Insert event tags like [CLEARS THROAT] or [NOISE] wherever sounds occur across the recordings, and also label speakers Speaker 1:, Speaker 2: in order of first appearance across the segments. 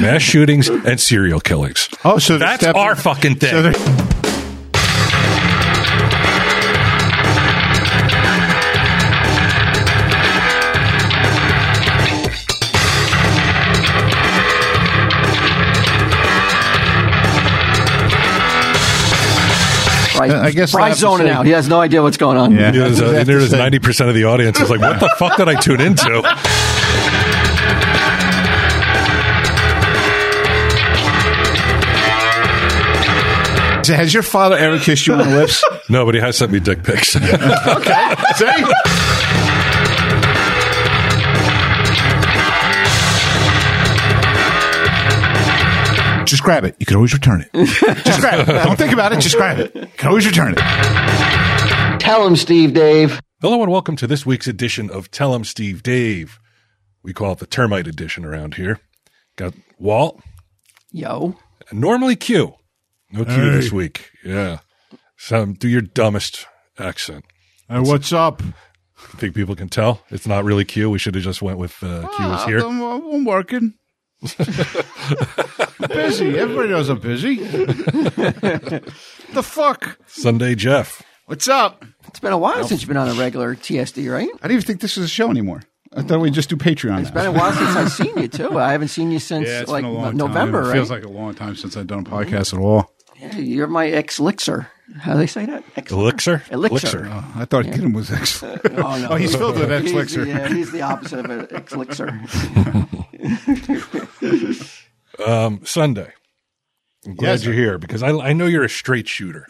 Speaker 1: mass shootings and serial [LAUGHS] killings.
Speaker 2: Oh, so they're
Speaker 1: that's
Speaker 2: stepping-
Speaker 1: our fucking thing.
Speaker 2: So they're-
Speaker 3: Bryce,
Speaker 2: I guess I have
Speaker 3: Bryce
Speaker 2: to
Speaker 3: zoning
Speaker 2: say-
Speaker 3: out. He has no idea what's going on.
Speaker 2: yeah,
Speaker 1: Yeah, there's,
Speaker 2: I
Speaker 1: uh,
Speaker 2: have to
Speaker 1: there is
Speaker 2: say-
Speaker 1: ninety percent of the audience is like, "What the fuck did I tune into?"
Speaker 2: [LAUGHS] Has your father ever kissed you on the
Speaker 1: [LAUGHS]
Speaker 2: lips?
Speaker 1: Nobody has sent me dick
Speaker 2: [LAUGHS]
Speaker 1: pics.
Speaker 2: See? Just grab it. You can always
Speaker 1: [LAUGHS]
Speaker 2: return it. Just grab it. Don't think about it. Just grab it. You can always return it.
Speaker 3: Tell him, Steve, Dave.
Speaker 1: Hello and welcome to this week's edition of Tell 'em Steve Dave. We call it the termite edition around here. Got Walt,
Speaker 3: Yo.
Speaker 1: and normally Q. No Q this week. Yeah. Some do your dumbest accent.
Speaker 4: Hey, what's up?
Speaker 1: I think people can tell it's not really Q. We should have just went with uh, Q
Speaker 2: Ah,
Speaker 1: was here.
Speaker 4: I'm, I'm
Speaker 1: [LAUGHS]
Speaker 4: working. busy. Everybody knows I'm busy. the fuck?
Speaker 1: Sunday Jeff.
Speaker 4: What's up?
Speaker 3: It's been a while since you've been on a regular TSD,
Speaker 4: I
Speaker 3: right?
Speaker 4: didn't even think this was a show anymore. I thought we'd just do Patreon.
Speaker 3: It's been a while since I've seen you, too. I haven't seen you since
Speaker 4: yeah, it's
Speaker 3: like
Speaker 4: been a
Speaker 3: no-
Speaker 4: long
Speaker 3: November,
Speaker 4: time.
Speaker 3: right?
Speaker 4: It feels like a long time since I've done a podcast at all.
Speaker 3: Yeah, you're my ex Lixer. How do they say that? Ex-
Speaker 1: Elixir?
Speaker 3: Elixir.
Speaker 4: I thought Gideon was excellent.
Speaker 3: [LAUGHS] Oh, no.
Speaker 4: [LAUGHS] Oh, he's filled with ex
Speaker 3: He's,
Speaker 4: Lixer.
Speaker 3: yeah, he's the opposite of an ex Lixer.
Speaker 1: Sunday. I'm glad
Speaker 4: Yes, sir.
Speaker 1: you're here because I, I know you're a straight shooter.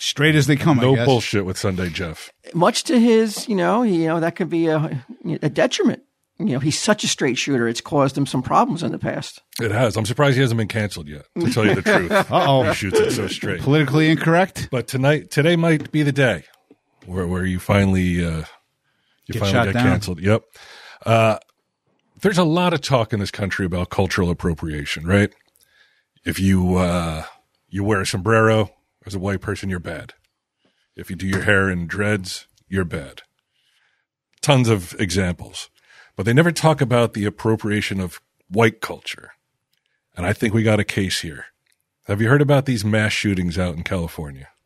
Speaker 4: Straight as they come, I
Speaker 1: No
Speaker 4: guess.
Speaker 1: bullshit with Sunday Jeff.
Speaker 3: Much to his, you know, he- you know that could be a, a detriment. You know, he's such a straight shooter. It's caused him some problems in the past.
Speaker 1: It has. I'm surprised he hasn't been canceled yet. To tell you
Speaker 4: [LAUGHS]
Speaker 1: the truth,
Speaker 4: Uh-oh.
Speaker 1: he shoots it so straight.
Speaker 4: Politically incorrect?
Speaker 1: But tonight, today might be the day where where you finally uh, you
Speaker 4: Get shot
Speaker 1: finally get
Speaker 4: down.
Speaker 1: canceled. Yep. Uh, there's a lot of talk in this country about cultural appropriation, right? If you uh, you wear a sombrero as a white person, you're bad. If you do your hair in dreads, you're bad. Tons of examples, but they never talk about the appropriation of white culture. And I think we got a case here. Have you heard about these mass shootings out in California?
Speaker 4: [LAUGHS]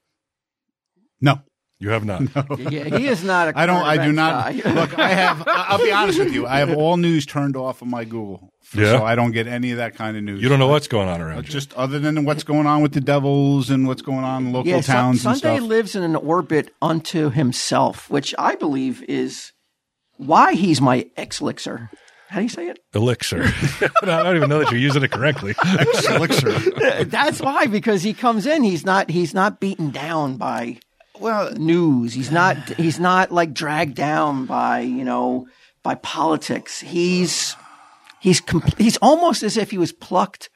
Speaker 4: No.
Speaker 1: You have not.
Speaker 3: Yeah, he is not. A
Speaker 4: [LAUGHS] I don't. I do not.
Speaker 3: quarterback
Speaker 4: [LAUGHS]
Speaker 3: guy.
Speaker 4: Look, I have. I- I'll be honest with you. I have all news turned off of my Google,
Speaker 1: Yeah.
Speaker 4: so I don't get any of that kind of news.
Speaker 1: You don't know what's going on around you.
Speaker 4: just other than what's going on with the Devils and what's going on in local
Speaker 3: yeah, Sun-
Speaker 4: towns and
Speaker 3: Sunday
Speaker 4: stuff.
Speaker 3: lives in an orbit unto himself, which I believe is why he's my ex Lixer. How do you say it?
Speaker 4: [LAUGHS]
Speaker 1: Elixir. [LAUGHS] No, I don't even know that you're using it correctly.
Speaker 4: elixir.
Speaker 3: That's why, because he comes in, he's not he's not beaten down by
Speaker 4: Well, uh,
Speaker 3: news. He's not he's not like dragged down by you know by politics. He's he's compl- he's almost as if he was plucked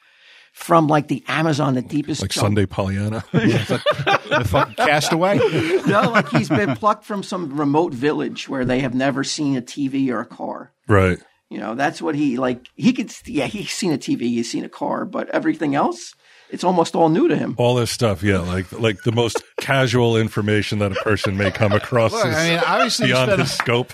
Speaker 3: from like the Amazon, the deepest
Speaker 1: Like
Speaker 3: jungle.
Speaker 1: Sunday
Speaker 4: [LAUGHS]
Speaker 1: Pollyanna.
Speaker 4: the fucking castaway.
Speaker 3: No,
Speaker 4: [LAUGHS]
Speaker 3: like he's been plucked from some remote village where they have never seen a TV or a car.
Speaker 1: right.
Speaker 3: You know, that's what he like. He could, yeah, he's seen a TV, he's seen a car, but everything else, it's almost all new to
Speaker 4: Oh.
Speaker 3: him.
Speaker 1: All this stuff, yeah. Like like the most casual information that a person may come across
Speaker 4: Look,
Speaker 1: is
Speaker 4: I mean, obviously, you
Speaker 1: beyond
Speaker 4: spend
Speaker 1: his scope.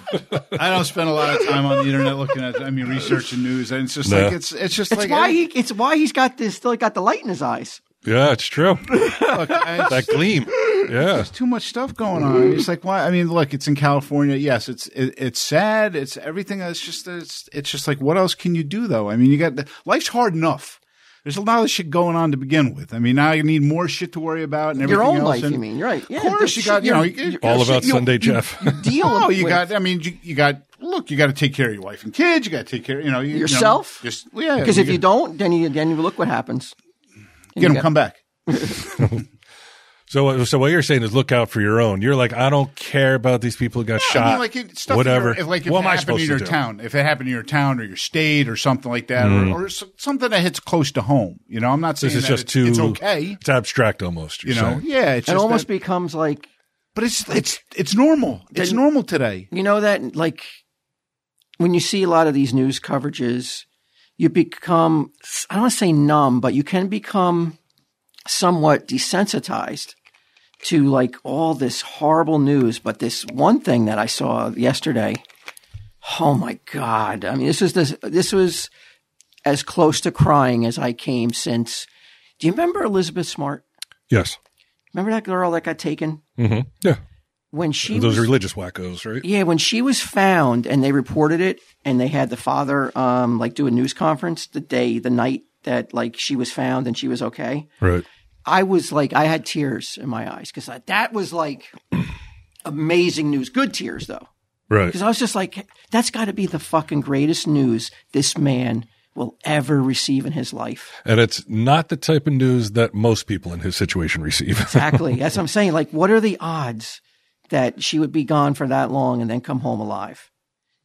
Speaker 4: I don't spend a lot of time on the internet looking at. I mean, researching news, and it's just
Speaker 1: No.
Speaker 4: like it's. It's just
Speaker 3: It's
Speaker 4: like
Speaker 3: why he, it's why he's got this, still got the light in his eyes.
Speaker 1: yeah, it's true.
Speaker 3: [LAUGHS]
Speaker 4: Look, I-
Speaker 1: That gleam. Yeah.
Speaker 4: too much stuff going on. It's like why? I mean, look, it's in California. Yes, it's it, it's sad. It's everything. It's just it's it's just like what else can you do though? I mean, you got life's hard enough. There's a lot of shit going on to begin with. I mean, now you need more shit to worry about and everything
Speaker 3: Your own
Speaker 4: else.
Speaker 3: life,
Speaker 4: and
Speaker 3: you mean? You're right. Yeah,
Speaker 4: of course,
Speaker 3: there's
Speaker 4: you got
Speaker 3: shit
Speaker 4: you know
Speaker 3: you're-
Speaker 4: you-
Speaker 1: All about
Speaker 4: you-
Speaker 1: Sunday
Speaker 4: you-
Speaker 1: Jeff. [LAUGHS]
Speaker 3: Deal
Speaker 4: No, you
Speaker 3: with-
Speaker 4: got. I mean, you, you got. Look, you got to take care of your wife and kids. You got to take care. You know you,
Speaker 3: Yourself?
Speaker 4: You know, just yeah.
Speaker 3: because if you don't, then you then you look what happens.
Speaker 4: get them,
Speaker 3: got-
Speaker 4: come back.
Speaker 1: So so what you're saying is look out for your own. You're like, I don't care about these people who got shot.
Speaker 4: I mean, like it, stuff
Speaker 1: whatever.
Speaker 4: in your- if, like if
Speaker 1: what
Speaker 4: it
Speaker 1: am I
Speaker 4: happened
Speaker 1: supposed
Speaker 4: in your
Speaker 1: to do?
Speaker 4: town, if it happened in your town or your state or something like that, or, or so- something that hits close to home. You know, I'm not saying
Speaker 1: Mm-hmm. This is
Speaker 4: that
Speaker 1: just
Speaker 4: it's,
Speaker 1: too
Speaker 4: It's okay.
Speaker 1: It's abstract almost. You're
Speaker 4: You know,
Speaker 1: saying.
Speaker 4: yeah, it's
Speaker 3: It
Speaker 4: just
Speaker 3: almost
Speaker 4: that-
Speaker 3: becomes like
Speaker 4: but it's it's it's normal. It's
Speaker 3: Then-
Speaker 4: normal today.
Speaker 3: You know that like when you see a lot of these news coverages, you become I don't want to say numb, but you can become somewhat desensitized to like all this horrible news. But this one thing that I saw yesterday, oh my god! I mean, this was this this was as close to crying as I came since. Do you remember Elizabeth Smart?
Speaker 1: Yes.
Speaker 3: Remember that girl that got taken
Speaker 1: hmm Yeah.
Speaker 3: when she
Speaker 1: Those
Speaker 3: was,
Speaker 1: religious wackos, right?
Speaker 3: yeah when she was found and they reported it and they had the father um like do a news conference the day the night that like she was found and she was okay.
Speaker 1: Right.
Speaker 3: I was like, I had tears in my eyes because that was like [CLEARS THROAT] amazing news. Good tears though,
Speaker 1: Right.
Speaker 3: because I was just like, that's got to be the fucking greatest news this man will ever receive in his life.
Speaker 1: And it's not the type of news that most people in his situation receive. [LAUGHS]
Speaker 3: Exactly. that's what I'm saying. Like, what are the odds that she would be gone for that long and then come home alive?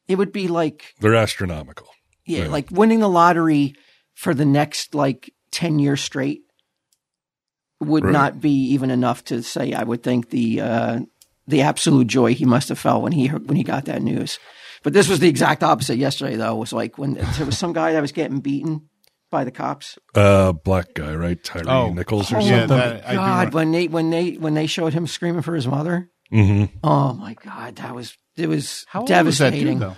Speaker 3: It would be like,
Speaker 1: They're astronomical.
Speaker 3: yeah,
Speaker 1: Right.
Speaker 3: like winning the lottery for the next like 10 years straight would
Speaker 1: Right.
Speaker 3: not be even enough to say I would think the uh, the absolute joy he must have felt when he heard, when he got that news. But this was the exact opposite yesterday though. It was like when there was some guy that was getting beaten by the cops.
Speaker 1: Uh, black guy, right? Tyree
Speaker 4: Oh.
Speaker 1: Nichols or
Speaker 3: Oh
Speaker 4: Yeah,
Speaker 1: something.
Speaker 4: that, I do
Speaker 3: God,
Speaker 4: re-
Speaker 3: when they when they when they showed him screaming for his mother.
Speaker 1: hmm
Speaker 3: Oh my God, that was it was
Speaker 4: Mm-hmm. How old was that
Speaker 3: devastating.
Speaker 4: dude, though?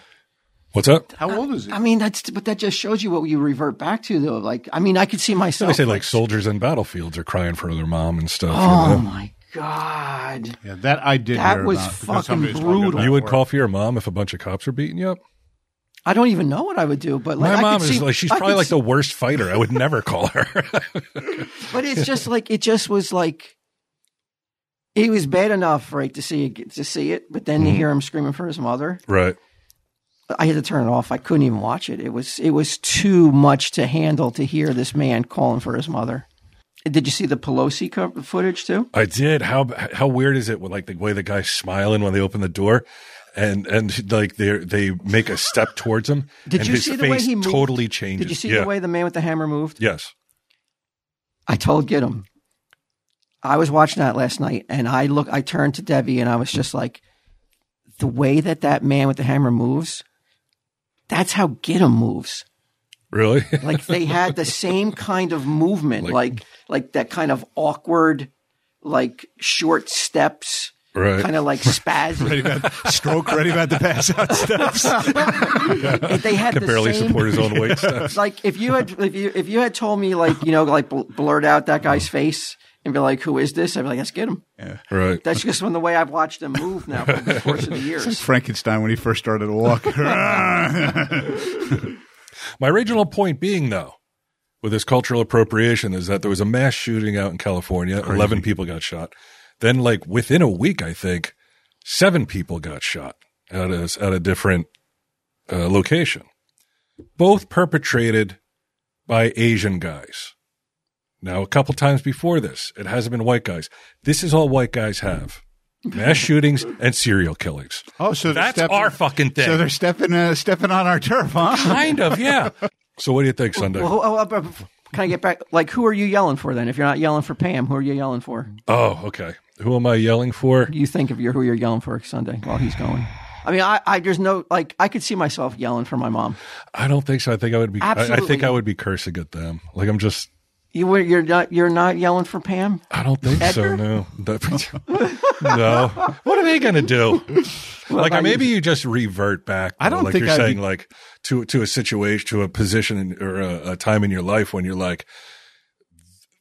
Speaker 1: What's up?
Speaker 4: How old is he?
Speaker 3: I mean, that's but that just shows you what you revert back to though. Like, I mean, I could see myself.
Speaker 1: They say like soldiers in battlefields are crying for their mom and stuff.
Speaker 3: Oh
Speaker 1: you, know?
Speaker 3: my god!
Speaker 4: yeah, that I did.
Speaker 3: That
Speaker 4: hear
Speaker 3: was
Speaker 4: about because
Speaker 3: fucking
Speaker 4: somebody was talking
Speaker 3: brutal.
Speaker 4: about
Speaker 1: You would
Speaker 4: it. [LAUGHS]
Speaker 1: call for your mom if a bunch of cops are beating you up.
Speaker 3: I don't even know what I would do, but like,
Speaker 1: My
Speaker 3: I
Speaker 1: mom
Speaker 3: could
Speaker 1: is
Speaker 3: see,
Speaker 1: like she's
Speaker 3: I
Speaker 1: probably
Speaker 3: could
Speaker 1: like
Speaker 3: see-
Speaker 1: the worst fighter. I would never call her.
Speaker 3: But it's just like it just was like it was bad enough, right, to see it, to see it, but
Speaker 1: Mm-hmm.
Speaker 3: then to hear him screaming for his mother,
Speaker 1: [LAUGHS] right.
Speaker 3: I had to turn it off. I couldn't even watch it. It was it was too much to handle to hear this man calling for his mother. Did you see the Pelosi co- footage too?
Speaker 1: I did. How how weird is it with like the way the guy's smiling when they open the door, and and like they they make a step towards him.
Speaker 3: Did
Speaker 1: and
Speaker 3: you
Speaker 1: his
Speaker 3: see the way
Speaker 1: face
Speaker 3: he moved?
Speaker 1: totally changes?
Speaker 3: Did you see
Speaker 1: yeah.
Speaker 3: the way the man with the hammer moved?
Speaker 1: Yes.
Speaker 3: I told get him. I was watching that last night, and I look. I turned to Debbie, and I was just like, the way that that man with the hammer moves, that's how get him moves.
Speaker 1: Really?
Speaker 3: Like they had the same kind of movement,
Speaker 1: Like-
Speaker 3: like like, that kind of awkward, like short steps,
Speaker 1: Right.
Speaker 3: kind of
Speaker 1: [LAUGHS]
Speaker 3: like spasm.
Speaker 2: Stroke ready about to pass
Speaker 4: [LAUGHS]
Speaker 2: out steps.
Speaker 3: They
Speaker 1: [LAUGHS]
Speaker 3: had
Speaker 1: Can
Speaker 3: the
Speaker 1: barely
Speaker 3: same
Speaker 1: support his own weight
Speaker 3: [LAUGHS]
Speaker 1: stuff.
Speaker 3: like if you had if you if you had told me like you know like bl- blurred out that guy's
Speaker 1: Uh-huh.
Speaker 3: face and be like who is this I'd be like let's get him
Speaker 1: Right.
Speaker 3: That's just from the way I've watched him move now over the course of
Speaker 1: [LAUGHS]
Speaker 3: the years.
Speaker 4: Frankenstein when he first started to walk.
Speaker 1: My original point being, though, with this cultural appropriation is that there was a mass shooting out in California. 11 people got shot. Then, like, within a week, I think, seven people got shot at a, at a different uh, location, both perpetrated by Asian guys. Now, a couple times before this, it hasn't been white guys. This is all white guys have mass shootings and serial killings.
Speaker 4: [LAUGHS] oh, so they're
Speaker 1: That's
Speaker 4: stepping,
Speaker 1: our fucking thing.
Speaker 4: So they're stepping uh, stepping on our turf, huh?
Speaker 1: kind of, yeah. So, what do you think, Sunday?
Speaker 3: Well, oh, oh, but can I get back? Like, who are you yelling for then? If you're not yelling for Pam, who are you yelling for?
Speaker 1: Oh, okay. Who am I yelling for?
Speaker 3: You think of your who you're yelling for Sunday while he's going. I mean, I, I there's no like I could see myself yelling for my mom.
Speaker 1: I don't think so. I think I would be. I, I think
Speaker 3: Absolutely.
Speaker 1: I would be cursing at them. Like I'm just.
Speaker 3: You were you're not you're not yelling for Pam.
Speaker 1: I don't think so.
Speaker 3: Edgar?
Speaker 1: No. That- [LAUGHS] no. What are they gonna do? like
Speaker 3: about
Speaker 1: maybe you? just revert back.
Speaker 4: I don't
Speaker 1: like
Speaker 4: think
Speaker 1: you're
Speaker 4: I'd
Speaker 1: saying
Speaker 4: be-
Speaker 1: like to to a situation to a position in, or a, a time in your life when you're like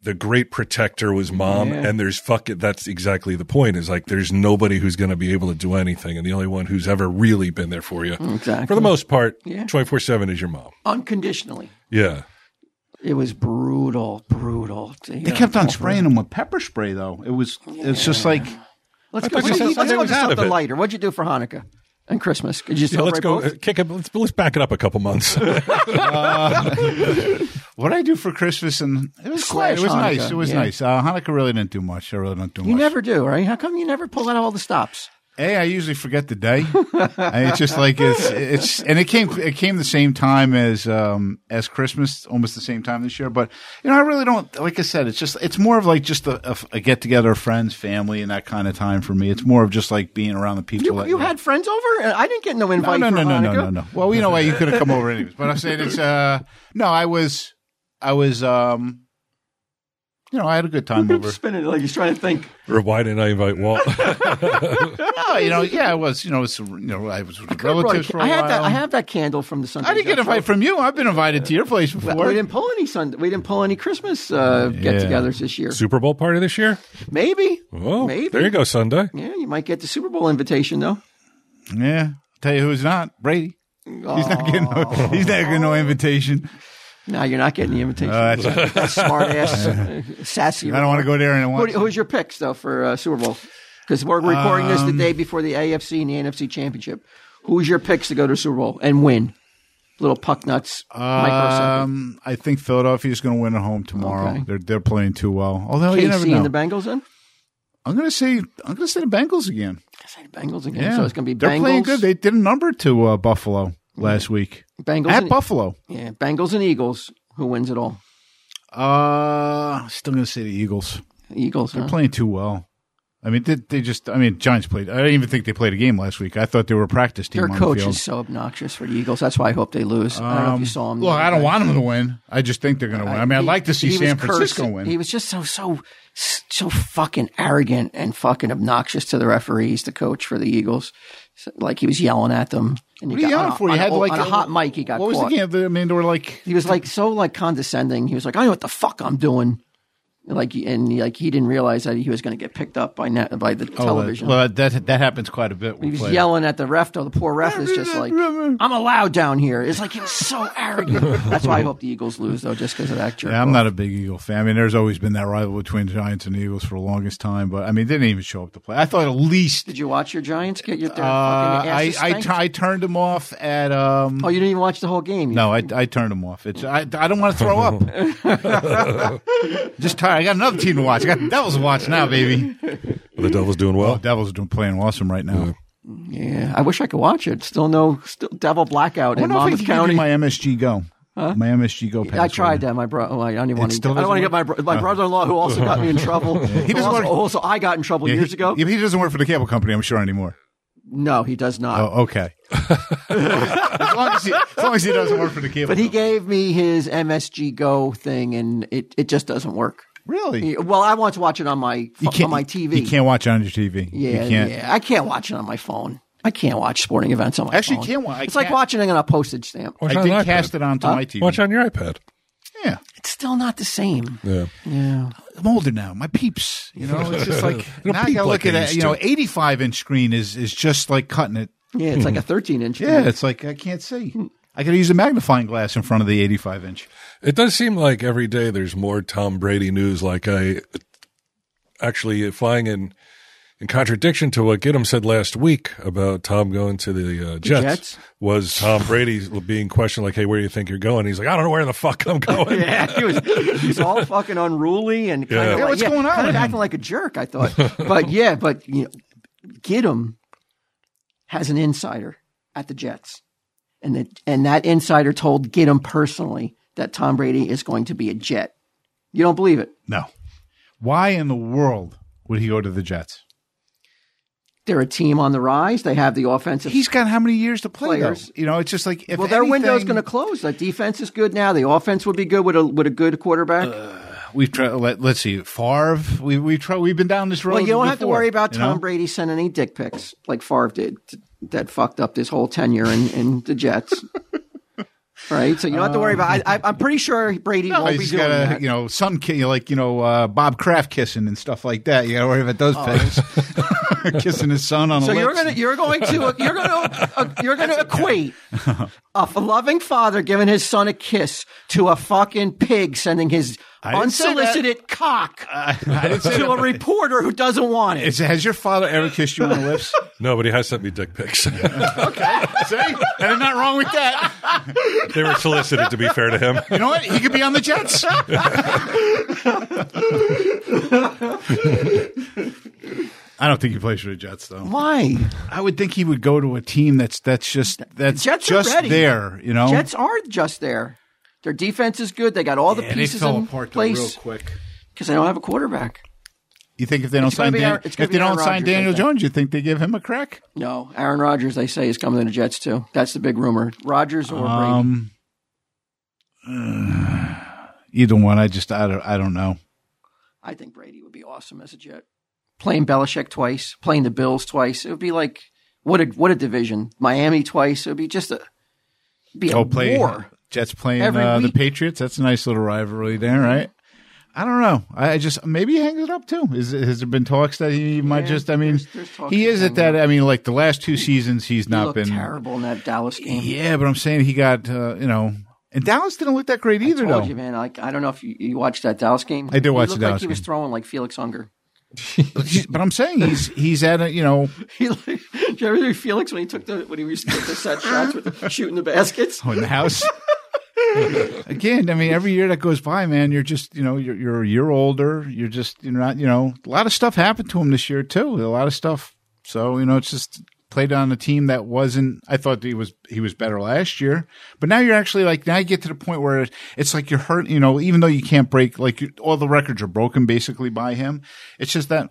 Speaker 1: the great protector was mom
Speaker 3: Yeah.
Speaker 1: and there's fuck it that's exactly the point is like there's nobody who's going to be able to do anything and the only one who's ever really been there for you
Speaker 3: Exactly.
Speaker 1: for the most part
Speaker 3: Yeah.
Speaker 1: 24/7 is your mom
Speaker 3: Unconditionally.
Speaker 1: yeah
Speaker 3: It was brutal, brutal.
Speaker 4: They kept on spraying them with pepper spray, though. It was it's just like
Speaker 3: Let's
Speaker 1: I
Speaker 3: go.
Speaker 1: thought you
Speaker 3: Let's,
Speaker 1: said
Speaker 3: let's
Speaker 1: Sunday
Speaker 3: go
Speaker 1: was
Speaker 3: to
Speaker 1: out of
Speaker 3: something
Speaker 1: it.
Speaker 3: lighter. What'd you do for Hanukkah and Christmas? Did you
Speaker 1: Yeah,
Speaker 3: celebrate
Speaker 1: let's go.
Speaker 3: both?
Speaker 1: uh, Kick it. Let's let's back it up a couple months.
Speaker 4: [LAUGHS] what I do for Christmas, and it was
Speaker 3: Slash
Speaker 4: quite, it was
Speaker 3: Hanukkah,
Speaker 4: nice. It was
Speaker 3: yeah.
Speaker 4: nice. Uh, Hanukkah really didn't do much. I really didn't do
Speaker 3: you
Speaker 4: much.
Speaker 3: never do, right? How come you never pull out all the stops?
Speaker 4: A, I usually forget the
Speaker 3: [LAUGHS]
Speaker 4: day. I, it's just like it's it's and it came it came the same time as um as Christmas, almost the same time this year. But you know, I really don't like I said, it's just it's more of like just a, a, a get together of friends, family, and that kind of time for me. It's more of just like being around the people.
Speaker 3: You,
Speaker 4: that
Speaker 3: you had friends over? and I didn't get Oh, no
Speaker 4: no
Speaker 3: invite
Speaker 4: no
Speaker 3: for
Speaker 4: no no no
Speaker 3: Hanukkah.
Speaker 4: no no. Well, you know why you could have come over anyways. But I'm saying it's uh no, I was I was um you know, I had a good time
Speaker 3: [LAUGHS]
Speaker 4: over.
Speaker 3: Spinning it like he's trying to think.
Speaker 1: Or why didn't I invite Walt?
Speaker 4: No, you know, yeah, I was, you know, it's, you know, I was with
Speaker 3: Probably-
Speaker 4: relatives for a
Speaker 3: I
Speaker 4: while.
Speaker 3: had that. I have that candle from the Sunday.
Speaker 4: I didn't get
Speaker 3: Joe
Speaker 4: invited from you. I've been invited to your place
Speaker 3: Show.
Speaker 4: before.
Speaker 3: We didn't pull any Sunday. We didn't pull any Christmas uh, get-togethers this year.
Speaker 1: Super Bowl party this year?
Speaker 3: Maybe.
Speaker 1: Oh,
Speaker 3: Maybe.
Speaker 1: there you go, Sunday.
Speaker 3: Yeah, you might get the Super Bowl invitation though.
Speaker 4: Yeah, I'll tell you who's not Brady. He's not getting no, he's not getting no invitation. Uh,
Speaker 3: No, you're not getting the invitation.
Speaker 4: that's
Speaker 3: [LAUGHS]
Speaker 4: [LAUGHS]
Speaker 3: Smart ass, sassy.
Speaker 4: I don't want to go there and
Speaker 3: Who,
Speaker 4: want.
Speaker 3: who's your picks though for uh, Super Bowl? Because we're recording this
Speaker 4: Um,
Speaker 3: the day before the AFC and the NFC championship. Who's your picks to go to Super Bowl and win? Little puck nuts. microsecond.
Speaker 4: Um, I think Philadelphia's going to win at home tomorrow.
Speaker 3: Okay.
Speaker 4: They're they're playing too well. Although you never
Speaker 3: KC
Speaker 4: know.
Speaker 3: and the Bengals then?
Speaker 4: I'm going to say I'm going to say the Bengals again.
Speaker 3: I say the Bengals again.
Speaker 4: Yeah,
Speaker 3: So it's going to be
Speaker 4: they're
Speaker 3: Bengals. Mm-hmm.
Speaker 4: playing good. They did a number to uh, Buffalo last week
Speaker 3: Bengals
Speaker 4: at
Speaker 3: and, E-
Speaker 4: Buffalo.
Speaker 3: yeah, Bengals and Eagles. Who wins it all?
Speaker 4: Uh, still going to say the Eagles.
Speaker 3: Eagles.
Speaker 4: They're
Speaker 3: huh?
Speaker 4: playing too well. I mean, they, they just. I mean, Giants played. I didn't even think they played a game last week. I thought they were a practice team.
Speaker 3: Their
Speaker 4: on
Speaker 3: coach
Speaker 4: the field.
Speaker 3: is so obnoxious for the Eagles. That's why I hope they lose. I don't know if you saw him. the
Speaker 4: Look,
Speaker 3: other
Speaker 4: I don't
Speaker 3: day.
Speaker 4: want them to win. I just think they're going to win. I mean, I'd
Speaker 3: He-
Speaker 4: like to see
Speaker 3: he was
Speaker 4: San Francisco
Speaker 3: cursing.
Speaker 4: win.
Speaker 3: He was just so so so fucking arrogant and fucking obnoxious to the referees, the coach for the Eagles. So, Like he was yelling at them. And he
Speaker 4: what are you
Speaker 3: got- on
Speaker 4: yelling
Speaker 3: a-
Speaker 4: for? You
Speaker 3: on a-
Speaker 4: had like
Speaker 3: on a hot mic. He got
Speaker 4: What
Speaker 3: caught.
Speaker 4: was the game? The- I mean, they were like
Speaker 3: He was like so like condescending. He was like, I know what the fuck I'm doing. Like and like he didn't realize that he was going to get picked up by net
Speaker 4: Oh,
Speaker 3: by the television.
Speaker 4: Well, that that happens quite a bit. with
Speaker 3: He was
Speaker 4: players.
Speaker 3: yelling at the ref, though. The poor ref is just like, I'm allowed down here. It's like he was so arrogant. That's why I hope the Eagles lose, though, just because of that jerk.
Speaker 4: Yeah, I'm not a big Eagle fan. I mean, there's always been that rival between the Giants and the Eagles for the longest time. But I mean, they didn't even show up to play. I thought at least
Speaker 3: Did you watch your Giants get your their
Speaker 4: uh,
Speaker 3: fucking
Speaker 4: I
Speaker 3: asses
Speaker 4: I,
Speaker 3: spanked?
Speaker 4: tu- I turned them off at um.
Speaker 3: oh, you didn't even watch the whole game. You-
Speaker 4: No, I, I turned them off. It's I, I don't want to throw up.
Speaker 3: [LAUGHS]
Speaker 4: Just tired. I got another team to watch. I got Devils to watch now, baby.
Speaker 1: The Devil's doing well.
Speaker 4: Devils are doing playing awesome right now.
Speaker 3: Yeah, I wish I could watch it. Still no, still devil blackout
Speaker 4: I
Speaker 3: in
Speaker 4: wonder if I
Speaker 3: Monmouth
Speaker 4: can give
Speaker 3: County.
Speaker 4: you my MSG Go. My MSG Go password.
Speaker 3: I tried that. My brother, oh, I don't even want to.
Speaker 4: still
Speaker 3: I don't want to
Speaker 4: doesn't Oh.
Speaker 3: get my bro- my brother-in-law who also
Speaker 4: [LAUGHS]
Speaker 3: got me in trouble. he
Speaker 4: doesn't
Speaker 3: also,
Speaker 4: work-
Speaker 3: also I got in trouble
Speaker 4: Yeah,
Speaker 3: years
Speaker 4: he,
Speaker 3: ago.
Speaker 4: yeah, he doesn't work for the cable company, I'm sure anymore.
Speaker 3: no, he does not.
Speaker 4: Oh,
Speaker 3: [LAUGHS]
Speaker 4: okay. as, long as, he, as long as he doesn't work for the cable.
Speaker 3: But he
Speaker 4: company.
Speaker 3: gave me his MSG Go thing, and it, it just doesn't work.
Speaker 4: really
Speaker 3: Yeah, Well, I want to watch it on my pho- on my TV.
Speaker 4: You can't watch it on your TV. You
Speaker 3: yeah,
Speaker 4: can't.
Speaker 3: yeah. I can't watch it on my phone. I can't watch sporting events on my
Speaker 4: Actually,
Speaker 3: phone.
Speaker 4: you can't wa- I
Speaker 3: It's like
Speaker 4: can't-
Speaker 3: watching it on a postage stamp.
Speaker 1: Watch
Speaker 4: I
Speaker 1: on
Speaker 4: did
Speaker 1: an
Speaker 4: cast
Speaker 1: iPad.
Speaker 4: it onto my TV.
Speaker 1: Watch on your iPad.
Speaker 4: Yeah,
Speaker 3: It's still not the same.
Speaker 1: Yeah.
Speaker 3: Yeah.
Speaker 4: I'm older now. My peeps, you know, it's
Speaker 1: [LAUGHS]
Speaker 4: just like
Speaker 1: don't
Speaker 4: now I
Speaker 1: peep
Speaker 4: gotta
Speaker 1: like
Speaker 4: look at
Speaker 1: they
Speaker 4: it.
Speaker 1: used
Speaker 4: You know,
Speaker 1: to.
Speaker 4: 85 inch screen is is just like cutting it.
Speaker 3: Yeah, it's like a 13
Speaker 4: [LAUGHS]
Speaker 3: inch.
Speaker 4: Yeah, it's like I can't see. I gotta use a magnifying glass in front of the 85 inch.
Speaker 1: It does seem like every day there's more Tom Brady news. Like I actually flying in in contradiction to what Gidim said last week about Tom going to the uh, Jets,
Speaker 3: Jets?
Speaker 1: was Tom Brady being questioned like, "Hey, where do you think you're going?" He's like, "I don't know where the fuck I'm
Speaker 4: [LAUGHS]
Speaker 1: going."
Speaker 3: Yeah, he was, he's all fucking unruly and kind
Speaker 1: Yeah.
Speaker 3: of
Speaker 1: Yeah,
Speaker 3: like,
Speaker 4: what's going on
Speaker 3: kind
Speaker 4: with
Speaker 3: of
Speaker 4: him?
Speaker 3: acting like a jerk. I thought,
Speaker 4: [LAUGHS]
Speaker 3: but yeah, but you know, Gidim has an insider at the Jets, and that and that insider told Gidim personally that Tom Brady is going to be a Jet. You don't believe it?
Speaker 4: No, why in the world would he go to the Jets?
Speaker 3: They're a team on the rise. They have the offensive.
Speaker 4: He's got how many years to play? though?
Speaker 3: Players.
Speaker 4: You know, it's just like if
Speaker 3: well, their
Speaker 4: anything-
Speaker 3: window's going to close. The defense is good now. The offense would be good with a with a good quarterback.
Speaker 4: We've tried. Let, let's see, Favre. We we try. We've been down this road.
Speaker 3: Well, you don't have to
Speaker 4: before,
Speaker 3: worry about
Speaker 4: you
Speaker 3: Tom
Speaker 4: know?
Speaker 3: Brady sending any dick pics like Favre did. That fucked up this whole tenure in, in the Jets. [LAUGHS] right? So you don't have to worry about. I, I, I'm pretty sure Brady
Speaker 4: No,
Speaker 3: won't be
Speaker 4: he's
Speaker 3: doing
Speaker 4: got a
Speaker 3: that.
Speaker 4: you know sun ki- like you know uh, Bob Kraft kissing and stuff like that. You got to worry about those [LAUGHS] things. kissing his son on
Speaker 3: so
Speaker 4: the lips.
Speaker 3: you're gonna you're going to you're gonna uh, you're gonna
Speaker 4: [LAUGHS]
Speaker 3: equate a f- loving father giving his son a kiss to a fucking pig sending his
Speaker 4: didn't say that.
Speaker 3: unsolicited cock
Speaker 4: I didn't say
Speaker 3: to a
Speaker 4: that.
Speaker 3: reporter who doesn't want it.
Speaker 4: It's- has your father ever kissed you on the lips?
Speaker 1: Nobody has sent me dick pics. they
Speaker 4: [LAUGHS] See, and it's not wrong with that.
Speaker 1: were solicited, to be fair to him.
Speaker 4: You know what? He could be on the [LAUGHS] Jets. I don't think he plays for the Jets, though.
Speaker 3: Why?
Speaker 4: I would think he would go to a team that's that's just that's
Speaker 3: Jets are
Speaker 4: just
Speaker 3: ready.
Speaker 4: there. You know,
Speaker 3: Jets are just there. Their defense is good. They got all the
Speaker 4: Yeah,
Speaker 3: pieces
Speaker 4: they fell
Speaker 3: in
Speaker 4: apart though, real
Speaker 3: place.
Speaker 4: quick.
Speaker 3: because they don't have a quarterback.
Speaker 4: You think if they don't
Speaker 3: gonna
Speaker 4: sign
Speaker 3: be
Speaker 4: Dan-
Speaker 3: Aaron- it's
Speaker 4: if
Speaker 3: gonna
Speaker 4: they
Speaker 3: be
Speaker 4: don't
Speaker 3: Aaron
Speaker 4: sign
Speaker 3: Rodgers, I
Speaker 4: Daniel
Speaker 3: think.
Speaker 4: Jones, you think they give him a crack?
Speaker 3: No, Aaron Rodgers, they say, is coming to the Jets too. That's the big rumor. Rodgers or Brady.
Speaker 4: Um, [SIGHS] uh, either one. I just I don't I don't know.
Speaker 3: I think Brady would be awesome as a Jet. Playing Belichick twice, playing the Bills twice. It would be like what a what a division. Miami twice. It would be just a it'd be a
Speaker 4: Oh, play
Speaker 3: war.
Speaker 4: Jets playing
Speaker 3: Every
Speaker 4: uh, the
Speaker 3: week.
Speaker 4: Patriots. That's a nice little rivalry there, right? I don't know. I I just maybe he hangs it up too. Is has there been talks that he might
Speaker 3: Yeah,
Speaker 4: just? I mean,
Speaker 3: there's- there's talks
Speaker 4: he is
Speaker 3: of
Speaker 4: at that. I mean, like the last two seasons, he's
Speaker 3: He
Speaker 4: not
Speaker 3: looked
Speaker 4: been
Speaker 3: terrible in that Dallas game.
Speaker 4: Yeah, but I'm saying he got uh, you know, and Dallas didn't look that great either,
Speaker 3: I
Speaker 4: though.
Speaker 3: told you, man. Like I don't know if you, you watched that Dallas game.
Speaker 4: I did
Speaker 3: He
Speaker 4: watch the
Speaker 3: looked
Speaker 4: Dallas
Speaker 3: like He was
Speaker 4: game.
Speaker 3: throwing like Felix Unger.
Speaker 4: But he's- but I'm saying he's he's at a you know.
Speaker 3: [LAUGHS] He looked, do you ever see Felix when he took the when he was took the set shots
Speaker 4: [LAUGHS]
Speaker 3: with the, shooting the baskets?
Speaker 4: in the
Speaker 3: [LAUGHS]
Speaker 4: house. Again, I mean, every year that goes by, man, you're just, you know, you're, you're a year older. You're just, you're not, you know, a lot of stuff happened to him this year too. A lot of stuff. So, you know, it's just played on a team that wasn't, I thought he was, he was better last year, but now you're actually like, now you get to the point where it's like you're hurt, you know, even though you can't break, like you, all the records are broken basically by him. It's just that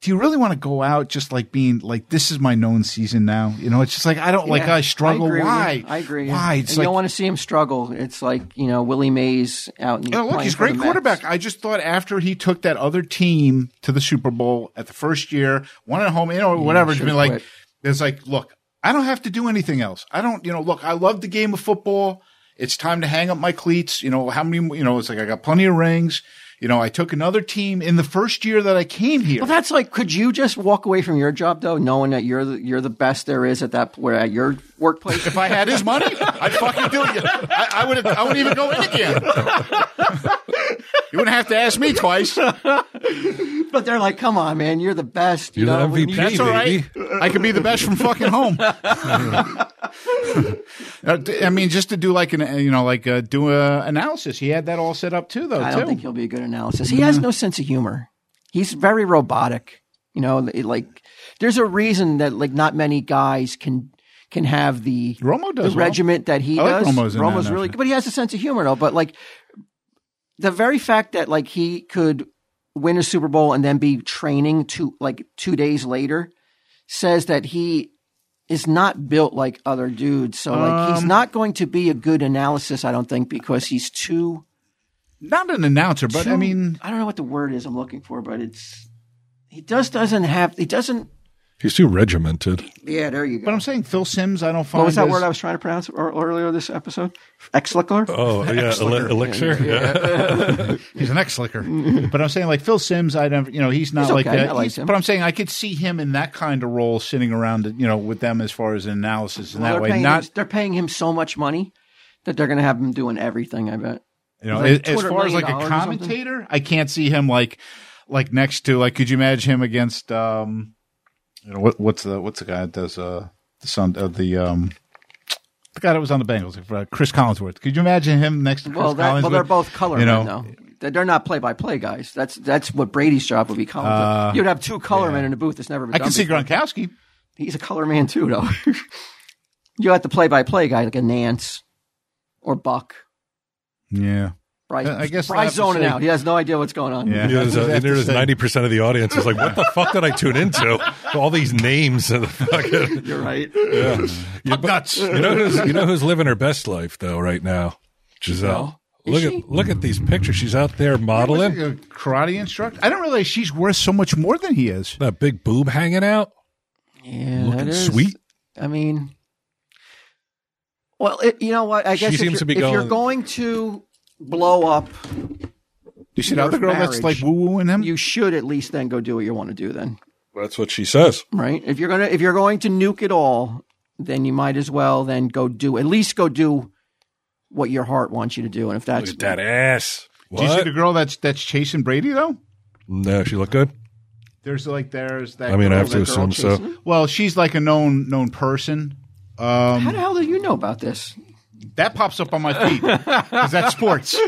Speaker 4: do you really want to go out just like being like this is my known season now? You know, it's just like I don't like
Speaker 3: Yeah,
Speaker 4: I struggle.
Speaker 3: agree with you.
Speaker 4: Why?
Speaker 3: I agree. with you.
Speaker 4: Why?
Speaker 3: And
Speaker 4: It's
Speaker 3: you
Speaker 4: like
Speaker 3: don't want to see him struggle. It's like you know Willie Mays out in the
Speaker 4: oh, look,
Speaker 3: playing
Speaker 4: he's a
Speaker 3: for the
Speaker 4: great
Speaker 3: Mets.
Speaker 4: quarterback. I just thought after he took that other team to the Super Bowl at the first year, one at home, you know, whatever, it's
Speaker 3: should've
Speaker 4: been like
Speaker 3: quit.
Speaker 4: it's like, look, I don't have to do anything else. I don't, you know, look, I love the game of football. It's time to hang up my cleats. You know, how many, you know, it's like I got plenty of rings. You know, I took another team in the first year that I came here.
Speaker 3: Well, that's like, could you just walk away from your job though, knowing that you're the, you're the best there is at that where at your workplace?
Speaker 4: If I had his money, I'd fucking do it. I, I would. I wouldn't even go in again. [LAUGHS] You wouldn't have to ask me twice. That's
Speaker 3: but they're like, come on, man, you're the best. You
Speaker 1: You're the
Speaker 3: know, we
Speaker 1: MVP.
Speaker 3: need-
Speaker 4: all right. I could be the best from fucking home. [LAUGHS] Uh, I mean, just to do like an you know like uh, do a analysis. He had that all set up too, though.
Speaker 3: I don't
Speaker 4: too.
Speaker 3: think he'll be a good analysis. He
Speaker 4: Mm-hmm.
Speaker 3: has no sense of humor. He's very robotic. You know, it- like there's a reason that like not many guys can can have the
Speaker 4: Romo does
Speaker 3: the
Speaker 4: well.
Speaker 3: regiment that he
Speaker 4: I like
Speaker 3: does.
Speaker 4: Romo's in that,
Speaker 3: really
Speaker 4: actually.
Speaker 3: good, but he has a sense of humor though. But like the very fact that like he could win a Super Bowl and then be training two like two days later says that he is not built like other dudes. So like
Speaker 4: Um,
Speaker 3: he's not going to be a good analysis, I don't think, because he's too
Speaker 4: Not an announcer, but I
Speaker 3: too-
Speaker 4: mean,
Speaker 3: I don't know what the word is I'm looking for, but it's he just doesn't have he doesn't.
Speaker 1: He's too regimented.
Speaker 3: Yeah, there you go.
Speaker 4: but I'm saying Phil Sims. I don't find
Speaker 3: what was that
Speaker 4: is-
Speaker 3: word I was trying to pronounce ear- earlier this episode? Exlickler.
Speaker 1: Oh, yeah. Ele- elixir. Yeah.
Speaker 4: He's an ex
Speaker 3: [LAUGHS]
Speaker 4: licker. but I'm saying like Phil Sims, I never you know, he's not
Speaker 3: He's
Speaker 4: like
Speaker 3: okay.
Speaker 4: that.
Speaker 3: I like
Speaker 4: He's-
Speaker 3: him.
Speaker 4: But I'm saying I could see him in that kind of role sitting around you know, with them as far as an analysis in
Speaker 3: Well,
Speaker 4: that
Speaker 3: they're,
Speaker 4: way.
Speaker 3: paying
Speaker 4: Not
Speaker 3: him, they're paying him so much money that they're going to have him doing everything. I bet.
Speaker 4: you know,
Speaker 3: like
Speaker 4: as, as
Speaker 3: $200
Speaker 4: far as like a
Speaker 3: million or something.
Speaker 4: commentator, I can't see him like like next to like could you imagine him against um you know what what's the what's the guy that does uh the son of the um the guy that was on the Bengals, uh, Chris Collinsworth. Could you imagine him next to Chris
Speaker 3: Well, that,
Speaker 4: Collinsworth?
Speaker 3: well, they're both color
Speaker 4: You know,
Speaker 3: men though. They're- They're not play-by-play guys. That's that's what Brady's job would be. Color. You'd have two color men in a booth. It's never been
Speaker 4: Uh, I
Speaker 3: done.
Speaker 4: can see
Speaker 3: before.
Speaker 4: Gronkowski.
Speaker 3: He's a color man too, though. [LAUGHS] you have the play-by-play guy like a Nance or Buck.
Speaker 4: Yeah.
Speaker 3: Bryce,
Speaker 4: I- I guess I'll have
Speaker 3: Bryce
Speaker 4: to
Speaker 3: zoning
Speaker 4: say-
Speaker 3: out. He has no idea what's going on.
Speaker 4: Yeah.
Speaker 1: There's,
Speaker 4: I
Speaker 1: uh,
Speaker 4: have to
Speaker 1: there's
Speaker 4: say-
Speaker 1: 90% of the audience is like, what the fuck did I tune into? All these names and the fucking.
Speaker 3: [LAUGHS] You're right.
Speaker 1: Yeah. You, but-
Speaker 4: nuts.
Speaker 1: you know who's you know who's living her best life though right now, Giselle.
Speaker 3: Is
Speaker 1: Look
Speaker 3: she?
Speaker 1: at look at these pictures. She's out there modeling.
Speaker 4: a karate instructor. I don't realize she's worth so much more than he is.
Speaker 1: That big boob hanging out,
Speaker 3: Yeah,
Speaker 1: looking
Speaker 3: that is-
Speaker 1: sweet.
Speaker 3: I mean, well, it, you know what? I
Speaker 1: She
Speaker 3: guess if,
Speaker 1: seems
Speaker 3: you're,
Speaker 1: to be
Speaker 3: if you're
Speaker 1: going-
Speaker 3: going to blow up,
Speaker 4: You see the other girl that's like
Speaker 3: marriage.
Speaker 4: woo woo in him.
Speaker 3: you should at least then go do what you want to do. Then,
Speaker 1: That's what she says.
Speaker 3: right? If you're gonna, if you're going to nuke it all, then you might as well then go do at least go do what your heart wants you to do. And if
Speaker 1: Look
Speaker 3: that's
Speaker 1: at that ass. What?
Speaker 4: Do you see the girl that's that's chasing Brady though?
Speaker 1: no, she look good.
Speaker 4: There's like there's that.
Speaker 1: I mean, I
Speaker 4: girl
Speaker 1: have to
Speaker 4: that-
Speaker 1: assume so.
Speaker 4: Well, she's like a known known person.
Speaker 3: how the hell do you know about this?
Speaker 4: That pops up on my feed. Is that sports?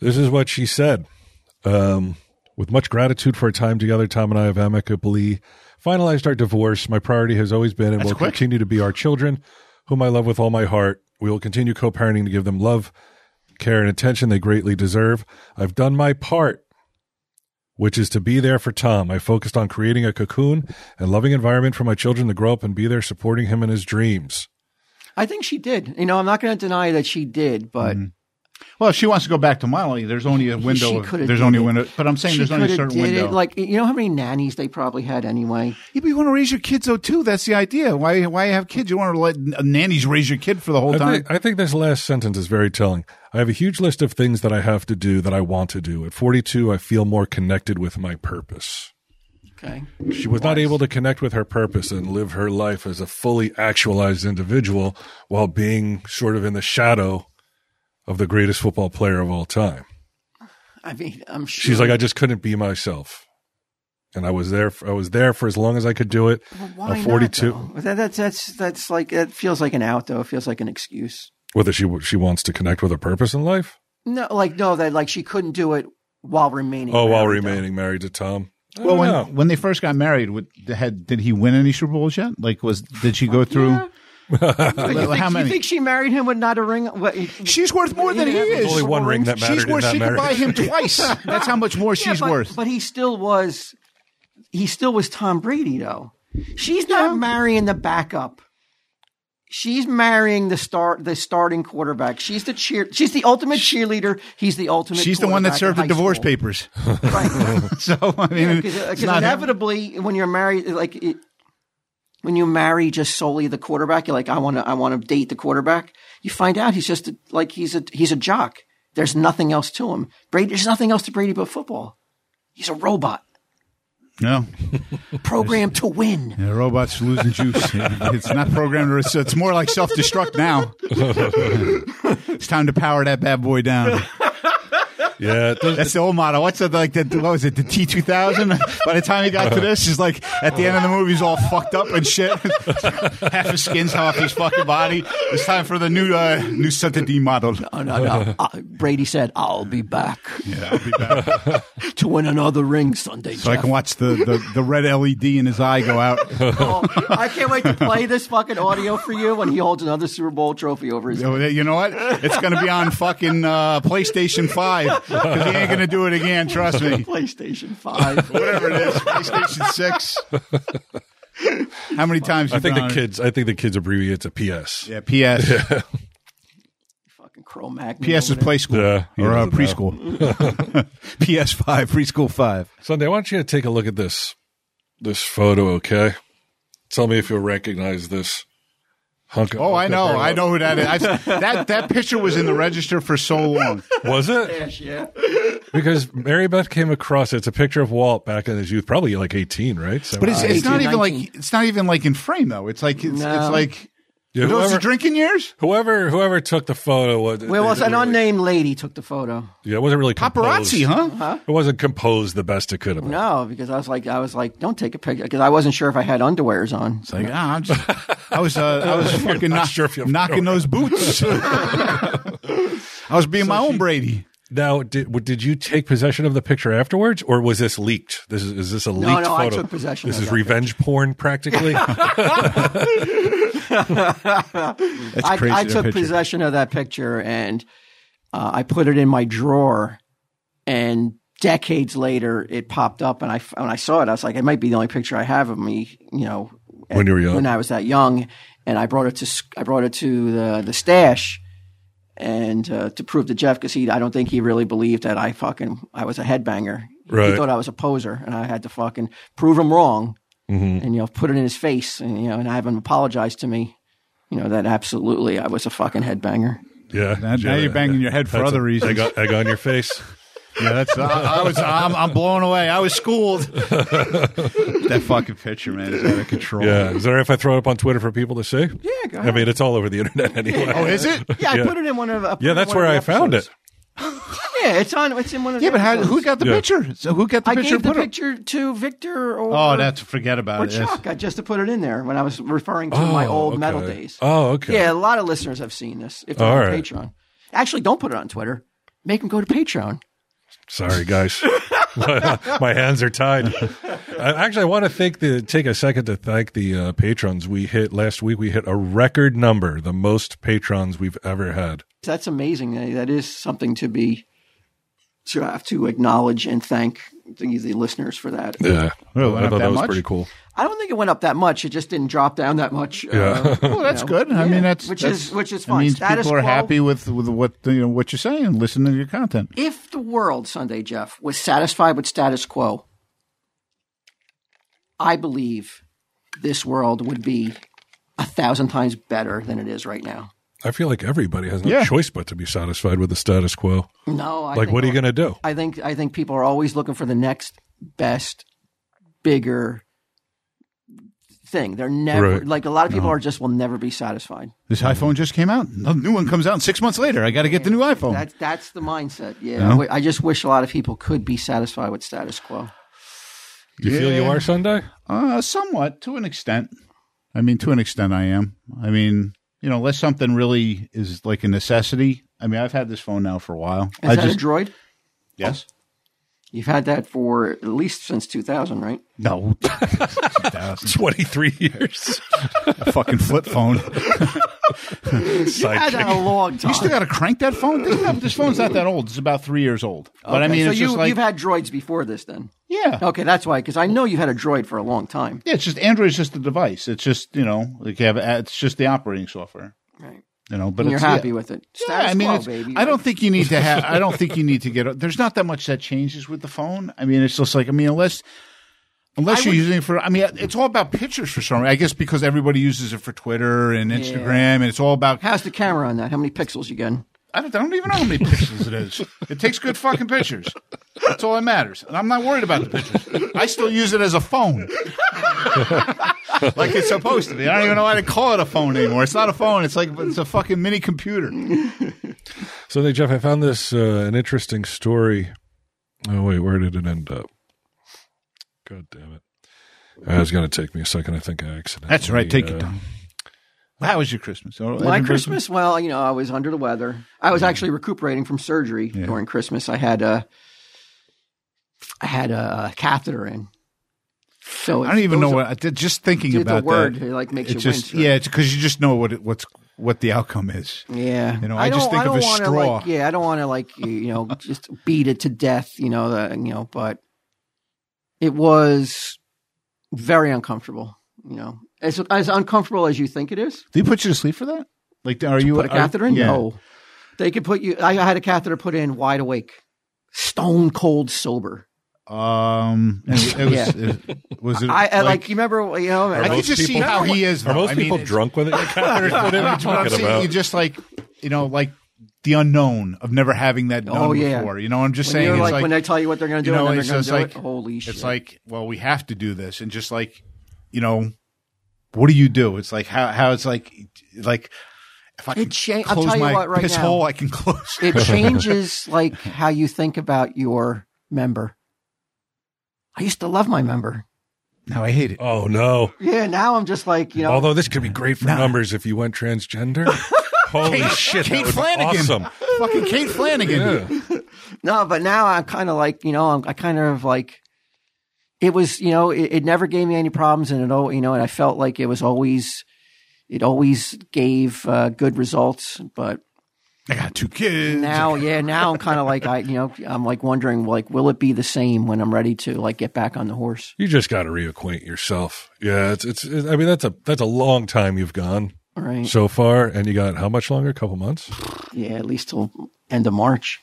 Speaker 1: This is what she said. Um, with much gratitude for our time together, Tom and I have amicably finalized our divorce. My priority has always been and will
Speaker 4: quick.
Speaker 1: continue to be our children, whom I love with all my heart. We will continue co parenting to give them love, care, and attention they greatly deserve. I've done my part, which is to be there for Tom. I focused on creating a cocoon and loving environment for my children to grow up and be there supporting him in his dreams. Mm-hmm.
Speaker 3: I think she did. You know, I'm not going to deny that she did, but
Speaker 4: Well, if she wants to go back to Molly, there's only a window. Of,
Speaker 3: coulda
Speaker 4: there's
Speaker 3: did
Speaker 4: only a
Speaker 3: it.
Speaker 4: window. But I'm saying there's only a
Speaker 3: coulda
Speaker 4: certain
Speaker 3: did
Speaker 4: window.
Speaker 3: It. Like you know how many nannies they probably had anyway.
Speaker 4: Yeah, but you want to raise your kids though too. That's the idea. Why why have kids? You want to let n- nannies raise your kid for the whole
Speaker 1: I
Speaker 4: time.
Speaker 1: think, I think this last sentence is very telling. I have a huge list of things that I have to do that I want to do. At 42, I feel more connected with my purpose.
Speaker 3: Okay.
Speaker 1: She was not able to connect with her purpose and live her life as a fully actualized individual while being sort of in the shadow of the greatest football player of all time.
Speaker 3: I mean, I'm sure.
Speaker 1: She's like, I just couldn't be myself. And I was there. I was there for as long as I could do it.
Speaker 3: Why
Speaker 1: At
Speaker 3: not,
Speaker 1: 42,
Speaker 3: though? that, that's that's that's like that feels like an out though. It feels like an excuse.
Speaker 1: whether she she wants to connect with a purpose in life.
Speaker 3: No, like no, that like she couldn't do it while remaining.
Speaker 1: Oh, while
Speaker 3: married, though.
Speaker 1: remaining married to Tom. I
Speaker 4: well,
Speaker 1: don't
Speaker 4: when
Speaker 1: know.
Speaker 4: when they first got married, would, had did he win any Super Bowls yet? Like, was did she go through?
Speaker 1: [LAUGHS]
Speaker 3: But you,
Speaker 4: Well,
Speaker 3: think,
Speaker 4: how
Speaker 3: you
Speaker 4: many?
Speaker 3: think she married him with not a ring? What,
Speaker 4: She's worth more than he is.
Speaker 1: There's only one ring that mattered
Speaker 4: she's
Speaker 1: in
Speaker 4: worth.
Speaker 1: that
Speaker 4: She could buy
Speaker 1: marriage.
Speaker 4: him [LAUGHS] twice. That's how much more she's
Speaker 3: Yeah, but,
Speaker 4: worth.
Speaker 3: But he still was, he still was Tom Brady though. She's not marrying the backup. She's marrying the start, the starting quarterback. She's the cheer. She's the ultimate cheerleader. He's the ultimate.
Speaker 4: she's the one that served the divorce
Speaker 3: paper.
Speaker 4: papers. [LAUGHS] so I mean,
Speaker 3: Because uh,
Speaker 4: it's not him.
Speaker 3: inevitably, when you're married, like it, when you marry just solely the quarterback, you're like, I want to, I want to date the quarterback. You find out he's just a, like he's a he's a jock. There's nothing else to him. Brady, there's nothing else to Brady but football. He's a robot
Speaker 4: no.
Speaker 3: programmed to win.
Speaker 4: The robot's losing juice. It's not programmed. It's, it's more like self-destruct now. it's time to power that bad boy down.
Speaker 1: yeah, it does-
Speaker 4: [LAUGHS] That's the old motto. What's it like? The, what was it? The T two thousand. By the time he got to this, he's like at the end of the movie, he's all fucked up and shit. [LAUGHS] Half his skin's off his fucking body. It's time for the new uh, new Santa D model.
Speaker 3: Oh no,
Speaker 4: [LAUGHS]
Speaker 3: no. Uh, Brady said, "I'll be back
Speaker 4: Yeah, I'll be back.
Speaker 3: to win another ring Sunday."
Speaker 4: So I
Speaker 3: Jeff."
Speaker 4: can watch the, the, the red LED in his eye go out.
Speaker 3: Oh, I can't wait to play this fucking audio for you when he holds another Super Bowl trophy over his.
Speaker 4: Oh, You know what? It's going to be on fucking uh, PlayStation 5 because he ain't going to do it again. Trust me.
Speaker 3: PlayStation
Speaker 4: [LAUGHS]
Speaker 3: 5.
Speaker 4: Whatever it is, PlayStation 6. How many times?
Speaker 1: I
Speaker 4: you
Speaker 1: think
Speaker 4: been
Speaker 1: the
Speaker 4: on it?
Speaker 1: kids. I think the kids abbreviates a PS.
Speaker 4: Yeah, PS.
Speaker 3: Fucking Cro-Magnon.
Speaker 4: PS is
Speaker 3: over there.
Speaker 4: play school
Speaker 1: Yeah.
Speaker 4: or uh, preschool. [LAUGHS] PS five, preschool five.
Speaker 1: Sunday, I want you to take a look at this this photo, okay? Tell me if you'll recognize this hunk. of-
Speaker 4: Oh, I
Speaker 1: hunk of
Speaker 4: know,
Speaker 1: burlap.
Speaker 4: I know who that is. I've, that that picture was in the register for so long.
Speaker 1: Was it
Speaker 3: Yeah.
Speaker 1: because Mary Beth came across? it. It's a picture of Walt back in his youth, probably like eighteen, right? So,
Speaker 4: But it's, it's not
Speaker 3: 18,
Speaker 4: even
Speaker 3: 19.
Speaker 4: like it's not even like in frame though. It's like it's,
Speaker 3: No.
Speaker 4: it's like
Speaker 1: yeah,
Speaker 4: are those
Speaker 1: whoever,
Speaker 4: the drinking years?
Speaker 1: whoever whoever took the photo was
Speaker 3: Well, it was an
Speaker 1: really-
Speaker 3: unnamed lady took the photo.
Speaker 1: Yeah, it wasn't really composed.
Speaker 4: Paparazzi, huh?
Speaker 1: It wasn't composed the best it could have. been.
Speaker 3: No, because I was like, I was like, don't take a picture because I wasn't sure if I had underwears on.
Speaker 4: It's like ah, I'm just, I was uh, I
Speaker 1: [LAUGHS]
Speaker 4: was fucking
Speaker 1: not
Speaker 4: knock-
Speaker 1: sure if you have
Speaker 4: knocking those
Speaker 1: [LAUGHS]
Speaker 4: boots. I was being my own Brady.
Speaker 1: Now, did w- did you take possession of the picture afterwards, or was this leaked? This is, is this a leaked
Speaker 3: no, I
Speaker 1: photo?
Speaker 3: took possession
Speaker 1: This
Speaker 3: of
Speaker 1: is
Speaker 3: that
Speaker 1: revenge porn,
Speaker 3: [LAUGHS]
Speaker 1: practically.
Speaker 4: That's
Speaker 3: I,
Speaker 4: crazy.
Speaker 3: I
Speaker 4: that
Speaker 3: took
Speaker 4: picture.
Speaker 3: possession of that picture and uh, I put it in my drawer. And decades later, it popped up, and I f- when I saw it, I was like, it might be the only picture I have of me. You know,
Speaker 1: When you were young.
Speaker 3: when I was that young, and I brought it to sc- I brought it to the the stash. And uh, to prove to Jeff, because he, I don't think he really believed that I fucking, I was a headbanger.
Speaker 1: Right.
Speaker 3: He thought I was a poser, and I had to fucking prove him wrong,
Speaker 1: Mm-hmm.
Speaker 3: and you know, put it in his face, and you know, and have him apologize to me you know that absolutely I was a fucking headbanger.
Speaker 1: [LAUGHS] Yeah.
Speaker 4: Now- now
Speaker 1: Yeah,
Speaker 4: you're banging your head for
Speaker 1: that's
Speaker 4: other
Speaker 1: a Egg,
Speaker 4: reasons.
Speaker 1: on- egg on your face.
Speaker 4: Yeah, that's uh, I, I was I'm, I'm blown away. I was schooled. that fucking picture, man, is out of control.
Speaker 1: Yeah. Is that all right if I throw it up on Twitter for people to see? Yeah,
Speaker 3: go
Speaker 1: I mean, it's all over the internet anyway.
Speaker 4: Oh, is it?
Speaker 3: Yeah, I
Speaker 1: Yeah.
Speaker 3: put it in one of. I put it
Speaker 1: Yeah,
Speaker 3: in
Speaker 1: that's
Speaker 3: one of
Speaker 1: where
Speaker 3: the
Speaker 1: I found it.
Speaker 3: episodes. Yeah, it's on. It's in one of.
Speaker 4: Yeah,
Speaker 3: the
Speaker 4: but how,
Speaker 3: episodes.
Speaker 4: who got the
Speaker 1: Yeah.
Speaker 4: picture? So who got the
Speaker 3: I
Speaker 4: picture?
Speaker 3: gave the
Speaker 4: put up?
Speaker 3: picture to Victor or
Speaker 4: Oh, that's forget about
Speaker 3: or
Speaker 4: it. That's-
Speaker 3: Chuck. I just to put it in there when I was referring to my
Speaker 1: Oh,
Speaker 3: old
Speaker 1: okay.
Speaker 3: metal days.
Speaker 1: Oh, okay.
Speaker 3: Yeah, a lot of listeners have seen this if they're
Speaker 1: All
Speaker 3: on
Speaker 1: right.
Speaker 3: Patreon. Actually, don't put it on Twitter. Make them go to Patreon.
Speaker 1: Sorry,
Speaker 3: [LAUGHS]
Speaker 1: guys. [LAUGHS] My hands are tied. I, actually, I want to thank the take a second to thank the uh, patrons we hit last week. We hit a record number, the most patrons we've ever had.
Speaker 3: That's amazing. That is something to be to have to acknowledge and thank thank you, the listeners, for that.
Speaker 1: Yeah.
Speaker 4: Well, it
Speaker 1: I
Speaker 4: went
Speaker 1: thought
Speaker 4: up that
Speaker 1: that was
Speaker 4: much?
Speaker 1: pretty cool.
Speaker 3: I don't think it went up that much. It just didn't drop down that much. Um, Yeah.
Speaker 4: Well, that's good. I mean, that's
Speaker 3: Which
Speaker 4: that's-
Speaker 3: is- which is
Speaker 4: that
Speaker 3: fine.
Speaker 4: means
Speaker 3: Status
Speaker 4: people are
Speaker 3: quo.
Speaker 4: happy with with what you know what you're saying. Listen to your content.
Speaker 3: if the world, Sunday Jeff, was satisfied with status quo, I believe this world would be a thousand times better than it is right now.
Speaker 1: I feel like everybody has no
Speaker 4: Yeah.
Speaker 1: choice but to be satisfied with the status quo.
Speaker 3: No, I
Speaker 1: Like,
Speaker 3: think
Speaker 1: what are you going to do?
Speaker 3: I think I think people are always looking for the next best, bigger thing. They're never
Speaker 1: Right.
Speaker 3: like a lot of people are just will never be satisfied.
Speaker 4: This iPhone just came out. A new one comes out six months later. I got to get the new iPhone.
Speaker 3: That's that's the mindset. Yeah, I I just wish a lot of people could be satisfied with status quo.
Speaker 1: You feel you
Speaker 4: Yeah.
Speaker 1: are Sunday?
Speaker 4: Uh, somewhat to an extent. I mean, to an extent, I am. I mean, you know, unless something really is like a necessity. I mean, I've had this phone now for a while.
Speaker 3: Is
Speaker 4: I
Speaker 3: that
Speaker 4: just
Speaker 3: a oh. droid?
Speaker 4: yes.
Speaker 3: You've had that for at least since 2000, right?
Speaker 4: No,
Speaker 1: [LAUGHS] 23 years.
Speaker 4: a fucking flip
Speaker 3: [LAUGHS]
Speaker 4: phone.
Speaker 3: Had that a long time.
Speaker 4: You still got to crank that phone. Think about it, this phone's not that old. It's about three years old. But I
Speaker 3: Okay,
Speaker 4: mean,
Speaker 3: so
Speaker 4: it's
Speaker 3: you,
Speaker 4: just like
Speaker 3: you've had Oh. droids before this, then?
Speaker 4: yeah.
Speaker 3: Okay, that's why, because I know you've had a droid for a long time.
Speaker 4: Yeah, it's just Android's just the device. It's just you know, like you have it's just the operating software.
Speaker 3: Right.
Speaker 4: You know, but
Speaker 3: And you're
Speaker 4: it's,
Speaker 3: happy
Speaker 4: yeah.
Speaker 3: with it.
Speaker 4: Yeah,
Speaker 3: Status
Speaker 4: I mean,
Speaker 3: quo,
Speaker 4: it's-
Speaker 3: baby.
Speaker 4: I don't think you need to have. I don't think you need to get. There's not that much that changes with the phone. I mean, it's just like I mean, unless unless you're using it for. I mean, it's all about pictures for some. reason. I guess because everybody uses it for Twitter and Instagram, and it's all about.
Speaker 3: How's the camera on that? How many pixels you getting?
Speaker 4: I don't, I don't even know how many pixels it is. It takes good fucking pictures. That's all that matters. And I'm not worried about the pictures. I still use it as a phone. [LAUGHS] like it's supposed to be. I don't even know why to call it a phone anymore. It's not a phone. It's like it's a fucking mini computer.
Speaker 1: So, hey, Jeff, I found this uh, an interesting story. Oh, wait, where did it end up? God damn it. Uh, it's going to take me a second. I think I accidentally.
Speaker 4: That's right. Take
Speaker 1: uh,
Speaker 4: it down. How was your Christmas? Oh,
Speaker 3: My
Speaker 4: everybody-
Speaker 3: Christmas, well, you know, I was under the weather. I was actually recuperating from surgery during Christmas. I had a, I had a catheter in. So
Speaker 4: I don't even know
Speaker 3: what.
Speaker 4: what. I did, just thinking
Speaker 3: Dude, the
Speaker 4: about
Speaker 3: word,
Speaker 4: that.
Speaker 3: it, like, makes
Speaker 4: it's
Speaker 3: you
Speaker 4: just
Speaker 3: wince, right?
Speaker 4: yeah, it's because you just know what it, what's what the outcome is.
Speaker 3: Yeah,
Speaker 4: You know, I just
Speaker 3: don't-
Speaker 4: think of
Speaker 3: don't
Speaker 4: a
Speaker 3: wanna,
Speaker 4: straw.
Speaker 3: Like, yeah, I don't want to like you you
Speaker 4: [LAUGHS]
Speaker 3: know just beat it to death. You know, the, you know, but it was very uncomfortable. You know, as as uncomfortable as you think it is.
Speaker 4: Did he put you to sleep for that? Like, are you
Speaker 3: Put a
Speaker 4: are-
Speaker 3: catheter in?
Speaker 4: Yeah.
Speaker 3: No, they could put you. I had a catheter put in, wide awake, stone cold sober.
Speaker 4: Um, and it was,
Speaker 3: Yeah.
Speaker 4: it- was it?
Speaker 3: [LAUGHS] I, I like, you remember you know
Speaker 4: I can
Speaker 1: most
Speaker 4: just see
Speaker 1: people-
Speaker 4: how he is.
Speaker 1: Are
Speaker 4: though.
Speaker 1: most
Speaker 4: I mean,
Speaker 1: people
Speaker 4: it's-
Speaker 1: drunk
Speaker 4: [LAUGHS]
Speaker 1: with it? What kind of- what are you
Speaker 4: But I'm
Speaker 1: talking
Speaker 4: saying
Speaker 1: about?
Speaker 4: you just like you know, like the unknown of never having that done
Speaker 3: Oh, yeah.
Speaker 4: before. You know, I'm just
Speaker 3: when
Speaker 4: saying
Speaker 3: you're
Speaker 4: it's
Speaker 3: like,
Speaker 4: like,
Speaker 3: when they tell you what they're going to do
Speaker 4: you know,
Speaker 3: and then
Speaker 4: it's
Speaker 3: they're going
Speaker 4: just
Speaker 3: to do
Speaker 4: like-
Speaker 3: it. Holy shit!
Speaker 4: it's like, well, we have to do this, and just like you know, what do you do? It's like how how it's like like if I can
Speaker 3: cha- I'll
Speaker 4: close
Speaker 3: tell you
Speaker 4: my
Speaker 3: what right
Speaker 4: piss
Speaker 3: now.
Speaker 4: hole, I can close.
Speaker 1: [LAUGHS]
Speaker 3: it changes like how you think about your member. I used to love my member.
Speaker 4: now I hate it.
Speaker 1: oh, no.
Speaker 3: Yeah, now I'm just like you know.
Speaker 1: Although this could be great for numbers if you went
Speaker 4: [LAUGHS]
Speaker 1: transgender. Holy shit.
Speaker 4: Kate
Speaker 1: that would be
Speaker 4: Flanagan,
Speaker 1: Awesome.
Speaker 4: fucking Kate Flanagan.
Speaker 1: Yeah.
Speaker 3: no, but now I'm kind of like you know I'm I kind of like it was you know it, it never gave me any problems and it all you know and I felt like it was always it always gave uh, good results. But
Speaker 4: I got two kids.
Speaker 3: now yeah now I'm kind of like I you know I'm like wondering like will it be the same when I'm ready to like get back on the horse?
Speaker 1: You just got to reacquaint yourself. Yeah, it's, it's I mean that's a that's a long time you've gone
Speaker 3: All right,
Speaker 1: so far, and you got how much longer? A couple months?
Speaker 3: yeah, at least till end of March.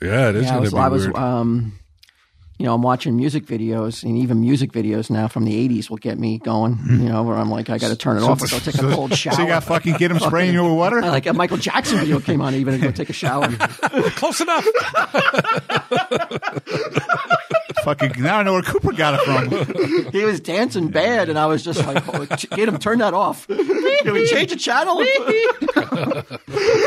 Speaker 1: Yeah, it is
Speaker 3: Yeah, I
Speaker 1: going
Speaker 3: was,
Speaker 1: to be
Speaker 3: I was
Speaker 1: weird.
Speaker 3: um, you know, I'm watching music videos, and even music videos now from the '80s will get me going. You know, where I'm like, I got to turn it off and go take a cold shower.
Speaker 4: So you got fucking kid him spraying you with water.
Speaker 3: I [LAUGHS] like a Michael Jackson video came on, even to go take a shower.
Speaker 1: Close enough.
Speaker 4: fucking now I know where Cooper got it from.
Speaker 3: he was dancing bad, and I was just like, oh, ch- "Get him, turn that off." Can we change the channel?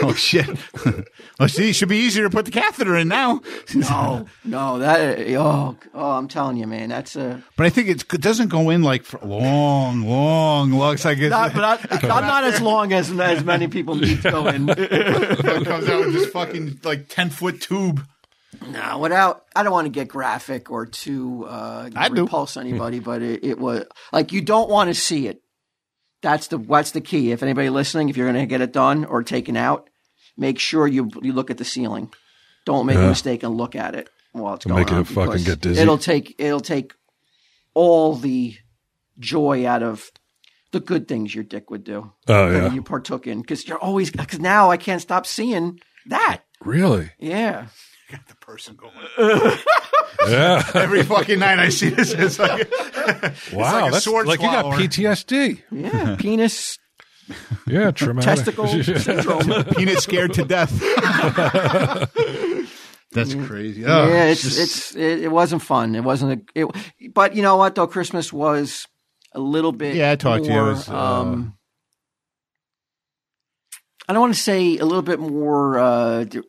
Speaker 4: oh shit. [LAUGHS] well, see, it should be easier to put the catheter in now.
Speaker 3: no, Oh, no, that oh, oh, I'm telling you, man, that's a.
Speaker 4: But I think it's, it doesn't go in like for long, long, long. It's like it's,
Speaker 3: Not, but I, I'm [LAUGHS] not as long as as many people need to go in.
Speaker 4: it comes out with this fucking like ten foot tube.
Speaker 3: No, without I don't want to get graphic or too uh,
Speaker 4: I do.
Speaker 3: repulse anybody, but it, it was like you don't want to see it. That's the what's the key. If anybody listening, if you're going to get it done or taken out, make sure you you look at the ceiling. Don't make a mistake and look at it. well, it's
Speaker 1: It'll
Speaker 3: going
Speaker 1: make you
Speaker 3: on
Speaker 1: fucking
Speaker 3: because
Speaker 1: get dizzy.
Speaker 3: It'll take it'll take all the joy out of the good things your dick would do.
Speaker 1: Oh,
Speaker 3: that
Speaker 1: yeah.
Speaker 3: you partook in because you're always because now I can't stop seeing that.
Speaker 1: Really?
Speaker 3: Yeah,
Speaker 4: the person going.
Speaker 1: Yeah.
Speaker 4: Every fucking night I see this. It's like,
Speaker 1: wow.
Speaker 4: a
Speaker 1: that's
Speaker 4: sword
Speaker 1: like
Speaker 4: swallower.
Speaker 1: you got PTSD. [LAUGHS]
Speaker 3: yeah, penis, [LAUGHS]
Speaker 1: Yeah, traumatic.
Speaker 4: [LAUGHS]
Speaker 3: testicle
Speaker 1: [LAUGHS]
Speaker 3: syndrome.
Speaker 4: peanut scared to death. That's crazy. Oh,
Speaker 3: yeah, it's
Speaker 4: just-
Speaker 3: it's it, it wasn't fun. It wasn't a. It, but you know what though, Christmas was a little bit.
Speaker 4: Yeah, I talked to you. It
Speaker 3: more,
Speaker 4: was, uh,
Speaker 3: um, I don't want to say a little bit more uh, d-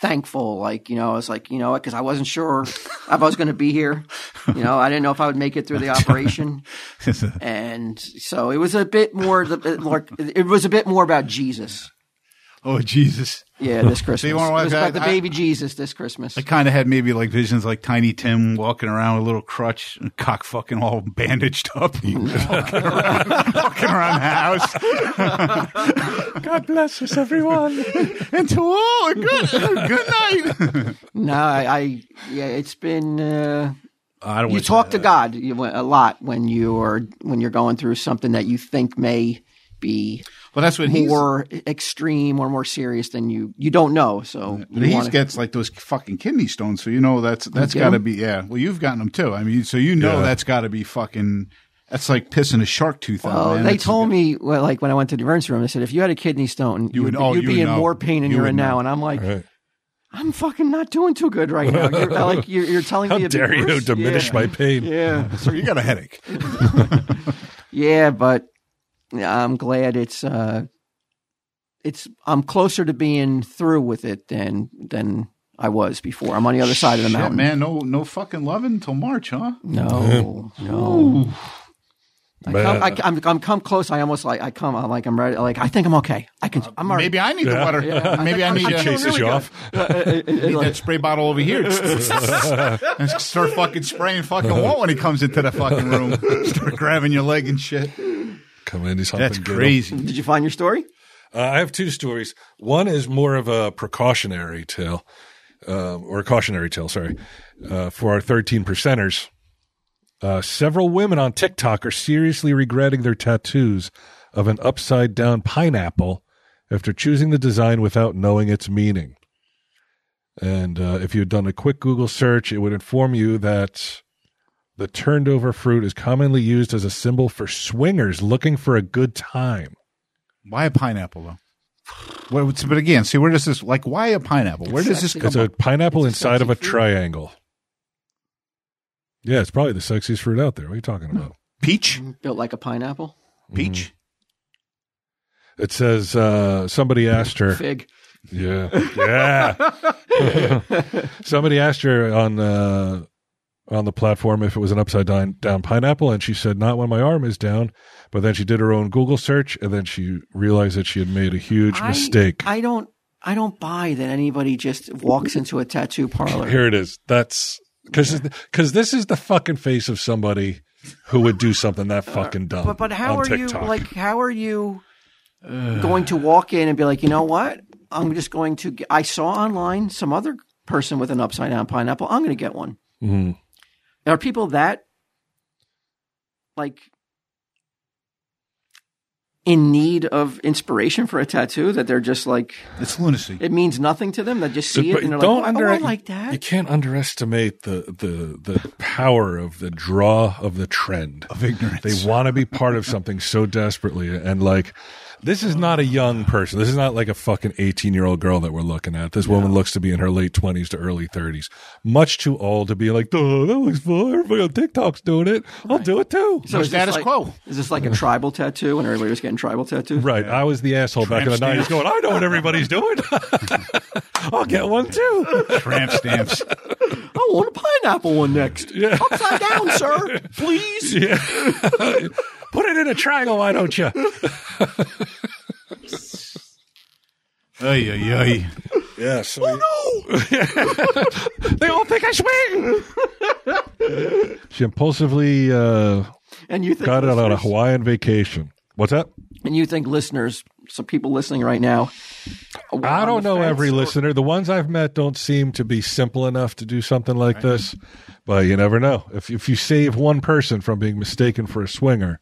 Speaker 3: thankful. Like you know, I was like you know because I wasn't sure if I was going to be here. You know, I didn't know if I would make it through the operation,
Speaker 4: Oh.
Speaker 3: and so it was a bit more. the- the- Like it was a bit more about Jesus.
Speaker 4: [LAUGHS] oh Jesus. [LAUGHS]
Speaker 3: Yeah, this Christmas.
Speaker 4: wanna
Speaker 3: it was
Speaker 4: watch-
Speaker 3: about the
Speaker 4: I-
Speaker 3: baby Jesus this Christmas.
Speaker 4: I kind of had maybe like visions like Tiny Tim walking around with a little crutch and cock fucking all bandaged up. [LAUGHS] walking, around, walking around the house.
Speaker 1: God bless us,
Speaker 3: [LAUGHS]
Speaker 1: everyone.
Speaker 4: And to all, a good, a good night.
Speaker 3: no, I, I yeah, it's been. Uh,
Speaker 4: I don't
Speaker 3: you talk to God you- a lot when you're when you're going through something that you think may be
Speaker 4: Well, that's what he's.
Speaker 3: more extreme or more serious than you you don't know. So
Speaker 4: But
Speaker 3: you
Speaker 4: he
Speaker 3: wanna-
Speaker 4: gets like those fucking kidney stones, so you know that's that's
Speaker 3: get
Speaker 4: got to
Speaker 3: them?
Speaker 4: be yeah. Well, you've gotten them too. I mean, so you know
Speaker 1: Yeah.
Speaker 4: that's got to be fucking. That's like pissing a shark tooth out.
Speaker 3: Oh,
Speaker 4: man.
Speaker 3: they
Speaker 4: It's-
Speaker 3: told me well, like when I went to the emergency room, they said if you had a kidney stone, you
Speaker 4: would-
Speaker 3: would,
Speaker 4: oh,
Speaker 3: you'd
Speaker 4: you
Speaker 3: be
Speaker 4: would
Speaker 3: in
Speaker 4: know.
Speaker 3: more pain than
Speaker 4: You
Speaker 3: you are
Speaker 4: would
Speaker 3: in
Speaker 4: know.
Speaker 3: now. And I'm like, I'm fucking not doing too good right now. You're, like you're, you're telling
Speaker 1: How
Speaker 3: me, it'd be
Speaker 1: dare you
Speaker 3: worse?
Speaker 1: diminish
Speaker 3: Yeah.
Speaker 1: my pain?
Speaker 3: Yeah,
Speaker 2: So you got a headache.
Speaker 3: yeah, but I'm glad it's uh, it's I'm closer to being through with it than than I was before. I'm on the other side of the
Speaker 4: Shit,
Speaker 3: mountain.
Speaker 4: man. No, no fucking loving until March, huh?
Speaker 1: [LAUGHS]
Speaker 3: No, no. I
Speaker 1: Man.
Speaker 3: come, I, I'm, I'm come close. I almost like I come. I'm like I'm ready. Like I think I'm okay. I can. I'm already.
Speaker 4: Maybe I need the water. Maybe I,
Speaker 3: I'm-
Speaker 4: need
Speaker 3: I'm
Speaker 4: to
Speaker 3: feeling
Speaker 1: Chases
Speaker 3: really
Speaker 1: you
Speaker 3: good.
Speaker 1: off.
Speaker 4: [LAUGHS] need that spray bottle over
Speaker 3: [LAUGHS]
Speaker 4: here and start fucking spraying fucking Walt when he comes into the fucking room. [LAUGHS] Start grabbing your leg and shit.
Speaker 1: Come in, do something.
Speaker 4: That's
Speaker 1: good.
Speaker 4: crazy.
Speaker 3: Did you find your story?
Speaker 1: Uh, I have two stories. One is more of a precautionary tale, um, or a cautionary tale, sorry, uh, for our 13 percenters. Uh, several women on TikTok are seriously regretting their tattoos of an upside down pineapple after choosing the design without knowing its meaning. And uh, if you had done a quick Google search, it would inform you that the turned over fruit is commonly used as a symbol for swingers looking for a good time.
Speaker 4: Why a pineapple though? What, what's- but again, see where does this like? Why a pineapple? Where does this
Speaker 3: sexy.
Speaker 4: come?
Speaker 1: It's a pineapple
Speaker 3: It's a
Speaker 1: inside of a
Speaker 3: sexy fruit.
Speaker 1: triangle. Yeah, it's probably the sexiest fruit out there. What are you talking about?
Speaker 4: Peach,
Speaker 3: Built like a pineapple,
Speaker 1: Mm-hmm.
Speaker 4: peach.
Speaker 1: Mm. It says uh, somebody asked her.
Speaker 3: fig.
Speaker 1: Yeah, yeah. [LAUGHS] somebody asked her on uh, on the platform if it was an upside down, down pineapple, and she said, "Not when my arm is down." But then she did her own Google search, and then she realized that she had made a huge
Speaker 3: I-
Speaker 1: mistake.
Speaker 3: I don't. I don't buy that anybody just walks into a tattoo parlor.
Speaker 1: Here it is. That's because because this is the fucking face of somebody who would do something that fucking dumb.
Speaker 3: Uh, But but
Speaker 1: Oh,
Speaker 3: how
Speaker 1: on
Speaker 3: are
Speaker 1: TikTok.
Speaker 3: you like? How are you going to walk in and be like, you know what? I'm just going to. Get, I saw online some other person with an upside down pineapple. I'm going to get one.
Speaker 1: Mhm.
Speaker 3: Are people that like in need of inspiration for a tattoo that they're just like
Speaker 4: It's lunacy.
Speaker 3: it means nothing to them? That just see
Speaker 1: But
Speaker 3: it and they're
Speaker 1: don't
Speaker 3: like, oh,
Speaker 1: under-
Speaker 3: I like
Speaker 1: You
Speaker 3: that.
Speaker 1: can't underestimate the the the power of the draw of the trend
Speaker 4: Of ignorance.
Speaker 1: They want to be part of something so desperately, and like this is not a young person. This is not like a fucking eighteen year old girl that we're looking at. This woman looks to be in her late twenties to early thirties, much too old to be like, "Duh, that looks fun. Everybody on TikTok's doing it. I'll do it too."
Speaker 3: So is this
Speaker 4: status
Speaker 3: like-
Speaker 4: quo.
Speaker 3: Is this like a tribal tattoo and everybody was getting tribal tattoos?
Speaker 1: Right. I was the asshole back in the
Speaker 4: Tramp
Speaker 1: nineties going, I know what everybody's doing. [LAUGHS] I'll get one too. [LAUGHS]
Speaker 4: Tramp stamps.
Speaker 3: I want a pineapple one next.
Speaker 1: Yeah.
Speaker 3: Upside
Speaker 1: [LAUGHS]
Speaker 3: down, sir. Please.
Speaker 1: Yeah. Put it in a triangle, why don't you?
Speaker 4: Ay, ay, ay.
Speaker 1: Yeah. So
Speaker 4: [LAUGHS]
Speaker 1: no! Oh, they all think I swing. she impulsively uh,
Speaker 3: And you think
Speaker 1: got it on a
Speaker 3: listeners-
Speaker 1: Hawaiian vacation. What's that?
Speaker 3: and you think listeners, some people listening right now,
Speaker 1: I
Speaker 3: on
Speaker 1: don't
Speaker 3: the
Speaker 1: know
Speaker 3: fence,
Speaker 1: every
Speaker 3: or-
Speaker 1: listener. The ones I've met don't seem to be simple enough to do something like this, but you never know. If if you save one person from being mistaken for a swinger,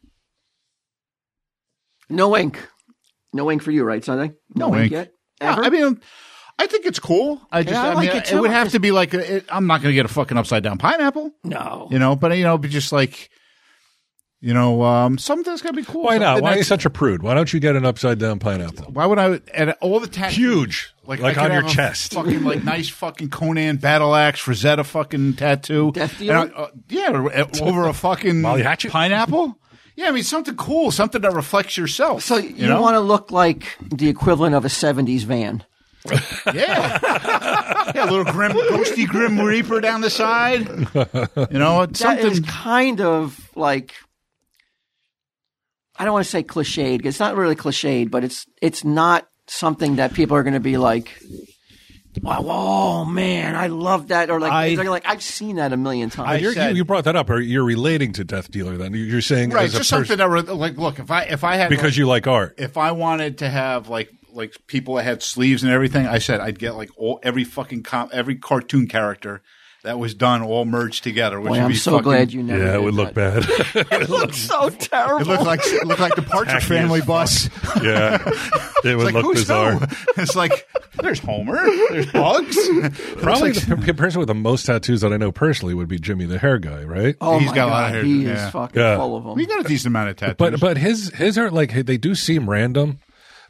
Speaker 3: No ink. No ink for you, right, Sunday? No,
Speaker 4: No
Speaker 3: ink
Speaker 4: ink.
Speaker 3: yet.
Speaker 4: Yeah,
Speaker 3: Ever?
Speaker 4: I mean, I think it's cool. I just,
Speaker 3: I
Speaker 4: I,
Speaker 3: like
Speaker 4: mean,
Speaker 3: it
Speaker 4: it,
Speaker 3: too.
Speaker 4: would
Speaker 3: I
Speaker 4: have
Speaker 3: just-
Speaker 4: to be like, it, I'm not going to get a fucking upside down pineapple,
Speaker 3: no.
Speaker 4: you know, but, you know, but just like, you know, um, something's got to be cool.
Speaker 1: why not?
Speaker 4: Something
Speaker 1: Why are you
Speaker 4: that's-
Speaker 1: such a prude? Why don't you get an upside down pineapple?
Speaker 4: Why would I? And all the tattoos.
Speaker 1: Huge, like,
Speaker 4: I could
Speaker 1: on your
Speaker 4: have a
Speaker 1: chest. [LAUGHS]
Speaker 4: Fucking like nice fucking Conan battle axe Rosetta fucking tattoo.
Speaker 3: Death
Speaker 4: And I-
Speaker 3: dealer?
Speaker 4: uh, yeah, uh, over a fucking
Speaker 1: Molly Hatchet?
Speaker 4: pineapple. Yeah, I mean something cool, something that reflects yourself.
Speaker 3: So you, want to look like the equivalent of a 70s van.
Speaker 4: to? Yeah, [LAUGHS] yeah, a little grim, ghosty grim reaper down the side. You know, it's
Speaker 3: That
Speaker 4: something.
Speaker 3: is kind of like I don't want to say cliched. 'cause It's not really cliched, but it's it's not something that people are going to be like, "Wow, oh man, I love that," or like
Speaker 4: I-
Speaker 3: they're like, "I've seen that a million times."
Speaker 1: You're, you,
Speaker 4: said-
Speaker 1: you brought that up. Or you're relating to Death Dealer. Then You- you're saying
Speaker 4: Right,
Speaker 1: as a
Speaker 4: just
Speaker 1: person-
Speaker 4: something that re- like look if I if I had
Speaker 1: because you like art.
Speaker 4: if I wanted to have like like people that had sleeves and everything, I said I'd get like all every fucking com- every cartoon character that was done all merged together. Which
Speaker 3: Boy,
Speaker 4: would
Speaker 3: I'm
Speaker 4: be
Speaker 3: so
Speaker 4: fucking-
Speaker 3: glad you never.
Speaker 1: Yeah, it
Speaker 3: did
Speaker 1: would look
Speaker 3: that.
Speaker 1: bad. [LAUGHS]
Speaker 4: [LAUGHS]
Speaker 3: [LAUGHS] It looks so terrible.
Speaker 4: It looked like it looked like the Partridge
Speaker 1: as
Speaker 4: Family
Speaker 1: fuck.
Speaker 4: bus.
Speaker 1: yeah, it would
Speaker 4: It's like
Speaker 1: look
Speaker 4: who's
Speaker 1: bizarre.
Speaker 4: who? It's like there's Homer, there's Bugs.
Speaker 1: Probably the
Speaker 4: [LAUGHS]
Speaker 1: p- person with the most tattoos that I know personally would be Jimmy the Hair Guy, right?
Speaker 3: oh
Speaker 4: He's
Speaker 3: my
Speaker 4: got a
Speaker 3: God,
Speaker 4: lot of hair,
Speaker 3: He
Speaker 4: yeah.
Speaker 3: is fucking
Speaker 1: Yeah.
Speaker 3: full of them.
Speaker 4: we got a decent amount of tattoos,
Speaker 1: But but his his are like they do seem random.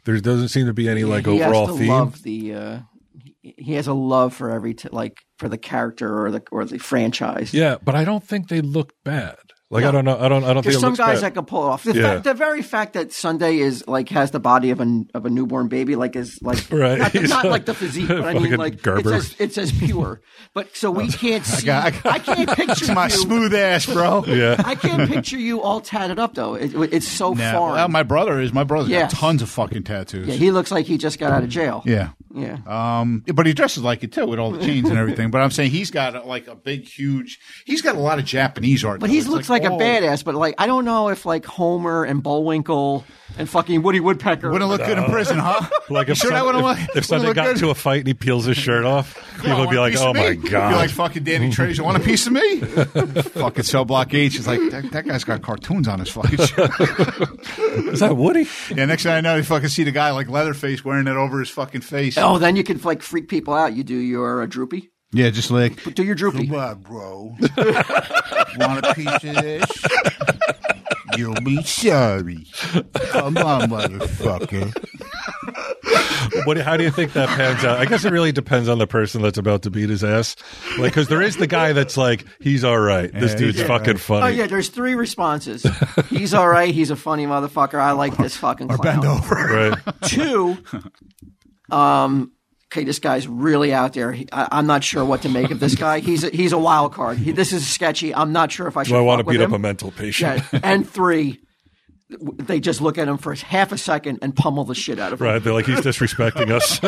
Speaker 1: There doesn't seem to be any like
Speaker 3: he
Speaker 1: overall
Speaker 3: has to
Speaker 1: theme.
Speaker 3: love the. Uh, he- he has a love for every t- like for the character or the or the franchise.
Speaker 1: Yeah, but I don't think they look bad. Like I don't know. I don't. I don't think
Speaker 3: There's
Speaker 1: it
Speaker 3: some
Speaker 1: looks
Speaker 3: guys
Speaker 1: bad.
Speaker 3: that can pull it off. The,
Speaker 1: Yeah.
Speaker 3: fact, the very fact that Sunday is like has the body of a of a newborn baby, like is like
Speaker 1: Right.
Speaker 3: not,
Speaker 1: He's
Speaker 3: not
Speaker 1: a
Speaker 3: like the physique, but I mean
Speaker 1: fucking
Speaker 3: like
Speaker 1: Gerber.
Speaker 3: it's as, it's as pure. But so we can't see. I, can't picture
Speaker 4: my
Speaker 3: you.
Speaker 4: smooth ass, bro.
Speaker 1: yeah.
Speaker 3: I can't picture you all tatted up though. It, it's so
Speaker 4: Nah,
Speaker 3: foreign.
Speaker 4: well, my brother is my brother.
Speaker 3: Yes.
Speaker 4: got tons of fucking tattoos.
Speaker 3: yeah, he looks like he just got out of jail.
Speaker 4: yeah.
Speaker 3: yeah.
Speaker 4: Um, but he dresses like it too, with all the chains and everything. But I'm saying he's got uh, like a big, huge. He's got a lot of Japanese art.
Speaker 3: But
Speaker 4: though.
Speaker 3: he
Speaker 4: It's oh,
Speaker 3: looks
Speaker 4: all-
Speaker 3: like, a badass. But like, I don't know if like Homer and Bullwinkle and fucking Woody Woodpecker.
Speaker 4: Wouldn't look good in prison, huh?
Speaker 1: [LAUGHS] [LAUGHS] Like
Speaker 4: You
Speaker 1: if,
Speaker 4: sure that
Speaker 1: some-
Speaker 4: wouldn't
Speaker 1: if,
Speaker 4: look-
Speaker 1: if Sunday
Speaker 4: wouldn't look
Speaker 1: got
Speaker 4: good?
Speaker 1: into a fight and he peels his shirt off,
Speaker 4: Yeah,
Speaker 1: people would be
Speaker 4: want a
Speaker 1: like,
Speaker 4: piece
Speaker 1: "Oh
Speaker 4: of
Speaker 3: [LAUGHS]
Speaker 1: my
Speaker 4: me?" Be like
Speaker 1: god!"
Speaker 4: fucking Danny Trejo. You want a piece of me? [LAUGHS] fucking cell block H. He's like that, that guy's got cartoons on his fucking shirt. [LAUGHS]
Speaker 1: Is that Woody?
Speaker 4: yeah. Next thing I know, you fucking see the guy like Leatherface wearing it over his fucking face.
Speaker 3: Oh, then you can like freak people out. You do your uh, droopy.
Speaker 4: Yeah, just like
Speaker 3: Do your droopy.
Speaker 4: on, bro. [LAUGHS] want a piece of this? You'll be sorry. Come on, motherfucker.
Speaker 1: What, how do you think that pans out? I guess it really depends on the person that's about to beat his ass. Like, because there is the guy that's like, "He's all right. This dude's fucking funny."
Speaker 3: Oh yeah, [LAUGHS] there's
Speaker 1: [LAUGHS]
Speaker 3: three responses. He's all right. He's a funny motherfucker. I like this fucking clown.
Speaker 4: Bend over.
Speaker 1: Right.
Speaker 3: Two. Um. Okay, this guy's really out there. He, I, I'm not sure what to make of this guy. He's a, he's a wild card. He, this is sketchy. I'm not sure if I should.
Speaker 1: Do I want
Speaker 3: fuck
Speaker 1: to
Speaker 3: with
Speaker 1: beat up
Speaker 3: him.
Speaker 1: a mental patient?
Speaker 3: Yeah. And three. w- They just look at him for half a second and pummel the shit out of
Speaker 1: [LAUGHS]
Speaker 3: him.
Speaker 1: Right. They're like, he's disrespecting
Speaker 3: [LAUGHS]
Speaker 1: us.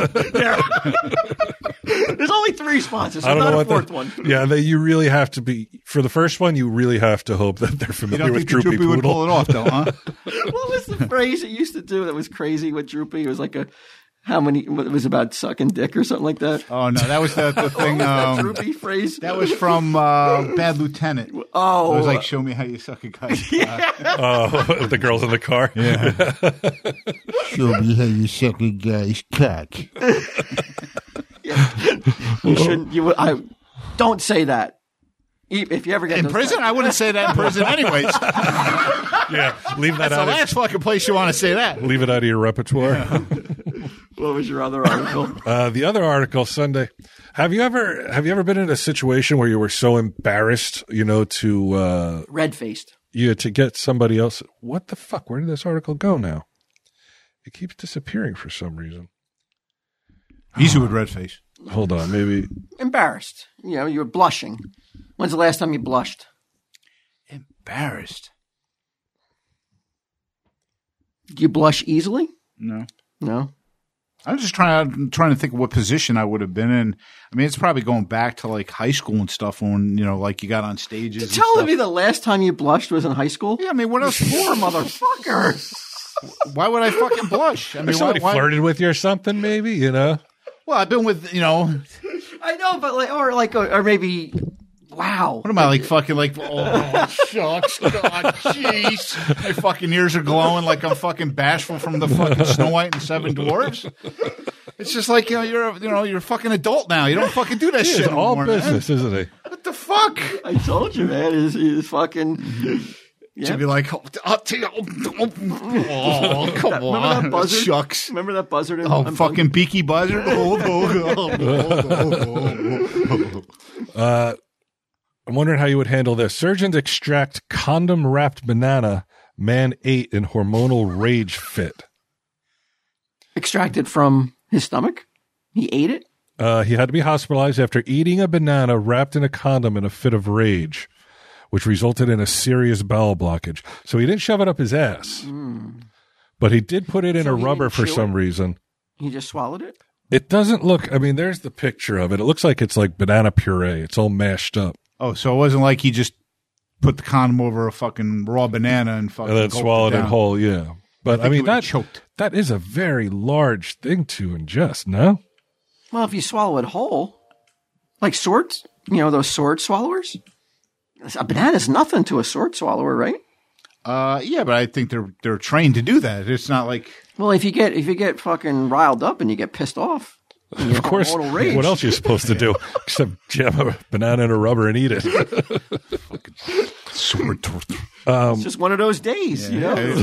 Speaker 3: There's only three responses.
Speaker 1: I
Speaker 3: I'm
Speaker 1: don't
Speaker 3: not
Speaker 1: know
Speaker 3: a
Speaker 1: what
Speaker 3: fourth
Speaker 1: the,
Speaker 3: one.
Speaker 1: Yeah, they, you really have to be for the first one. You really have to hope that they're
Speaker 4: You
Speaker 1: familiar
Speaker 4: don't
Speaker 1: with
Speaker 4: think the
Speaker 1: Droopy
Speaker 4: droopy would
Speaker 1: Poodle.
Speaker 4: pull it off, though, huh?
Speaker 3: [LAUGHS] What was the phrase it used to do that was crazy with Droopy? It was like a how many? It was about sucking dick or something like that.
Speaker 4: Oh no, that was the, the thing.
Speaker 3: that
Speaker 4: Um,
Speaker 3: droopy phrase.
Speaker 4: that was from uh, Bad Lieutenant. It
Speaker 3: oh,
Speaker 4: was like, "Show me how you suck a guy."
Speaker 1: Oh, [LAUGHS] the girls in the car. Yeah.
Speaker 5: Show me how you suck a guy's cock.
Speaker 3: you shouldn't. You would- I don't say that. E- If you ever get
Speaker 4: In
Speaker 3: those
Speaker 4: prison,
Speaker 3: types-
Speaker 4: I wouldn't say that in prison, anyways. That's
Speaker 1: Leave that
Speaker 4: the
Speaker 1: out.
Speaker 4: last fucking place you want to say that.
Speaker 1: Of, leave it out of your repertoire.
Speaker 3: what was your
Speaker 4: [LAUGHS]
Speaker 3: other article?
Speaker 1: Uh, the other article Sunday. Have you ever have you ever been in a situation where you were so embarrassed, you know, to uh,
Speaker 3: Red faced.
Speaker 1: you to get somebody else? What the fuck? Where did this article go now? It keeps disappearing for some reason.
Speaker 4: Easy with red face.
Speaker 1: Hold on, maybe
Speaker 3: Embarrassed. You know, you were blushing. When's the last time you blushed?
Speaker 4: Embarrassed.
Speaker 3: Do you blush easily?
Speaker 4: No.
Speaker 3: No.
Speaker 4: I'm just trying I'm trying to think of what position I would have been in. I mean, it's probably going back to like high school and stuff when you know, like you got on stages.
Speaker 3: You're
Speaker 4: and
Speaker 3: telling
Speaker 4: stuff.
Speaker 3: me the last time you blushed was in high school?
Speaker 4: Yeah, I mean, what else? [LAUGHS]
Speaker 3: Poor motherfucker.
Speaker 4: why would I fucking blush? I mean,
Speaker 1: If
Speaker 4: why,
Speaker 1: somebody
Speaker 4: why-
Speaker 1: flirted with you or something, maybe, you know?
Speaker 4: Well, I've been with you know. What
Speaker 3: I know, but like, or like, or, or maybe, wow.
Speaker 4: am I like? Fucking like? Oh shucks, God, jeez, my fucking ears are glowing like I'm fucking bashful from the fucking Snow White and Seven Dwarfs. It's just like you know you're a, you know you're a fucking adult now. You don't fucking do that
Speaker 1: It's
Speaker 4: shit. no
Speaker 1: all
Speaker 4: more, man.
Speaker 1: business, isn't it?
Speaker 4: What the fuck?
Speaker 3: I told you, man. Is is fucking.
Speaker 4: To be like, oh, t- oh, t- oh, [LAUGHS] oh, come
Speaker 3: Remember
Speaker 4: on,
Speaker 3: that buzzard?
Speaker 4: shucks.
Speaker 3: Remember that buzzard? In,
Speaker 4: Oh,
Speaker 3: in-
Speaker 4: fucking beaky buzzard. [LAUGHS] Oh, oh, oh, oh, oh, oh.
Speaker 1: Uh, I'm wondering how you would handle this. Surgeons extract condom wrapped banana man ate in hormonal rage fit.
Speaker 3: extracted from his stomach. He ate it.
Speaker 1: Uh, he had to be hospitalized after eating a banana wrapped in a condom in a fit of rage, which resulted in a serious bowel blockage. So he didn't shove it up his ass, but he did put it in
Speaker 3: So
Speaker 1: a
Speaker 3: he
Speaker 1: rubber
Speaker 3: didn't
Speaker 1: for
Speaker 3: chew
Speaker 1: some
Speaker 3: it?
Speaker 1: reason.
Speaker 3: He just swallowed it.
Speaker 1: It doesn't look, I mean, there's the picture of it. It looks like it's like banana puree. It's all mashed up
Speaker 4: Oh, so it wasn't like he just put the condom over a fucking raw banana and fucking
Speaker 1: and then
Speaker 4: gulped
Speaker 1: swallowed it
Speaker 4: down.
Speaker 1: whole. Yeah. But I,
Speaker 4: think he
Speaker 1: mean,
Speaker 4: would've
Speaker 1: that,
Speaker 4: choked.
Speaker 1: that is a very large thing to ingest, no?
Speaker 3: Well, if you swallow it whole, like swords, you know those sword swallowers. A banana's nothing to a sword swallower, right?
Speaker 4: Uh, yeah, but I think they're they're trained to do that. It's
Speaker 1: [LAUGHS]
Speaker 4: not like
Speaker 3: Well, if you get if you get fucking riled up and you get pissed off,
Speaker 1: Of course.
Speaker 3: mortal rage.
Speaker 1: What else are you supposed to do except jam a banana in a rubber and eat it?
Speaker 4: sword.
Speaker 3: it's just one of those days, you know.
Speaker 1: [LAUGHS]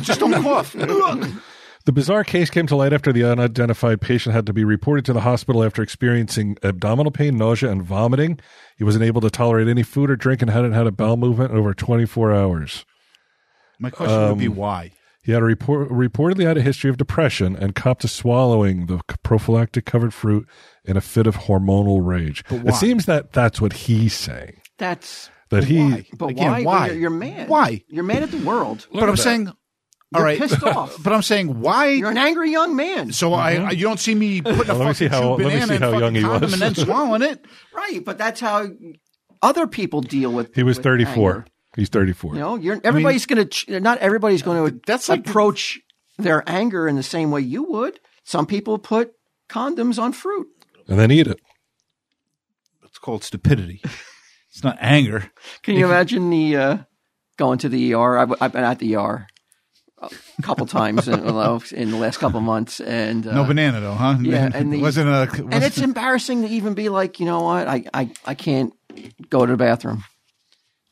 Speaker 4: just don't cough.
Speaker 1: The bizarre case came to light after the unidentified patient had to be reported to the hospital after experiencing abdominal pain, nausea, and vomiting. He wasn't able to tolerate any food or drink and hadn't had a bowel movement in over 24 hours.
Speaker 4: My question would
Speaker 1: Um,
Speaker 4: be why.
Speaker 1: He had a report, reportedly had a history of depression and copped to swallowing the c- prophylactic covered fruit in a fit of hormonal rage. It seems that that's what he's saying.
Speaker 3: That's
Speaker 1: That he
Speaker 3: but
Speaker 4: Again,
Speaker 3: why?
Speaker 4: why?
Speaker 3: You're, you're mad.
Speaker 4: Why?
Speaker 3: You're mad at the world.
Speaker 4: But I'm saying, all
Speaker 3: You're
Speaker 4: right.
Speaker 3: pissed
Speaker 4: [LAUGHS]
Speaker 3: off.
Speaker 4: But I'm saying why.
Speaker 3: You're an angry young man,
Speaker 4: so I, I you don't
Speaker 1: [LAUGHS]
Speaker 4: see me putting
Speaker 1: Well, Mm-hmm.
Speaker 4: a
Speaker 1: let me see
Speaker 4: fucking
Speaker 1: how- let
Speaker 4: chewed
Speaker 1: me
Speaker 4: banana
Speaker 1: see
Speaker 4: in
Speaker 1: how
Speaker 4: fucking
Speaker 1: young he
Speaker 4: condom
Speaker 1: was. [LAUGHS]
Speaker 4: and then swallowing it.
Speaker 3: right? But that's how other people deal with.
Speaker 1: he was
Speaker 3: with
Speaker 1: 34.
Speaker 3: anger.
Speaker 1: He's 34.
Speaker 3: You know, you're, everybody's going to. Not everybody's going to.
Speaker 4: That's like-
Speaker 3: approach their anger in the same way you would. Some people put condoms on fruit.
Speaker 1: And then eat it.
Speaker 4: It's called stupidity. It's not anger. [LAUGHS]
Speaker 3: Can you imagine the uh, going to the ER? I've, I've been at the ER a couple times in, [LAUGHS] in the last couple months, and uh,
Speaker 4: No banana though, huh?
Speaker 3: yeah, and the-
Speaker 4: wasn't a.
Speaker 3: and
Speaker 4: wasn't-
Speaker 3: it's embarrassing to even be like, you know what, I, I, I can't go to the bathroom.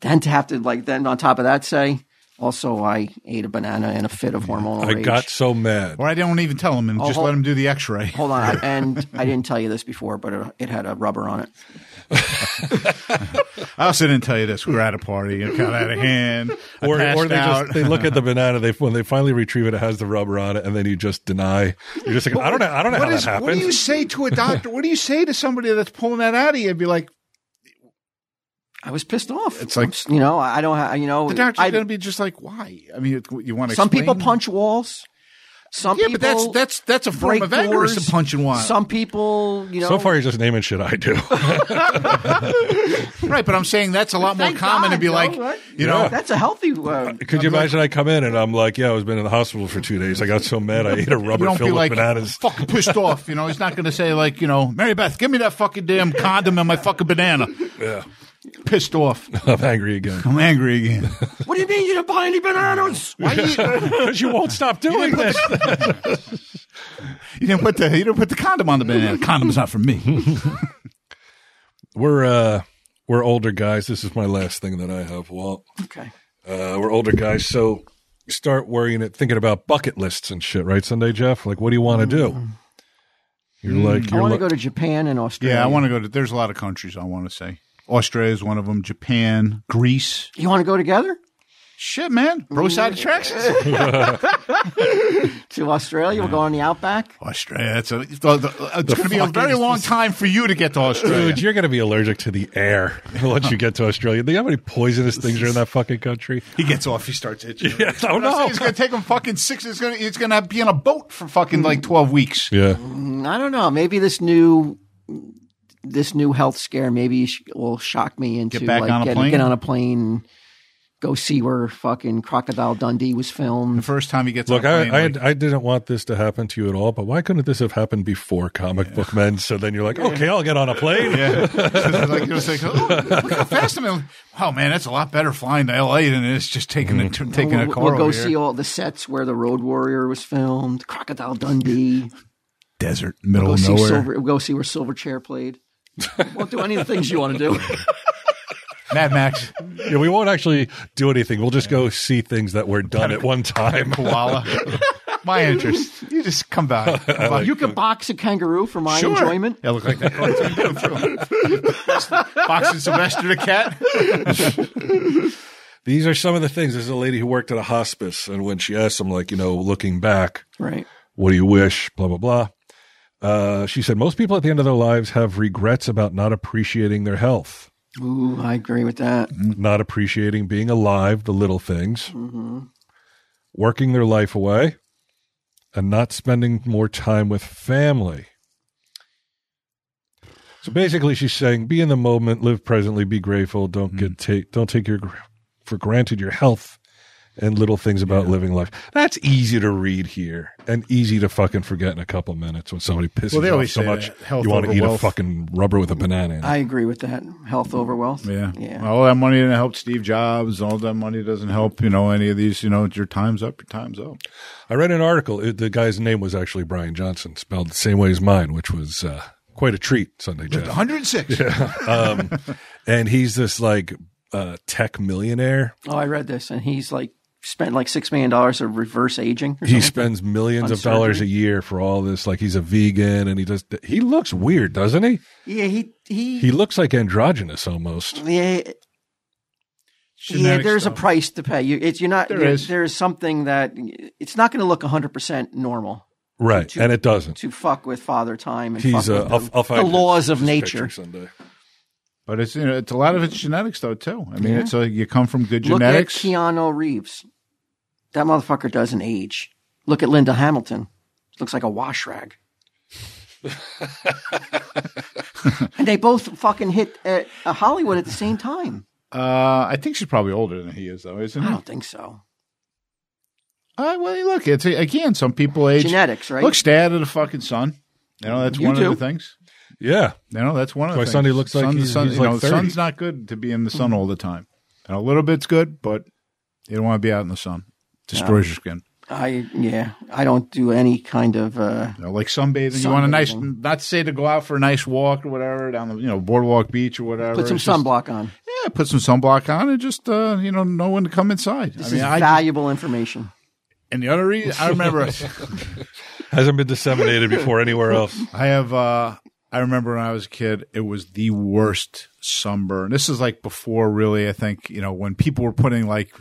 Speaker 3: Then to have to like then on top of that say, also I ate a banana in a fit of hormonal
Speaker 1: I
Speaker 3: rage.
Speaker 1: got so mad.
Speaker 4: or I don't even tell him and just
Speaker 3: Oh, hold-
Speaker 4: let him do the X-ray.
Speaker 3: Hold
Speaker 1: [LAUGHS]
Speaker 3: on, I- and I didn't tell you this before, but it, it had a rubber on it.
Speaker 4: I also didn't tell you this. We were at a party. It got out of hand.
Speaker 1: [LAUGHS]
Speaker 4: I
Speaker 1: or,
Speaker 4: passed
Speaker 1: or they
Speaker 4: out.
Speaker 1: just
Speaker 4: [LAUGHS]
Speaker 1: they look at the banana. They when they finally retrieve it, it has the rubber on it, and then you just deny. You're just like, I don't know, I don't know
Speaker 4: What
Speaker 1: how
Speaker 4: is-
Speaker 1: that happened.
Speaker 4: What do you say to a doctor? What do you say to somebody that's pulling that out of you? And be like,
Speaker 3: I was pissed off.
Speaker 4: It's like-
Speaker 3: you know, I I don't, ha- you know,
Speaker 4: the doctor's
Speaker 3: I-
Speaker 4: going to be just like, why? I mean, it- you want to
Speaker 3: some people punch walls. Some
Speaker 4: Yeah, but
Speaker 3: people
Speaker 4: that's that's that's a form
Speaker 3: break
Speaker 4: of anger. is
Speaker 3: doors.
Speaker 4: to punch and wine.
Speaker 3: Some people, you know,
Speaker 1: so far, you're just naming shit I do.
Speaker 4: right, but I'm saying that's a lot more
Speaker 3: Thank
Speaker 4: common to
Speaker 3: God,
Speaker 4: be
Speaker 3: though,
Speaker 4: like,
Speaker 3: right?
Speaker 4: you know,
Speaker 3: that's a healthy. Uh,
Speaker 1: Could you imagine I come in and I'm like, yeah, I was been in the hospital for two days. I got so mad I ate a
Speaker 4: you
Speaker 1: rubber
Speaker 4: don't
Speaker 1: filled
Speaker 4: be
Speaker 1: with
Speaker 4: like
Speaker 1: bananas.
Speaker 4: [LAUGHS] fucking pissed off. You know, he's not going to say like, you know, Mary Beth, give me that fucking damn condom and my fucking banana.
Speaker 1: Yeah,
Speaker 4: Pissed off.
Speaker 1: [LAUGHS] I'm angry again
Speaker 4: I'm angry again.
Speaker 3: what do you mean you didn't buy any bananas?
Speaker 4: Why
Speaker 1: [LAUGHS]
Speaker 4: you, you
Speaker 1: because you won't stop doing this.
Speaker 4: didn't put the you didn't put the condom on the banana? Condom's not for [LAUGHS] me.
Speaker 1: we're uh, we're older guys. This is my last thing that I have. Walt.
Speaker 3: Okay.
Speaker 1: uh, we're older guys, so you start worrying and thinking about bucket lists and shit, right? Sunday, Jeff, like, what do you want to do? You're like,
Speaker 3: I
Speaker 1: you're
Speaker 3: want to
Speaker 1: like,
Speaker 3: go to Japan and Australia.
Speaker 4: Yeah, I want to go to. There's a lot of countries I want to say. Australia is one of them. Japan, Greece.
Speaker 3: You want to go together
Speaker 4: Shit, man. Bro side [LAUGHS] attractions.
Speaker 3: to Australia? We'll go on the Outback.
Speaker 4: Australia. That's a, the, the, it's going to be a very [LAUGHS] long time for you to get to Australia.
Speaker 1: dude, you're going to be allergic to the air [LAUGHS] once you get to Australia. Do you know how many poisonous things are in that fucking country?
Speaker 4: He gets off. He starts [LAUGHS] itching.
Speaker 1: [LAUGHS] Yeah, I don't know.
Speaker 4: It's going to take him fucking six. It's going to. It's going to be on a boat for fucking like twelve weeks.
Speaker 1: Yeah.
Speaker 3: Mm, I don't know. Maybe this new this new health scare maybe sh- will shock me into
Speaker 4: Get back
Speaker 3: like
Speaker 4: on a
Speaker 3: get,
Speaker 4: plane?
Speaker 3: get on a plane. go see where fucking Crocodile Dundee was
Speaker 4: The
Speaker 3: filmed.
Speaker 4: first time he gets
Speaker 1: Look,
Speaker 4: on a
Speaker 1: I,
Speaker 4: plane,
Speaker 1: I,
Speaker 4: like,
Speaker 1: I didn't want this to happen to you at all, but why couldn't this have happened before comic book men? So then you're like, okay, I'll get on a plane.
Speaker 4: Yeah. like, you're just like, oh, look how fast I'm in. Wow, man, that's a lot better flying to LA than it is just taking a, taking
Speaker 3: we'll,
Speaker 4: a car
Speaker 3: we'll go
Speaker 4: over
Speaker 3: see
Speaker 4: here.
Speaker 3: all the sets where the Road Warrior was filmed, Crocodile Dundee.
Speaker 2: Desert, middle
Speaker 3: Go
Speaker 2: of
Speaker 3: see
Speaker 2: nowhere.
Speaker 3: Silver. We'll go see where Silverchair played. Won't do any of the things you
Speaker 4: [LAUGHS]
Speaker 3: want to do.
Speaker 4: [LAUGHS] Mad Max,
Speaker 1: Yeah, we won't actually do anything. We'll just go see things that were done at one [LAUGHS] time.
Speaker 4: Koala. My interest. You just come [LAUGHS] by. Come by.
Speaker 3: you could box a kangaroo for my
Speaker 4: Sure.
Speaker 3: enjoyment.
Speaker 4: Yeah, look like [LAUGHS] that cartoon come through. Boxing Sylvester the cat.
Speaker 1: These are some of the things. There's a lady who worked at a hospice, and when she asked them, like, you know, looking back,
Speaker 3: Right.
Speaker 1: what do you wish? Blah blah blah. Uh, she said most people at the end of their lives have regrets about not appreciating their health,
Speaker 3: Ooh, I agree with that.
Speaker 1: not appreciating being alive, the little things,
Speaker 4: Mm-hmm.
Speaker 1: working their life away, and not spending more time with family. So basically, she's saying, be in the moment, live presently, be grateful. Don't get
Speaker 4: Mm-hmm.
Speaker 1: take don't take your gr- for granted your health and little things about living life. That's easy to read here and easy to fucking forget in a couple minutes when somebody pisses
Speaker 4: Well, they
Speaker 1: you off
Speaker 4: always
Speaker 1: so
Speaker 4: say
Speaker 1: much.
Speaker 4: that, health
Speaker 1: you want to
Speaker 4: over
Speaker 1: eat a
Speaker 4: wealth.
Speaker 1: fucking rubber with a banana. In it.
Speaker 3: I agree with that. Health over wealth.
Speaker 4: Yeah.
Speaker 3: Yeah.
Speaker 4: All that money didn't help Steve Jobs. All that money doesn't help, you know, any of these, you know, your time's up, your time's up.
Speaker 1: I read an article. It, the guy's name was actually Brian Johnson, spelled the same way as mine, which was uh, quite a treat Sunday,
Speaker 3: [LAUGHS]
Speaker 1: Jeff.
Speaker 4: 106.
Speaker 1: um, and he's this like uh, tech millionaire.
Speaker 3: Oh, I read this, and he's like spent like six million dollars of reverse aging. Or
Speaker 1: He
Speaker 3: [LAUGHS] something.
Speaker 1: spends millions
Speaker 3: On
Speaker 1: of dollars a
Speaker 3: surgery?
Speaker 1: year for all this. Like he's a vegan, and he does. He looks weird, doesn't he?
Speaker 3: yeah, he he.
Speaker 1: He looks like androgynous almost.
Speaker 3: yeah, yeah,
Speaker 4: Genetic
Speaker 3: there's a
Speaker 4: stuff.
Speaker 3: price to pay. You, it's you're not.
Speaker 4: There
Speaker 3: there-
Speaker 4: is.
Speaker 3: There is something that it's not going to look 100 percent normal
Speaker 1: Right, and it doesn't.
Speaker 3: to fuck with father time and
Speaker 1: He's
Speaker 3: fuck
Speaker 1: a.
Speaker 3: with
Speaker 1: I'll, I'll
Speaker 3: the,
Speaker 1: find
Speaker 3: the laws
Speaker 1: his-
Speaker 3: of
Speaker 1: his
Speaker 3: nature.
Speaker 1: picture Sunday.
Speaker 4: But it's, you know, it's a lot of it's genetics, though, too. I mean, it's a, you come from good
Speaker 3: Look at
Speaker 4: genetics.
Speaker 3: Keanu Reeves. That motherfucker doesn't age. Look at Linda Hamilton. Looks like a wash rag.
Speaker 4: [LAUGHS]
Speaker 3: and they both fucking hit uh uh, Hollywood at the same time.
Speaker 4: Uh, I think she's probably older than he is, though, isn't
Speaker 3: I
Speaker 4: he?
Speaker 3: don't think so.
Speaker 4: Uh, well, look, it's again, some people age.
Speaker 3: Genetics, right?
Speaker 4: Look, stay out of the fucking sun. You know, that's
Speaker 3: You
Speaker 4: one
Speaker 3: too.
Speaker 4: of the things.
Speaker 1: Yeah,
Speaker 4: You know, that's one of
Speaker 1: Why
Speaker 4: the things.
Speaker 1: Sunday looks like
Speaker 4: Sun-
Speaker 1: he's-
Speaker 4: sun-
Speaker 1: he's
Speaker 4: you know,
Speaker 1: like
Speaker 4: the
Speaker 1: 30.
Speaker 4: sun's not good to be in the sun
Speaker 3: Mm.
Speaker 4: all the time. And a little bit's good, but you don't want to be out in the sun. Destroys your skin.
Speaker 3: I yeah. I don't do any kind of uh,
Speaker 4: You know, like sunbathing, you want a nice,
Speaker 3: Sunbathing.
Speaker 4: not to say to go out for a nice walk or whatever down the, you know, boardwalk beach or whatever.
Speaker 3: put some
Speaker 4: It's just-
Speaker 3: sunblock on.
Speaker 4: Yeah, put some sunblock on and just, uh, you know, know when to come inside.
Speaker 3: This
Speaker 4: I mean,
Speaker 3: is
Speaker 4: I,
Speaker 3: valuable information.
Speaker 4: and the other reason, I
Speaker 3: [LAUGHS]
Speaker 4: remember [LAUGHS]
Speaker 1: hasn't been disseminated before anywhere else.
Speaker 4: I have. uh I remember when I was a kid, it was the worst sunburn. This is like before, really. I think you know when people were putting like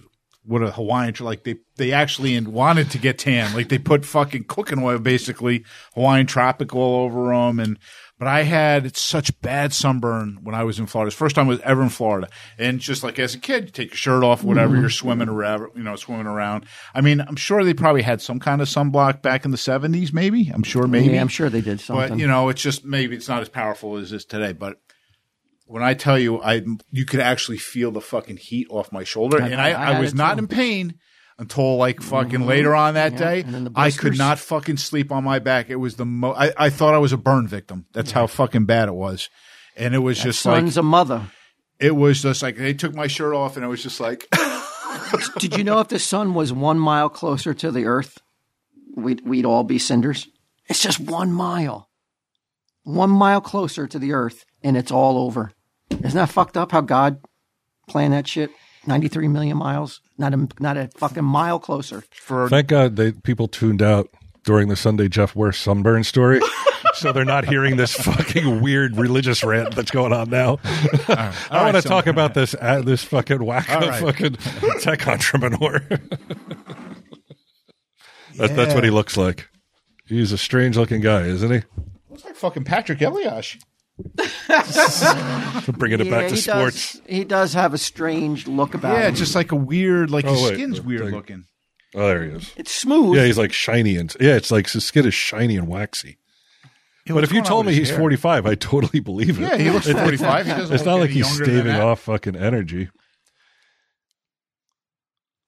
Speaker 4: what a Hawaiian tr- like they they actually wanted to get tan. Like they put fucking cooking oil, basically Hawaiian tropic all over them. And but I had such bad sunburn when I was in Florida. It's the first time I was ever in Florida, and just like as a kid, you take your shirt off, whatever. You're swimming
Speaker 3: Mm-hmm.
Speaker 4: around, you know, swimming around. I mean, I'm sure they probably had some kind of sunblock back in the '70s, maybe. I'm sure, maybe.
Speaker 3: Yeah, I'm sure they did something.
Speaker 4: But you know, it's just maybe it's not as powerful as this today. But when I tell you, I you could actually feel the fucking heat off my shoulder, and I,
Speaker 3: I
Speaker 4: I,
Speaker 3: had
Speaker 4: was
Speaker 3: it
Speaker 4: not
Speaker 3: too. Mm-hmm.
Speaker 4: in pain until like fucking later on that day.
Speaker 3: and then the
Speaker 4: I could
Speaker 3: blisters.
Speaker 4: not fucking sleep on my back. It was the mo. I, I thought I was a burn victim. That's how fucking bad it was. And it was just
Speaker 3: Son's
Speaker 4: like
Speaker 3: a mother.
Speaker 4: it was just like they took my shirt off, and it was just like [LAUGHS]
Speaker 3: Did you know if the sun was one mile closer to the earth, we'd, we'd all be cinders? It's just one mile. One mile closer to the earth, and it's all over. Isn't that fucked up how God planned that shit? 93 million miles, not a, not a fucking mile closer.
Speaker 4: for
Speaker 1: Thank God they people tuned out during the Sunday Jeff Ware sunburn
Speaker 4: [LAUGHS]
Speaker 1: story. So they're not hearing this fucking weird religious rant that's going on now. [LAUGHS] I want to talk about this uh, this fucking wacko
Speaker 4: right. [LAUGHS]
Speaker 1: fucking tech entrepreneur. [LAUGHS] that, that's what he looks like. He's a strange looking guy, isn't he?
Speaker 4: it's like fucking Patrick Eliash.
Speaker 1: Bringing it back to
Speaker 3: he
Speaker 1: sports.
Speaker 3: Does, he does have a strange look about
Speaker 4: Yeah,
Speaker 3: him.
Speaker 4: it's just like a weird, like his
Speaker 1: Oh, wait,
Speaker 4: skin's
Speaker 1: the
Speaker 4: weird
Speaker 1: thing-
Speaker 4: looking.
Speaker 1: Oh, there he is.
Speaker 3: It's smooth.
Speaker 1: Yeah, he's like shiny and yeah, it's like his skin is shiny and waxy. but
Speaker 4: what's
Speaker 1: if you
Speaker 4: going on
Speaker 1: told
Speaker 4: with
Speaker 1: me
Speaker 4: his
Speaker 1: he's
Speaker 4: hair?
Speaker 1: 45, I totally believe it.
Speaker 4: Yeah, he looks
Speaker 1: It- it-
Speaker 4: 45. He doesn't
Speaker 1: It's
Speaker 4: look
Speaker 1: not
Speaker 4: any
Speaker 1: like he's
Speaker 4: younger than
Speaker 1: staving
Speaker 4: that.
Speaker 1: off fucking energy.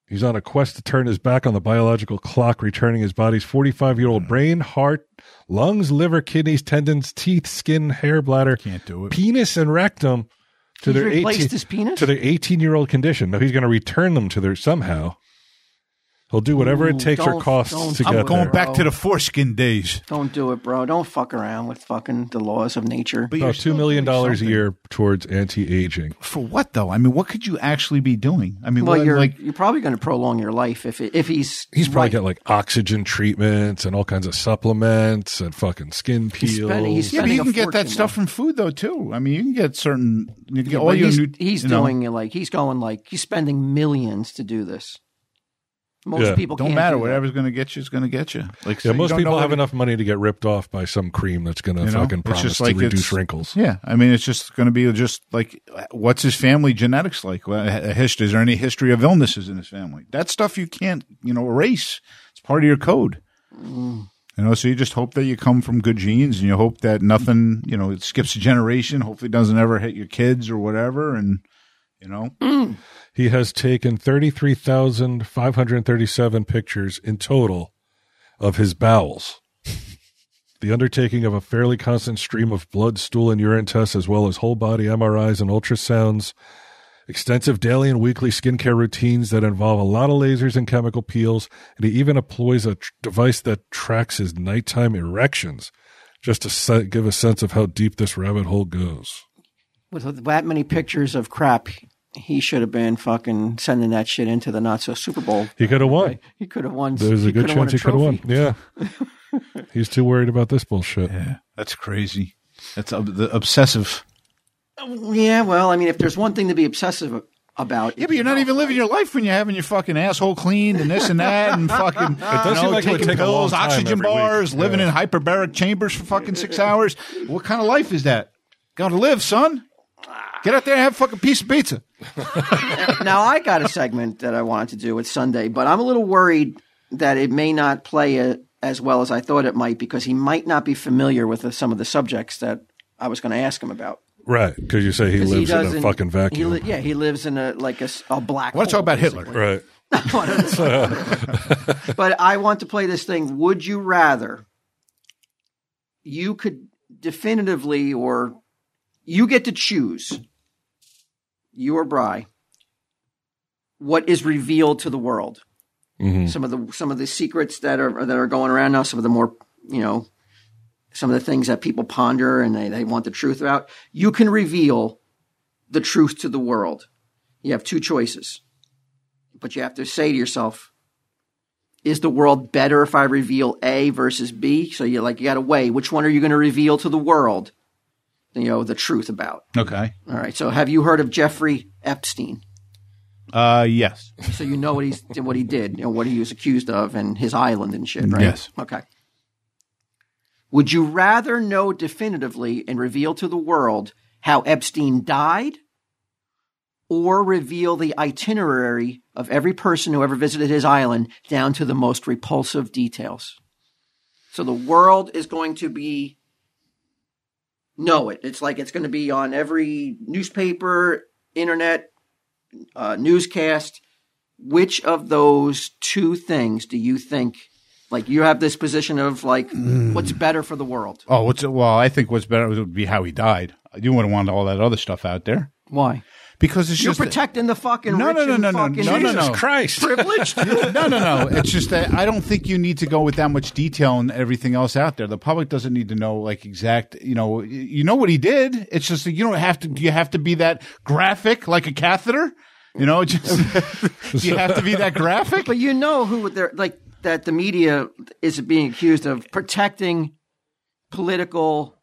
Speaker 1: He's on a quest to turn his back on the biological clock, returning his body's 45 year
Speaker 2: Hmm.
Speaker 1: old brain, heart, lungs, liver, kidneys, tendons, teeth, skin, hair, bladder,
Speaker 2: Can't do it.
Speaker 1: penis, and rectum to
Speaker 3: He's
Speaker 1: their
Speaker 3: replaced
Speaker 1: 18
Speaker 3: his penis?
Speaker 1: to their 18 year old condition. No, he's going to return them to their somehow. He'll do whatever
Speaker 3: Ooh,
Speaker 1: it takes or
Speaker 3: don't-
Speaker 1: costs
Speaker 3: don't-
Speaker 1: to
Speaker 3: I'm
Speaker 1: get
Speaker 2: I'm going
Speaker 1: there.
Speaker 2: back to the foreskin days.
Speaker 3: Don't do it, bro. Don't fuck around with fucking the laws of nature.
Speaker 4: But you're
Speaker 1: About
Speaker 4: still
Speaker 1: two million
Speaker 4: doing
Speaker 1: dollars a
Speaker 4: something.
Speaker 1: year towards anti-aging.
Speaker 4: for what though? I mean, what could you actually be doing? I mean,
Speaker 3: well,
Speaker 4: what-
Speaker 3: you're
Speaker 4: like
Speaker 3: you're probably going to prolong your life if it, if he's
Speaker 1: He's probably
Speaker 3: right.
Speaker 1: got like oxygen treatments and all kinds of supplements and fucking skin peels.
Speaker 3: He's spending- he's
Speaker 4: yeah, but you
Speaker 3: a
Speaker 4: can get
Speaker 3: fortune
Speaker 4: that stuff from food though too. I mean, you can get certain you can get all
Speaker 3: But
Speaker 4: your
Speaker 3: he's,
Speaker 4: new.
Speaker 3: he's
Speaker 4: you know,
Speaker 3: doing it like he's going like he's spending millions to do this. Most
Speaker 1: Yeah.
Speaker 3: people
Speaker 4: Don't
Speaker 3: can't
Speaker 4: matter.
Speaker 3: do that.
Speaker 4: Whatever's going to get you is going to get you. Like so
Speaker 1: yeah,
Speaker 4: you
Speaker 1: most
Speaker 4: don't know
Speaker 1: people
Speaker 4: what
Speaker 1: have
Speaker 4: it-
Speaker 1: enough money to get ripped off by some cream that's going to
Speaker 4: You know,
Speaker 1: fucking
Speaker 4: it's
Speaker 1: promise
Speaker 4: just like
Speaker 1: to reduce
Speaker 4: it's-
Speaker 1: wrinkles.
Speaker 4: Yeah, I mean, it's just going to be just like, what's his family genetics like? Well, a hist- Is there any history of illnesses in his family? That stuff you can't, you know, erase. It's part of your code. You know, so you just hope that you come from good genes, and you hope that nothing, you know, it skips a generation. Hopefully, doesn't ever hit your kids or whatever, and you know,
Speaker 1: He has taken 33,537 pictures in total of his bowels. [LAUGHS] the undertaking of a fairly constant stream of blood, stool, and urine tests, as well as whole body MRIs and ultrasounds, extensive daily and weekly skincare routines that involve a lot of lasers and chemical peels, and he even employs a tr- device that tracks his nighttime erections just to se- give a sense of how deep this rabbit hole goes.
Speaker 3: with that many pictures of crap, he should have been fucking sending that shit into the not so Super Bowl.
Speaker 1: He could have won.
Speaker 3: He could have won.
Speaker 1: There's a
Speaker 3: he
Speaker 1: good
Speaker 3: could have won
Speaker 1: chance he could have won.
Speaker 3: trophy.
Speaker 1: Yeah. [LAUGHS] He's too worried about this bullshit.
Speaker 4: that's crazy. That's ob- the obsessive.
Speaker 3: Yeah, well, I mean, if there's one thing to be obsessive about,
Speaker 4: Yeah, but you're not even living your life when you're having your fucking asshole cleaned and this and
Speaker 1: [LAUGHS]
Speaker 4: that and fucking it
Speaker 1: does
Speaker 4: you know,
Speaker 1: seem like it would
Speaker 4: taking
Speaker 1: take a long
Speaker 4: pills,
Speaker 1: time
Speaker 4: oxygen
Speaker 1: every week.
Speaker 4: bars, living
Speaker 1: Yeah.
Speaker 4: in hyperbaric chambers for fucking six hours. What kind of life is that? Gotta live, son. Get out there and have a fucking piece of pizza.
Speaker 3: now I got a segment that I wanted to do with Sunday, but I'm a little worried that it may not play it as well as I thought it might because he might not be familiar with the, some of the subjects that I was going to ask him about.
Speaker 1: Right. Because you say he
Speaker 3: 'Cause
Speaker 1: lives in a
Speaker 3: doesn't-
Speaker 1: fucking
Speaker 3: he
Speaker 1: vacuum.
Speaker 3: li- yeah, he lives in a like a, s- a black.
Speaker 4: I want to
Speaker 3: hole,
Speaker 4: talk about
Speaker 3: basically.
Speaker 4: Hitler.
Speaker 1: right.
Speaker 3: but I want to play this thing. Would you rather? You could definitively, or you get to choose, you or Bry, what is revealed to the world. Some of the some of the secrets that are that are going around now. Some of the more you know, some of the things that people ponder and they, they want the truth about. You can reveal the truth to the world. You have two choices, but you have to say to yourself, is the world better if I reveal A versus B? So you like you got to weigh which one are you going to reveal to the world? You know the truth about.
Speaker 4: Okay.
Speaker 3: All right. So have you heard of Jeffrey Epstein?
Speaker 4: Uh, yes.
Speaker 3: So you know what he's what he did, you know what he was accused of, and his island and shit, right?
Speaker 4: Yes.
Speaker 3: Okay. Would you rather know definitively and reveal to the world how Epstein died, or reveal the itinerary of every person who ever visited his island down to the most repulsive details? So the world is going to be know it. It's like it's going to be on every newspaper, internet, uh, newscast. Which of those two things do you think? Like you have this position of like,
Speaker 4: Mm.
Speaker 3: what's better for the world?
Speaker 4: Oh, what's well? I think what's better would be how he died. You wouldn't want all that other stuff out there
Speaker 3: Why?
Speaker 4: because it's
Speaker 3: You're
Speaker 4: just
Speaker 3: protecting the fucking
Speaker 4: No,
Speaker 3: rich
Speaker 4: no, no,
Speaker 3: and
Speaker 4: no, no,
Speaker 3: fucking
Speaker 4: no, no, no.
Speaker 1: Jesus Christ.
Speaker 3: [LAUGHS]
Speaker 4: [LAUGHS]
Speaker 3: privileged.
Speaker 4: no, no, no. It's just that I don't think you need to go with that much detail and everything else out there. The public doesn't need to know like exact. You know, y- you know what he did. It's just that you don't have to. You have to be that graphic, like a catheter. You know, [LAUGHS] just you have to be that graphic.
Speaker 3: but you know who they're like that the media is being accused of protecting political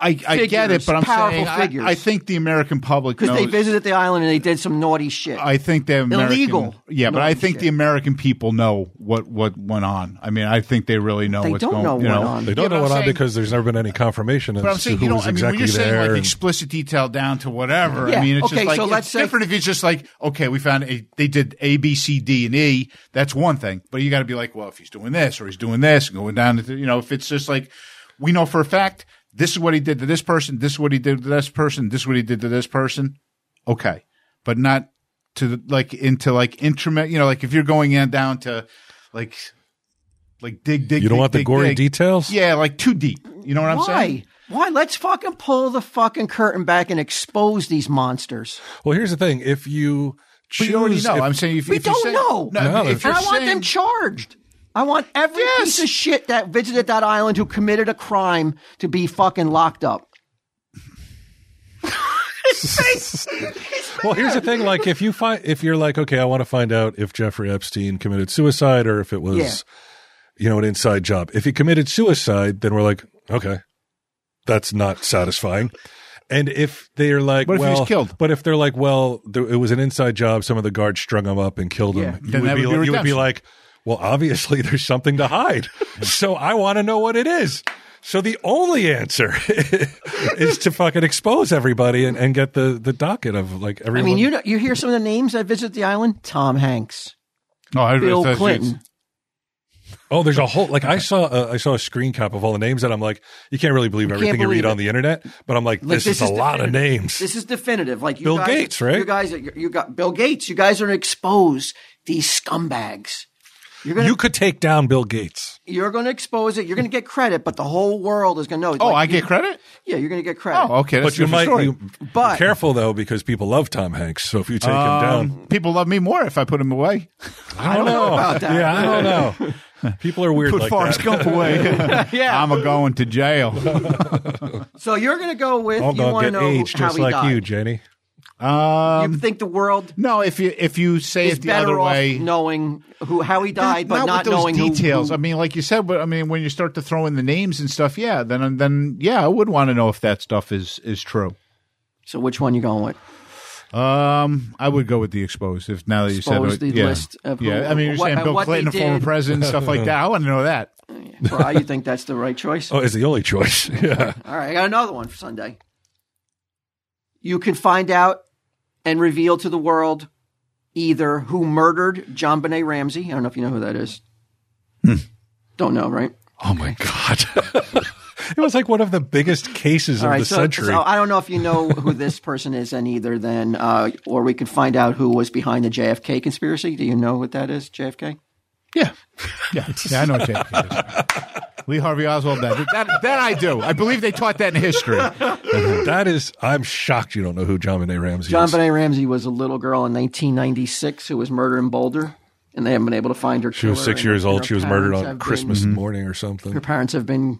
Speaker 4: I, I get
Speaker 3: Figures,
Speaker 4: it, but I'm
Speaker 3: powerful
Speaker 4: saying I-
Speaker 3: figures.
Speaker 4: I, think the American public
Speaker 3: because
Speaker 4: knows.
Speaker 3: they visited the island and they did some naughty shit.
Speaker 4: I think the American,
Speaker 3: Illegal.
Speaker 4: Yeah, but
Speaker 3: No,
Speaker 4: I think
Speaker 3: shit.
Speaker 4: the American people know what what went on. I mean, I think they really know
Speaker 3: They
Speaker 4: what's
Speaker 3: don't
Speaker 4: going.
Speaker 3: know
Speaker 4: you
Speaker 3: what
Speaker 4: know.
Speaker 3: on.
Speaker 1: They don't
Speaker 4: Yeah, but
Speaker 1: know
Speaker 4: I'm
Speaker 1: what on
Speaker 4: saying-
Speaker 1: because there's never been any confirmation
Speaker 4: But I'm
Speaker 1: as to
Speaker 4: saying you
Speaker 1: who
Speaker 4: don't.
Speaker 1: was
Speaker 4: I mean, when
Speaker 1: exactly
Speaker 4: you're saying
Speaker 1: there.
Speaker 4: like
Speaker 1: and-
Speaker 4: explicit detail down to whatever,
Speaker 3: Yeah,
Speaker 4: I mean, it's
Speaker 3: okay,
Speaker 4: just like
Speaker 3: so
Speaker 4: it's
Speaker 3: let's say-
Speaker 4: different if it's just like, okay, we found a, they did A, B, C, D, and E. That's one thing, but you got to be like, well, if he's doing this or he's doing this and going down, to, you know, if it's just like we know for a fact this is what he did to this person, this is what he did to this person, this is what he did to this person. Okay, but not to the- like into like intramet. You know, like if you're going in down to like like dig dig.
Speaker 1: You don't
Speaker 4: dig,
Speaker 1: want the
Speaker 4: dig,
Speaker 1: gory
Speaker 4: dig.
Speaker 1: details?
Speaker 4: Yeah, like too deep. You know what I'm
Speaker 3: Why?
Speaker 4: saying?
Speaker 3: Why? Let's fucking pull the fucking curtain back and expose these monsters.
Speaker 1: Well, here's the thing. If you
Speaker 4: But
Speaker 1: choose,
Speaker 4: you already know.
Speaker 1: if-
Speaker 4: I'm saying if,
Speaker 3: We
Speaker 4: if you
Speaker 3: don't
Speaker 4: say,
Speaker 3: know.
Speaker 1: No,
Speaker 4: if
Speaker 1: if-
Speaker 4: you're
Speaker 3: and I want
Speaker 4: saying-
Speaker 3: them charged. I want every
Speaker 4: Yes.
Speaker 3: piece of shit that visited that island who committed a crime to be fucking locked up.
Speaker 1: well, here's the thing. Like, if you find, if you're like, okay, I want to find out if Jeffrey Epstein committed suicide or if it was, you know, an inside job. If he committed suicide, then we're like, okay, that's not satisfying. And if they are like,
Speaker 4: What if he
Speaker 1: well,
Speaker 4: was killed?
Speaker 1: but if they're like, well, there, it was an inside job. Some of the guards strung him up and killed him.
Speaker 3: Yeah.
Speaker 1: You
Speaker 4: Then
Speaker 1: would
Speaker 4: that
Speaker 1: be,
Speaker 4: would be
Speaker 1: you would be
Speaker 4: redemption.
Speaker 1: like, well, obviously [LAUGHS] there's something to hide. so I want to know what it is. So the only answer [LAUGHS] is to fucking expose everybody and, and get the, the docket of like
Speaker 3: I
Speaker 1: everyone.
Speaker 3: mean, you know, you hear some of the names that visit the island: Tom Hanks,
Speaker 4: Oh, I
Speaker 3: Bill
Speaker 4: thought you-
Speaker 3: Clinton.
Speaker 1: Oh, there's a whole like I saw a, I saw a screen cap of all the names that I'm like you can't really believe everything you
Speaker 3: believe
Speaker 1: read
Speaker 3: it.
Speaker 1: on the internet, but I'm like this,
Speaker 3: Like,
Speaker 1: is, a lot of
Speaker 3: definitive.
Speaker 1: names.
Speaker 3: This is definitive. Like you
Speaker 1: Bill
Speaker 3: guys-
Speaker 1: Gates, right?
Speaker 3: You guys, you got Bill Gates. You guys are gonna expose these scumbags. You're gonna
Speaker 1: you could take down Bill Gates.
Speaker 3: you're gonna expose it. You're gonna get credit, but the whole world is gonna know.
Speaker 4: Oh, I get credit.
Speaker 3: yeah, you're gonna get credit.
Speaker 4: Oh, okay. That's
Speaker 1: But you might
Speaker 4: Story.
Speaker 1: you,
Speaker 3: But-
Speaker 1: be careful though because people love Tom Hanks. So if you take him down,
Speaker 4: Um, people love me more if I put him away.
Speaker 1: I don't know.
Speaker 3: about that.
Speaker 1: Yeah, I don't know. People are weird
Speaker 4: Put
Speaker 1: like
Speaker 4: Forrest
Speaker 1: that.
Speaker 4: Gump [LAUGHS] away.
Speaker 3: [LAUGHS] Yeah.
Speaker 4: I'm a going to jail.
Speaker 3: So you're gonna go with
Speaker 1: I'm
Speaker 3: you want
Speaker 1: gonna
Speaker 3: to
Speaker 1: get
Speaker 3: know
Speaker 1: aged
Speaker 3: how
Speaker 1: just
Speaker 3: he
Speaker 1: like
Speaker 3: died.
Speaker 1: you, Jenny.
Speaker 4: Um,
Speaker 3: you think the world
Speaker 4: no, if you if you say
Speaker 3: is
Speaker 4: it the
Speaker 3: better
Speaker 4: other
Speaker 3: off
Speaker 4: way,
Speaker 3: knowing who how he died, but
Speaker 4: with
Speaker 3: not,
Speaker 4: those
Speaker 3: knowing who-
Speaker 4: details.
Speaker 3: Who,
Speaker 4: I mean, like you said, but I mean, when you start to throw in the names and stuff, yeah, then then yeah, I would want to know if that stuff is is true.
Speaker 3: so which one you
Speaker 4: [LAUGHS]
Speaker 3: going with?
Speaker 4: Um, I would go with the exposed. If now that you
Speaker 3: Expose
Speaker 4: said, it,
Speaker 3: the
Speaker 4: yeah,
Speaker 3: list of who-
Speaker 4: yeah. I mean, you're
Speaker 3: what- uh,
Speaker 4: saying Bill
Speaker 3: what they
Speaker 4: Clinton, a former
Speaker 3: did.
Speaker 4: president, stuff like that. I want to know that.
Speaker 3: Bri, you think that's the right choice?
Speaker 1: Oh, it's the only choice. [LAUGHS] Yeah.
Speaker 3: All right, I got another one for Sunday. You can find out and reveal to the world either who murdered John Benet Ramsey. I don't know if you know who that is.
Speaker 4: Hmm.
Speaker 3: Don't know, right?
Speaker 1: Oh my god. [LAUGHS] it was like one of the biggest cases
Speaker 3: All
Speaker 1: of
Speaker 3: right,
Speaker 1: the
Speaker 3: so,
Speaker 1: century.
Speaker 3: so I don't know if you know who this person is, and either then, uh, or we can find out who was behind the JFK conspiracy. Do you know what that is, JFK?
Speaker 4: Yeah, yeah, [LAUGHS] yeah. I know what JFK is. Lee Harvey Oswald. That, that that I do. I believe they taught that in
Speaker 1: [CLEARS THROAT]
Speaker 4: history.
Speaker 1: that is, I'm shocked you don't know who John Benet Ramsey
Speaker 3: John
Speaker 1: is.
Speaker 3: Benet Ramsey was a little girl in 1996 who was murdered in Boulder, and they haven't been able to find her.
Speaker 1: She was six years old. She was murdered on Christmas
Speaker 4: Mm-hmm.
Speaker 1: morning or
Speaker 3: her
Speaker 1: something.
Speaker 3: parents have been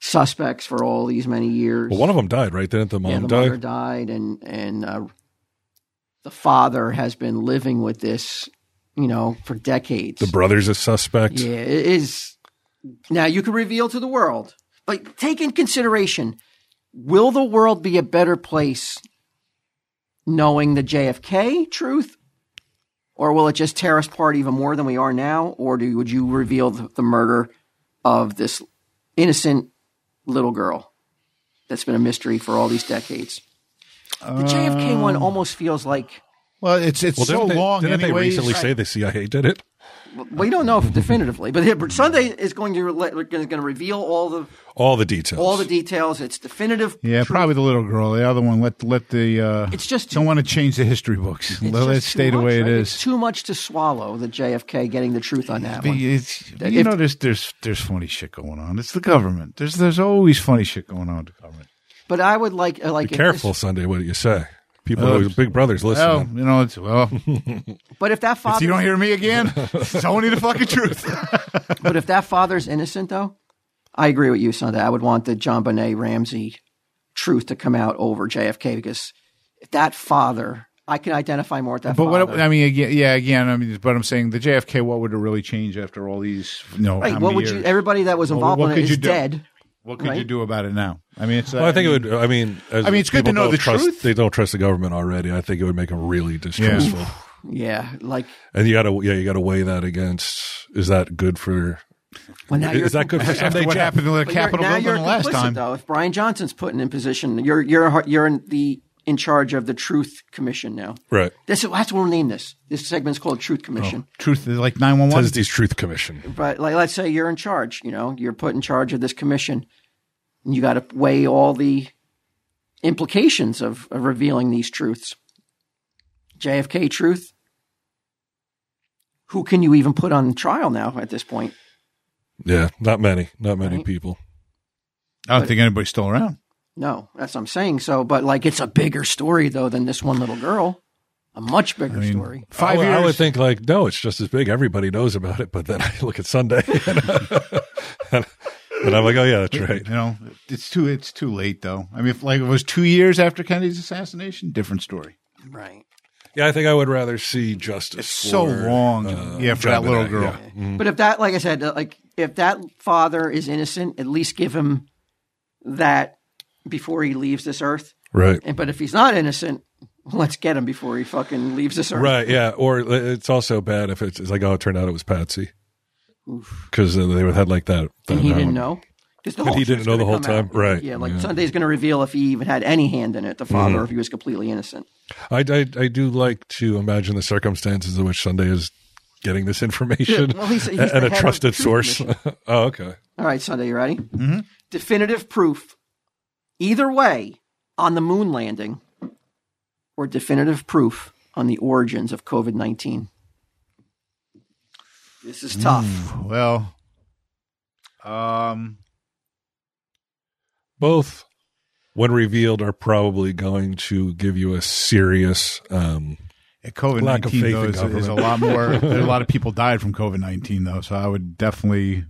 Speaker 3: suspects for all these many years.
Speaker 1: Well, one of them died, right? Didn't the mom
Speaker 3: yeah, the
Speaker 1: die?
Speaker 3: mother died, and and uh, the father has been living with this, you know, for decades.
Speaker 1: The brother's a suspect.
Speaker 3: yeah, it is. Now you can reveal to the world, but take in consideration: will the world be a better place knowing the JFK truth? Or will it just tear us apart even more than we are now? Or do, would you reveal the, the murder of this innocent little girl that's been a mystery for all these decades? The JFK one almost feels like
Speaker 4: Well, it's it's
Speaker 1: Well,
Speaker 4: so
Speaker 1: didn't they,
Speaker 4: long.
Speaker 1: didn't they
Speaker 4: anyways.
Speaker 1: recently say the CIA did it?
Speaker 3: we don't know if definitively, but here- but Sunday is going to rela- is going to reveal all the
Speaker 1: All the details.
Speaker 3: all the details. It's definitive.
Speaker 4: Yeah, probably the little girl. The other one, let let the. Uh,
Speaker 3: It's just
Speaker 4: don't want to change the history books.
Speaker 3: it's
Speaker 4: Let it
Speaker 3: just too
Speaker 4: stay the
Speaker 3: much,
Speaker 4: way
Speaker 3: right?
Speaker 4: it
Speaker 3: It's
Speaker 4: is.
Speaker 3: too much to swallow. The JFK getting the truth on that one.
Speaker 4: It's,
Speaker 3: That
Speaker 4: you
Speaker 3: if-
Speaker 4: know, there's there's there's funny shit going on. It's the government. There's there's always funny shit going on with the government.
Speaker 3: But I would like uh, like
Speaker 1: Be
Speaker 3: if
Speaker 1: careful,
Speaker 3: this-
Speaker 1: Sunday, what do you say? People,
Speaker 4: Oh.
Speaker 1: always- Big Brother's
Speaker 4: Well,
Speaker 1: listening.
Speaker 4: you know, it's well. if
Speaker 3: but if that father
Speaker 4: you [LAUGHS] don't hear me again, it's only the fucking truth.
Speaker 3: but if that father's innocent, though, I agree with you, Sunday. I would want the John Bonet Ramsey truth to come out over JFK because if that father, I can identify more with that
Speaker 4: But
Speaker 3: father.
Speaker 4: what I mean, again, yeah, again, I mean, but I'm saying the JFK. What would it really change after all these? You know,
Speaker 3: right,
Speaker 4: how
Speaker 3: what
Speaker 4: many
Speaker 3: would you?
Speaker 4: years?
Speaker 3: Everybody that was involved
Speaker 4: what
Speaker 3: in it
Speaker 4: could
Speaker 3: is
Speaker 4: you do?
Speaker 3: dead.
Speaker 4: what could you
Speaker 3: right?
Speaker 4: do about it now? I mean, it's. uh,
Speaker 1: Well, I think it would. I mean, as
Speaker 4: I mean, it's good to
Speaker 1: people
Speaker 4: know
Speaker 1: don't
Speaker 4: the
Speaker 1: trust,
Speaker 4: truth.
Speaker 1: They don't trust the government already. I think it would make them really distrustful.
Speaker 3: Yeah, like
Speaker 1: And you got to, yeah, you got to weigh that against. Is that good for?
Speaker 3: well, now you're
Speaker 1: Is that good for
Speaker 4: After
Speaker 1: Sunday?
Speaker 4: what
Speaker 1: Jeff?
Speaker 4: happened to the
Speaker 3: But you're-
Speaker 4: Capitol
Speaker 3: now
Speaker 4: building
Speaker 3: you're
Speaker 4: last
Speaker 3: complicit,
Speaker 4: time?
Speaker 3: Though, if Brian Johnson's put in position, you're you're you're in the in charge of the Truth Commission now.
Speaker 1: Right.
Speaker 3: This is that's what we'll name this. This segment's called Truth Commission.
Speaker 4: Truth is like nine one one.
Speaker 1: Tezdy's Truth Commission.
Speaker 3: But like, let's say you're in charge. You know, you're put in charge of this commission, and you got to weigh all the implications of, of revealing these truths. JFK truth. Who can you even put on trial now at this point?
Speaker 1: Yeah, not many, not many
Speaker 3: Right.
Speaker 1: people.
Speaker 2: I don't think anybody's still around.
Speaker 3: No, that's what I'm saying. So, but like, it's a bigger story though than this one little girl. A much bigger story.
Speaker 1: I
Speaker 2: Five
Speaker 1: would-
Speaker 2: years.
Speaker 1: I would think like, no, it's just as big. Everybody knows about it. But then I look at Sunday, [LAUGHS] and, I'm like, oh yeah, that's right.
Speaker 2: You know,
Speaker 4: It's too it's too late though. I mean, if like it was two years after Kennedy's assassination, different story.
Speaker 3: Right.
Speaker 1: Yeah, I think I would rather see justice.
Speaker 4: It's so
Speaker 1: for,
Speaker 4: long.
Speaker 1: uh,
Speaker 4: yeah, for
Speaker 1: John
Speaker 4: that little
Speaker 1: Bonet,
Speaker 4: girl.
Speaker 1: yeah.
Speaker 3: But if that, like I said, uh, like if that father is innocent, at least give him that before he leaves this earth.
Speaker 1: Right.
Speaker 3: And but if he's not innocent, let's get him before he fucking leaves this earth.
Speaker 1: Right. Yeah. Or it's also bad if it's, it's like, oh, it turned out it was Patsy. Because they would had like that. that
Speaker 3: And he didn't
Speaker 1: um,
Speaker 3: know. 'Cause The
Speaker 1: And he didn't
Speaker 3: truth's
Speaker 1: know the
Speaker 3: gonna
Speaker 1: whole
Speaker 3: come out.
Speaker 1: time. Right.
Speaker 3: Yeah, like Sunday's going to reveal if he even had any hand in it, the father,
Speaker 1: Mm-hmm.
Speaker 3: or if he was completely innocent.
Speaker 1: I, I, I do like to imagine the circumstances in which Sunday is getting this information
Speaker 3: Yeah, [LAUGHS] well, he's- he's
Speaker 1: and,
Speaker 3: the
Speaker 1: a
Speaker 3: head of
Speaker 1: trusted
Speaker 3: the Truth
Speaker 1: source. [LAUGHS] oh, okay.
Speaker 3: All right, Sunday, you ready? Mm-hmm. Definitive proof, either way, on the moon landing, or definitive proof on the origins of COVID 19. This is tough.
Speaker 4: Well, um,
Speaker 1: Both, when revealed, are probably going to give you a serious. Um,
Speaker 4: COVID
Speaker 1: Lack of faith
Speaker 4: nineteen though
Speaker 1: in
Speaker 4: is, is a
Speaker 1: government. [LAUGHS]
Speaker 4: lot more. there, a lot of people died from COVID nineteen though, so I would definitely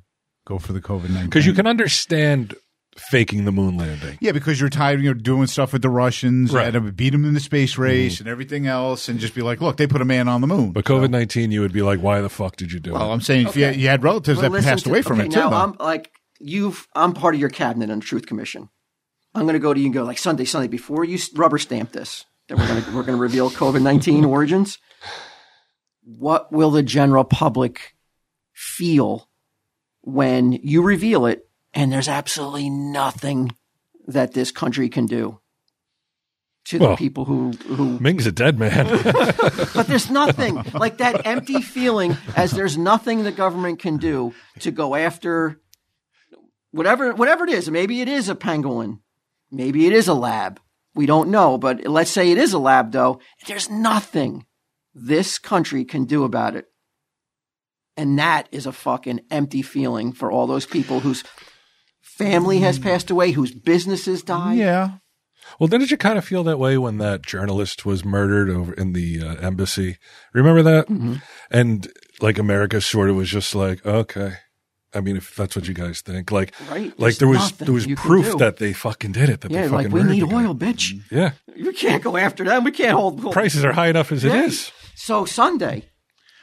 Speaker 4: go for the COVID nineteen
Speaker 1: because you can understand faking the moon landing.
Speaker 4: Yeah, because you're tired, you know, doing stuff with the Russians
Speaker 1: Right. Mm-hmm.
Speaker 4: and beat them in the space race and everything else, and just be like, look, they put a man on the moon.
Speaker 1: But COVID 19, you would be like, why the fuck did you do
Speaker 4: well,
Speaker 1: it?
Speaker 4: I'm saying if you, you had relatives
Speaker 3: Well,
Speaker 4: that
Speaker 3: listen
Speaker 4: passed
Speaker 3: to-
Speaker 4: away from
Speaker 3: okay,
Speaker 4: it too.
Speaker 3: Now
Speaker 4: though.
Speaker 3: I'm like you've. I'm part of your cabinet on the Truth Commission. I'm going to go to you and go like Sunday, Sunday before you s- rubber stamp this. Then we're going to we're going to reveal
Speaker 4: [LAUGHS]
Speaker 3: COVID nineteen origins. What will the general public feel when you reveal it? And there's absolutely nothing that this country can do to the
Speaker 1: Well,
Speaker 3: people who who
Speaker 1: Ming's a dead
Speaker 3: [LAUGHS]
Speaker 1: man.
Speaker 3: but there's nothing like that empty feeling as there's nothing the government can do to go after whatever whatever it is. Maybe it is a pangolin. Maybe it is a lab. We don't know, but let's say it is a lab though. There's nothing this country can do about it. And that is a fucking empty feeling for all those people whose family has passed away, whose businesses died.
Speaker 4: yeah.
Speaker 1: Well, didn't you kind of feel that way when that journalist was murdered over in the uh, embassy? Remember that?
Speaker 3: Mm-hmm.
Speaker 1: And like America sort of was just like, okay. I mean, if that's what you guys think, like,
Speaker 3: Right.
Speaker 1: like
Speaker 3: There's
Speaker 1: there was
Speaker 3: nothing
Speaker 1: there was
Speaker 3: you can
Speaker 1: proof
Speaker 3: do.
Speaker 1: that they fucking did it. That
Speaker 3: Yeah,
Speaker 1: they
Speaker 3: like
Speaker 1: fucking
Speaker 3: we
Speaker 1: murdered
Speaker 3: need
Speaker 1: the guy.
Speaker 3: oil, bitch.
Speaker 1: Yeah,
Speaker 3: We can't go after them. We can't hold, hold
Speaker 1: prices are high enough as it
Speaker 3: Yeah.
Speaker 1: is.
Speaker 3: So Sunday,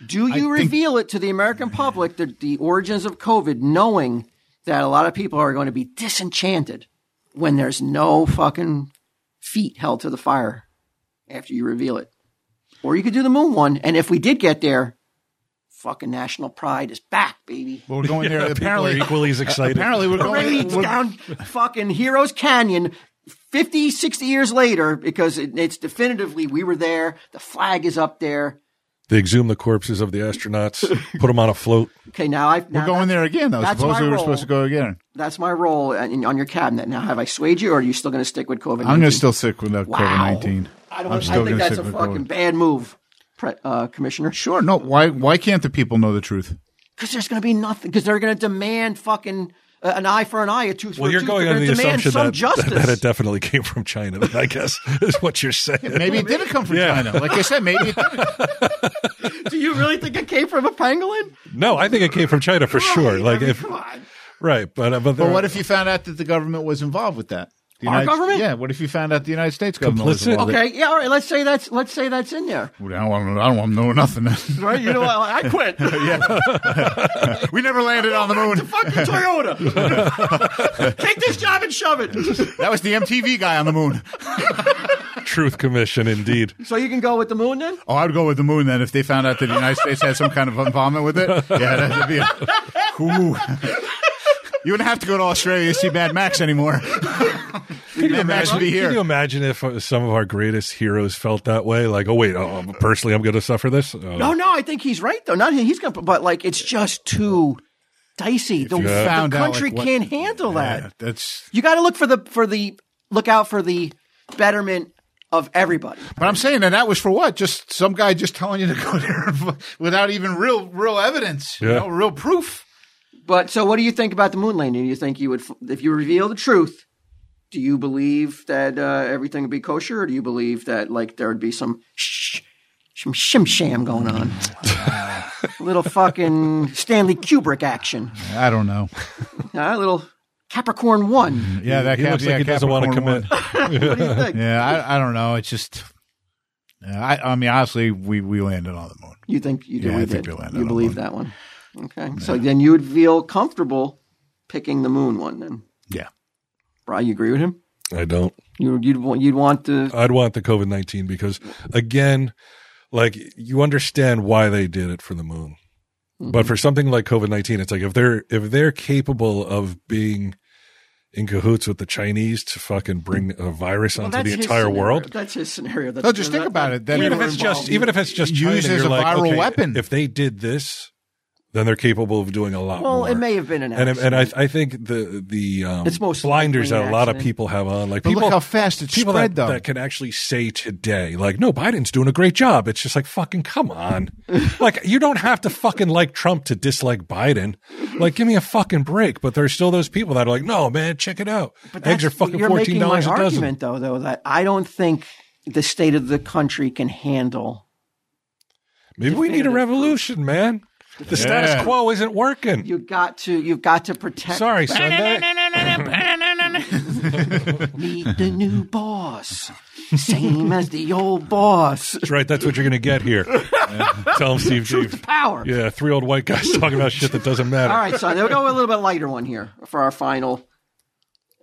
Speaker 3: do you
Speaker 4: think-
Speaker 3: reveal it to the American public the, the origins of COVID, knowing that a lot of people are going to be disenchanted when there's no fucking feet held to the fire after you reveal it? Or you could do the moon one, and if we did get there, fucking national pride is back, baby.
Speaker 4: Well,
Speaker 1: [LAUGHS]
Speaker 4: we're going there.
Speaker 1: People are
Speaker 4: Apparently, [LAUGHS]
Speaker 1: equally as excited.
Speaker 4: apparently we're going.
Speaker 3: Parades
Speaker 4: We're,
Speaker 3: down fucking Heroes Canyon 50, 60 years later because it, it's definitively we were there. The flag is up there.
Speaker 1: they exhumed the corpses of the astronauts, put them on a float.
Speaker 3: Okay, now I now
Speaker 4: we're going there again. Though
Speaker 3: That's
Speaker 4: supposedly
Speaker 3: my
Speaker 4: we're
Speaker 3: role.
Speaker 4: supposed to go again.
Speaker 3: That's my role in, on your cabinet. Now, have I swayed you, or are you still going to stick with COVID?
Speaker 4: I'm going to still stick with the
Speaker 3: Wow.
Speaker 4: COVID nineteen.
Speaker 3: I
Speaker 4: I'm
Speaker 3: don't.
Speaker 4: still
Speaker 3: I
Speaker 4: gonna
Speaker 3: think that's
Speaker 4: stick
Speaker 3: a
Speaker 4: with
Speaker 3: fucking
Speaker 4: COVID.
Speaker 3: bad move, Pre- uh, Commissioner.
Speaker 4: Sure. No. Why? Why can't the people know the truth?
Speaker 3: Because there's going to be nothing. Because they're going to demand fucking uh, an eye for an eye, a tooth for
Speaker 1: Well,
Speaker 3: a
Speaker 1: you're
Speaker 3: tooth.
Speaker 1: going
Speaker 3: They're
Speaker 1: under
Speaker 3: gonna
Speaker 1: the
Speaker 3: demand
Speaker 1: assumption
Speaker 3: some
Speaker 1: that,
Speaker 4: [LAUGHS]
Speaker 3: justice.
Speaker 1: that it definitely came from China. Then I guess [LAUGHS] is what you're saying.
Speaker 4: [LAUGHS] Maybe it didn't come from
Speaker 1: Yeah.
Speaker 4: China. Like I said, maybe it didn't.
Speaker 3: Do you really think it came from a pangolin?
Speaker 1: No, I think it came from China for sure. Like
Speaker 3: I mean,
Speaker 1: if
Speaker 3: come on.
Speaker 1: right, but uh, but, there
Speaker 4: But what
Speaker 1: are-
Speaker 4: if you found out that the government was involved with that? The
Speaker 3: Our
Speaker 4: United-
Speaker 3: government?
Speaker 4: Yeah. What if you found out the United States government was
Speaker 1: Complicit?
Speaker 4: involved?
Speaker 3: Okay, yeah, all right. Let's say that's let's say that's in there,
Speaker 4: I don't want. I don't want to know nothing.
Speaker 3: right? You know, I, I quit.
Speaker 4: [LAUGHS]
Speaker 3: [LAUGHS]
Speaker 4: we never landed on the moon.
Speaker 3: Fucking Toyota. Take this job and shove it.
Speaker 4: [LAUGHS] That was the MTV guy on the moon.
Speaker 1: [LAUGHS] Truth Commission,
Speaker 3: [LAUGHS]
Speaker 1: indeed.
Speaker 3: So you can go with the moon then.
Speaker 4: Oh, I would go with the moon then if they found out that the United States had some kind of involvement with it. [LAUGHS] Yeah, that'd be a, Ooh. [LAUGHS] You wouldn't have to go to Australia to see Mad Max anymore. [LAUGHS] Mad Max would be
Speaker 1: Can you
Speaker 4: here.
Speaker 1: imagine if uh, some of our greatest heroes felt that way? Like, oh wait, oh, personally, I'm going to suffer this. Oh.
Speaker 3: No, no, I think he's right though. Not he's gonna, but like it's just too dicey. The,
Speaker 4: you
Speaker 3: the
Speaker 4: found out, like,
Speaker 3: country
Speaker 4: what-
Speaker 3: can't handle that.
Speaker 4: That's
Speaker 3: You got to look for the for the look out for the betterment of everybody.
Speaker 4: But I'm saying, and that was for what? Just some guy just telling you to go [LAUGHS] there without even real, real evidence, you
Speaker 1: Yeah.
Speaker 4: know, real proof.
Speaker 3: But so, what do you think about the moon landing? Do you think you would, if you reveal the truth, do you believe that uh, everything would be kosher, or do you believe that like there would be some shh, some shim sham going
Speaker 4: [LAUGHS]
Speaker 3: on, little fucking Stanley Kubrick action,
Speaker 4: I don't know.
Speaker 3: a little Capricorn One?
Speaker 4: Yeah, that
Speaker 1: He looks like he doesn't want to commit. [LAUGHS]
Speaker 3: What do you think?
Speaker 4: Yeah, I, I don't know. It's just, I, I mean, honestly, we we landed on the moon.
Speaker 3: You think you do?
Speaker 4: Yeah, I
Speaker 3: we
Speaker 4: think
Speaker 3: did.
Speaker 4: you'll land
Speaker 3: you
Speaker 4: on one.
Speaker 3: believe that one? Okay, so then you would feel comfortable picking the moon one. Then,
Speaker 4: Yeah.
Speaker 3: Brian, you agree with him?
Speaker 1: I don't.
Speaker 3: You, you'd want you'd want to
Speaker 1: I'd want the COVID 19 because, again, like you understand why they did it for the moon.
Speaker 3: Mm-hmm.
Speaker 1: But for something like COVID 19, it's like if they're, if they're capable of being in cahoots with the Chinese to fucking bring a virus
Speaker 3: Well,
Speaker 1: onto
Speaker 3: that's
Speaker 1: the
Speaker 3: his
Speaker 1: entire
Speaker 3: scenario.
Speaker 1: world.
Speaker 3: That's his scenario. That,
Speaker 4: No, just think about it. Then
Speaker 3: we
Speaker 1: Even if
Speaker 3: were
Speaker 1: it's
Speaker 3: involved
Speaker 1: just,
Speaker 3: in.
Speaker 1: even if it's just China,
Speaker 4: Used as
Speaker 1: you're
Speaker 4: a
Speaker 1: like,
Speaker 4: viral
Speaker 1: okay,
Speaker 4: weapon.
Speaker 1: If they did this, then they're capable of doing a lot
Speaker 3: well,
Speaker 1: more.
Speaker 3: it may have been an
Speaker 1: and
Speaker 3: accident.
Speaker 1: and I, I think the the um,
Speaker 3: It's mostly
Speaker 1: blinders
Speaker 3: a
Speaker 1: that
Speaker 3: plane
Speaker 1: a lot of
Speaker 3: accident.
Speaker 1: people have on, like
Speaker 4: But
Speaker 1: people
Speaker 4: look how fast it
Speaker 1: people that,
Speaker 4: spread, though.
Speaker 1: that can actually say today, like, no, Biden's doing a great job. It's just like, fucking come
Speaker 3: [LAUGHS]
Speaker 1: on. like, you don't have to fucking like Trump to dislike Biden. Like, give me a fucking break. But there's still those people that are like, no, man, check it out.
Speaker 3: But
Speaker 1: Eggs
Speaker 3: that's-
Speaker 1: are fucking
Speaker 3: you're
Speaker 1: $14
Speaker 3: making my
Speaker 1: a dozen.
Speaker 3: argument, though, though that I don't think the state of the country can handle.
Speaker 1: Maybe we need a
Speaker 3: Definitive
Speaker 1: revolution, man. The status
Speaker 4: Yeah.
Speaker 1: quo isn't working.
Speaker 3: You got to. You've got to protect.
Speaker 1: Sorry, Sunday.
Speaker 3: Meet the new boss. Same as the
Speaker 1: [LAUGHS]
Speaker 3: old boss.
Speaker 1: That's right. That's what you're going to get here. Tell him, Steve. Steve.
Speaker 3: Power.
Speaker 1: Yeah, three old white guys [LAUGHS] talking about shit that doesn't matter.
Speaker 3: All right, so we'll go a little bit lighter one here for our final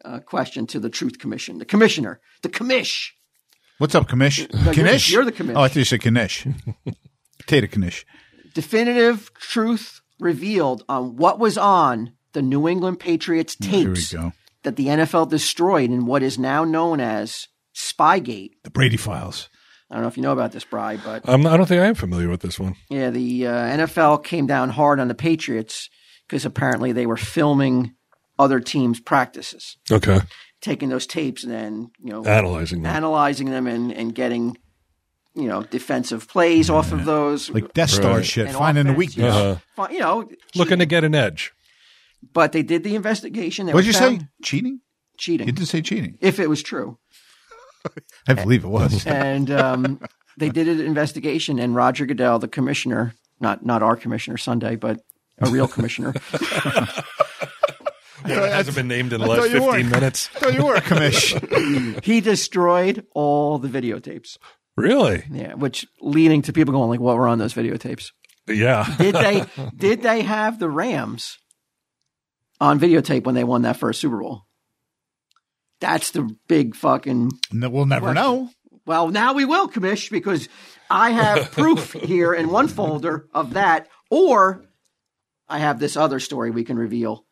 Speaker 3: uh, question to the Truth Commission, the Commissioner, the Commish.
Speaker 4: What's up, Kanish?
Speaker 3: you're the-
Speaker 4: Kanish?
Speaker 3: you're the Kanish.
Speaker 4: Oh, I thought you said Kanish. [LAUGHS] Potato Kanish.
Speaker 3: definitive truth revealed on what was on the New England Patriots
Speaker 4: Here we
Speaker 3: tapes
Speaker 4: go.
Speaker 3: that the NFL destroyed in what is now known as Spygate.
Speaker 4: The Brady Files.
Speaker 3: I don't know if you know about this, Bry, but
Speaker 1: I'm, I don't think I am familiar with this one.
Speaker 3: yeah, the uh, NFL came down hard on the Patriots because apparently they were filming other teams' practices,
Speaker 1: Okay.
Speaker 3: taking those tapes and then, you know,
Speaker 1: Analyzing that.
Speaker 3: analyzing them and, and getting, you know, defensive plays off of those.
Speaker 4: Like Death Star
Speaker 1: Right.
Speaker 4: shit.
Speaker 3: and
Speaker 4: Finding the
Speaker 3: offense, you know,
Speaker 4: weakness.
Speaker 3: fi- You know,
Speaker 1: Looking to get an edge.
Speaker 3: but they did the investigation. They
Speaker 4: What'd
Speaker 3: were
Speaker 4: you
Speaker 3: found
Speaker 4: say? Cheating?
Speaker 3: Cheating.
Speaker 4: You didn't say cheating.
Speaker 3: if it was true. Eh.
Speaker 4: I believe it
Speaker 3: [LAUGHS]
Speaker 4: was. [LAUGHS]
Speaker 3: And um, they did an investigation, and Roger Goodell, the commissioner, not not our commissioner Sunday, but a real
Speaker 4: [LAUGHS]
Speaker 3: commissioner.
Speaker 1: Well, it hasn't been named in the
Speaker 4: I
Speaker 1: last
Speaker 4: thought you
Speaker 1: 15
Speaker 4: weren't.
Speaker 1: minutes.
Speaker 4: [LAUGHS] I thought you were a Kanish.
Speaker 3: he destroyed all the videotapes.
Speaker 1: Really?
Speaker 3: Yeah, which leading to people going like, "What were on those videotapes?
Speaker 1: Yeah.
Speaker 3: Did they did they have the Rams on videotape when they won that first Super Bowl?" That's the big fucking.
Speaker 4: [LAUGHS] No, we'll never know.
Speaker 3: Well, now we will, Commish, because I have proof here in one folder of that, or I have this other story we can reveal.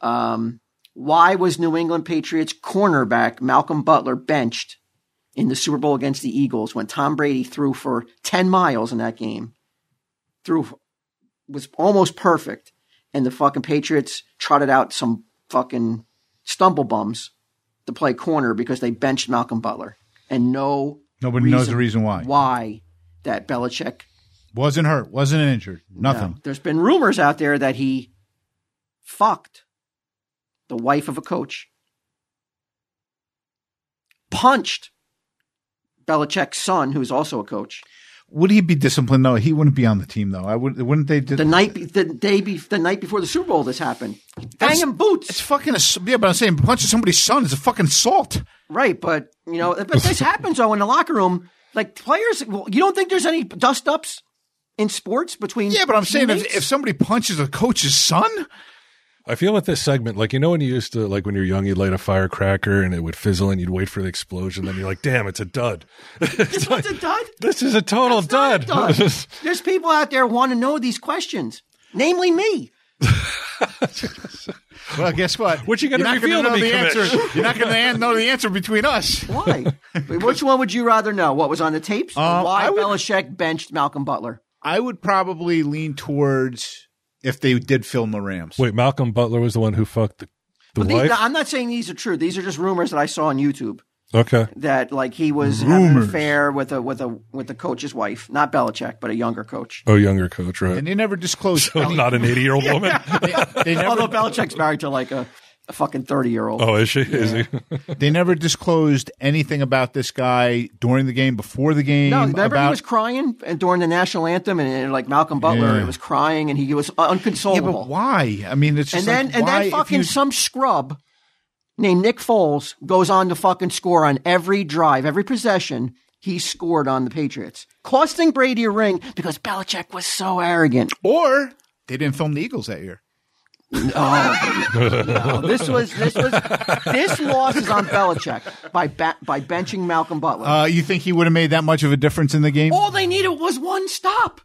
Speaker 3: Um, why was New England Patriots cornerback Malcolm Butler benched in the Super Bowl against the Eagles when Tom Brady threw for 10 miles in that game? Threw was almost perfect, and the fucking Patriots trotted out some fucking stumble bums to play corner because they benched Malcolm Butler. And no
Speaker 4: Nobody knows the reason why.
Speaker 3: why that Belichick
Speaker 4: Wasn't hurt. Wasn't injured. Nothing.
Speaker 3: now, there's been rumors out there that he fucked the wife of a coach, punched Belichick's son, who's also a coach,
Speaker 4: Would he be disciplined though? He wouldn't be on the team though. I would. Wouldn't they?
Speaker 3: the night be- the day be- the night before the Super Bowl. This happened. Bang him
Speaker 4: it's
Speaker 3: boots,
Speaker 4: fucking. ass- Yeah, but I'm saying punching somebody's son is a fucking assault.
Speaker 3: right? But you know,
Speaker 4: [LAUGHS]
Speaker 3: but this happens though in the locker room. Like players, well, you don't think there's any dust ups in sports between?
Speaker 4: Yeah, but I'm saying if,
Speaker 3: teammates?
Speaker 4: if somebody punches a coach's son,
Speaker 1: I feel with this segment, like, you know, when you used to, like, when you're young, you'd light a firecracker and it would fizzle and you'd wait for the explosion. Then you're like, damn, it's a dud. [LAUGHS] it's like,
Speaker 3: It's a dud.
Speaker 1: this is a total
Speaker 3: It's not
Speaker 1: dud.
Speaker 3: done. There's people out there want to know these questions, namely me.
Speaker 4: well, guess what?
Speaker 1: What you gonna
Speaker 4: You're not
Speaker 1: reveal to
Speaker 4: gonna know
Speaker 1: me,
Speaker 4: the
Speaker 1: Kamish?
Speaker 4: answer. You're not going to know the answer between us. [LAUGHS]
Speaker 3: Why? But Which one would you rather know? What was on the tapes? or
Speaker 4: Um,
Speaker 3: why
Speaker 4: I would-
Speaker 3: Belichick benched Malcolm Butler?
Speaker 4: I would probably lean towards if they did film the Rams.
Speaker 1: Wait, Malcolm Butler was the one who fucked the, the
Speaker 3: These-
Speaker 1: wife?
Speaker 3: I'm not saying these are true. These are just rumors that I saw on YouTube.
Speaker 1: Okay.
Speaker 3: that like he was having an affair with a with a with the coach's wife, not Belichick, but a younger coach.
Speaker 1: Oh, younger coach, right? [LAUGHS]
Speaker 4: And they never disclosed.
Speaker 1: So not an 80 year old
Speaker 4: [LAUGHS]
Speaker 1: woman.
Speaker 4: They never,
Speaker 3: Although Belichick's married to like a, a fucking thirty year old.
Speaker 1: Oh, is she? Is he?
Speaker 4: they never disclosed anything about this guy during the game, before the game.
Speaker 3: No, remember
Speaker 4: about,
Speaker 3: he was crying during the national anthem, and, and like Malcolm Butler,
Speaker 4: Yeah.
Speaker 3: he was crying, and he was
Speaker 4: Yeah,
Speaker 3: unconsolable.
Speaker 4: but why? I mean, it's
Speaker 3: and
Speaker 4: just
Speaker 3: then
Speaker 4: like,
Speaker 3: and
Speaker 4: why
Speaker 3: then
Speaker 4: if
Speaker 3: fucking
Speaker 4: you-
Speaker 3: some scrub named Nick Foles goes on to fucking score on every drive, every possession. He scored on the Patriots, costing Brady a ring because Belichick was so arrogant.
Speaker 4: or they didn't film the Eagles that year.
Speaker 3: No, this was this was this loss is on Belichick by ba- by benching Malcolm Butler.
Speaker 4: Uh, you think he would have made that much of a difference in the game?
Speaker 3: All they needed was one stop.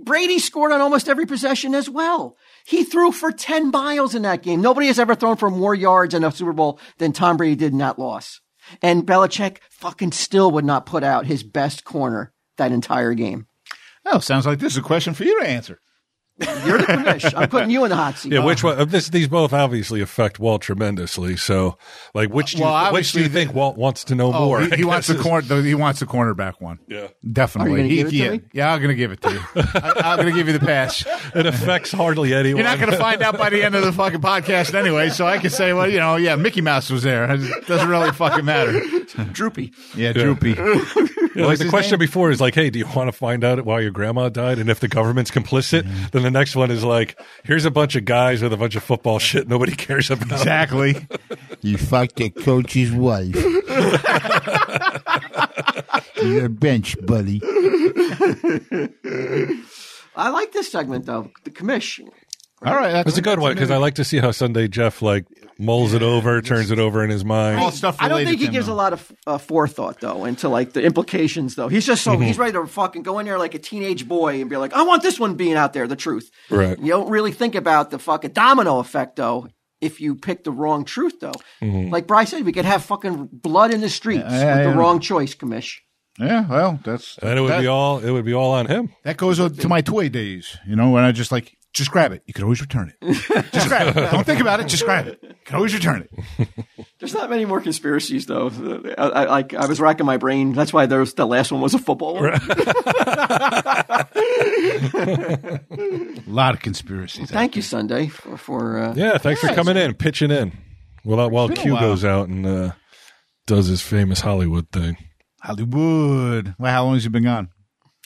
Speaker 3: Brady scored on almost every possession as well. He threw for 10 miles in that game. Nobody has ever thrown for more yards in a Super Bowl than Tom Brady did in that loss. And Belichick fucking still would not put out his best corner that entire game.
Speaker 4: Oh, sounds like this is a question for you to answer.
Speaker 3: You're the commish. I'm putting you in the hot
Speaker 1: [LAUGHS]
Speaker 3: seat.
Speaker 4: Uh-huh.
Speaker 1: Yeah, which one? uh, This, these both obviously affect Walt tremendously. So, like, which do you,
Speaker 4: Well,
Speaker 1: which do you
Speaker 4: obviously
Speaker 1: think Walt wants to know
Speaker 4: Oh,
Speaker 1: more?
Speaker 4: he,
Speaker 1: I
Speaker 4: he wants the
Speaker 1: guess is-
Speaker 4: corner. the- He wants the cornerback one.
Speaker 1: Yeah.
Speaker 4: Definitely.
Speaker 3: Are you gonna
Speaker 4: He-
Speaker 3: give it to
Speaker 4: yeah,
Speaker 3: me?
Speaker 4: yeah, I'm going to give it to you. I, I'm going to give you the pass.
Speaker 1: [LAUGHS] It affects hardly anyone.
Speaker 4: You're not going to find out by the end of the fucking podcast anyway, so I can say, well, you know, yeah, Mickey Mouse was there. It doesn't really fucking matter.
Speaker 3: droopy.
Speaker 4: Yeah, droopy.
Speaker 1: [LAUGHS] Yeah, like the
Speaker 4: his
Speaker 1: question
Speaker 4: name?
Speaker 1: before is like, hey, do you want to find out why your grandma died and if the government's complicit? Then the next one is like, here's a bunch of guys with a bunch of football shit nobody [LAUGHS] cares about.
Speaker 4: Exactly.
Speaker 5: You fucked the coach's wife. You're a bench buddy.
Speaker 3: I like this segment though. The commish.
Speaker 4: All right. That's
Speaker 1: It's a good one because I like to see how Sunday Jeff like mulls it over, turns it over in his mind.
Speaker 4: all stuff
Speaker 3: I don't
Speaker 4: related
Speaker 3: think
Speaker 4: to
Speaker 3: he
Speaker 4: him,
Speaker 3: gives
Speaker 4: though.
Speaker 3: a lot of uh, forethought though into like the implications though. He's just so
Speaker 1: Mm-hmm.
Speaker 3: he's ready to fucking go in there like a teenage boy and be like, I want this one being out there, the truth.
Speaker 1: Right.
Speaker 3: You don't really think about the fucking domino effect though. If you pick the wrong truth though,
Speaker 1: Mm-hmm.
Speaker 3: like Bryce said, we could have fucking blood in the streets
Speaker 4: yeah,
Speaker 3: with the
Speaker 4: yeah.
Speaker 3: wrong choice, Commish.
Speaker 4: Yeah, well, that's.
Speaker 1: And it would
Speaker 4: that,
Speaker 1: be all it would be all on him.
Speaker 4: that goes to my toy days, you know, when I just like, just grab it. You can always return it. Just grab it. Don't think about it. Just grab it. You can always return it.
Speaker 3: There's not many more conspiracies though. I, I, like I was racking my brain. That's why there was, the last one was a football one.
Speaker 4: A lot of conspiracies.
Speaker 3: Thank you, Sunday, for, for uh,
Speaker 1: Yeah, thanks for coming in, pitching in. Well, while
Speaker 4: a
Speaker 1: Q
Speaker 4: while.
Speaker 1: goes out and uh, does his famous Hollywood thing,
Speaker 4: Hollywood. Well, how long has he been gone?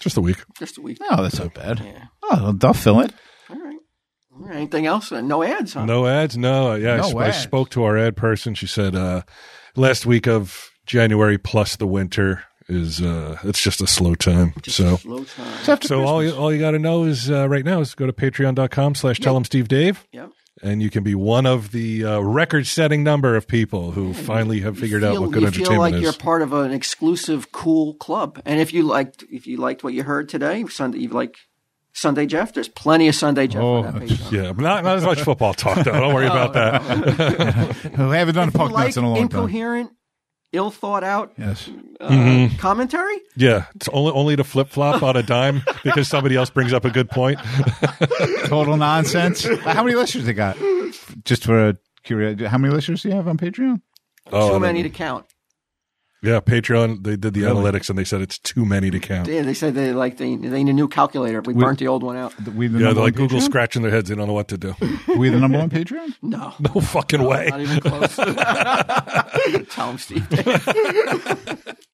Speaker 1: just a week.
Speaker 3: just a week.
Speaker 4: No, that's not bad. Oh, they'll fill it.
Speaker 3: All right. All right. Anything else? Uh, No ads, huh?
Speaker 1: No ads? No. uh, Yeah, I
Speaker 4: No
Speaker 1: sp- I,
Speaker 4: ads.
Speaker 1: spoke to our ad person. She said uh, last week of January plus the winter is uh, it's just a slow time. so
Speaker 3: Slow time.
Speaker 4: After
Speaker 1: so all you, all you got to know is uh, right now is go to patreon.com slash tell them Steve Dave.
Speaker 3: Yep.
Speaker 1: And you can be one of the uh, record-setting number of people who finally have figured out
Speaker 3: feel-
Speaker 1: what good
Speaker 3: you feel
Speaker 1: entertainment
Speaker 3: like you're
Speaker 1: is.
Speaker 3: part of an exclusive cool club. And if you liked if you liked what you heard today, Sunday you like Sunday Jeff, there's plenty of Sunday Jeff
Speaker 1: Oh,
Speaker 3: on that page.
Speaker 1: Yeah, but not not as much football talk though. Don't worry about that.
Speaker 3: [LAUGHS]
Speaker 4: We haven't done a puck
Speaker 3: Like
Speaker 4: nuts in a long time.
Speaker 3: incoherent, ill thought out
Speaker 4: Yes.
Speaker 3: uh,
Speaker 1: Mm-hmm.
Speaker 3: commentary?
Speaker 1: Yeah, it's only only to flip flop on a dime because somebody else brings up a good point.
Speaker 4: Total nonsense. How many listeners they got? Just for a curiosity, how many listeners do you have on Patreon?
Speaker 1: Oh, I
Speaker 3: Too
Speaker 1: don't
Speaker 3: many
Speaker 1: know.
Speaker 3: to count.
Speaker 1: Yeah, Patreon. They did the analytics and they said it's too many to count.
Speaker 3: Yeah, they said they like they, they need a new calculator. We burnt the old one out.
Speaker 4: We the
Speaker 1: Yeah,
Speaker 4: number
Speaker 1: they're like
Speaker 4: one
Speaker 1: Google
Speaker 4: Patreon?
Speaker 1: scratching their heads. They don't know what to do. [LAUGHS]
Speaker 4: We the number one Patreon?
Speaker 3: No.
Speaker 1: [LAUGHS]
Speaker 3: Oh, [LAUGHS]
Speaker 1: No fucking way.
Speaker 3: Not even close. Tell him, Steve.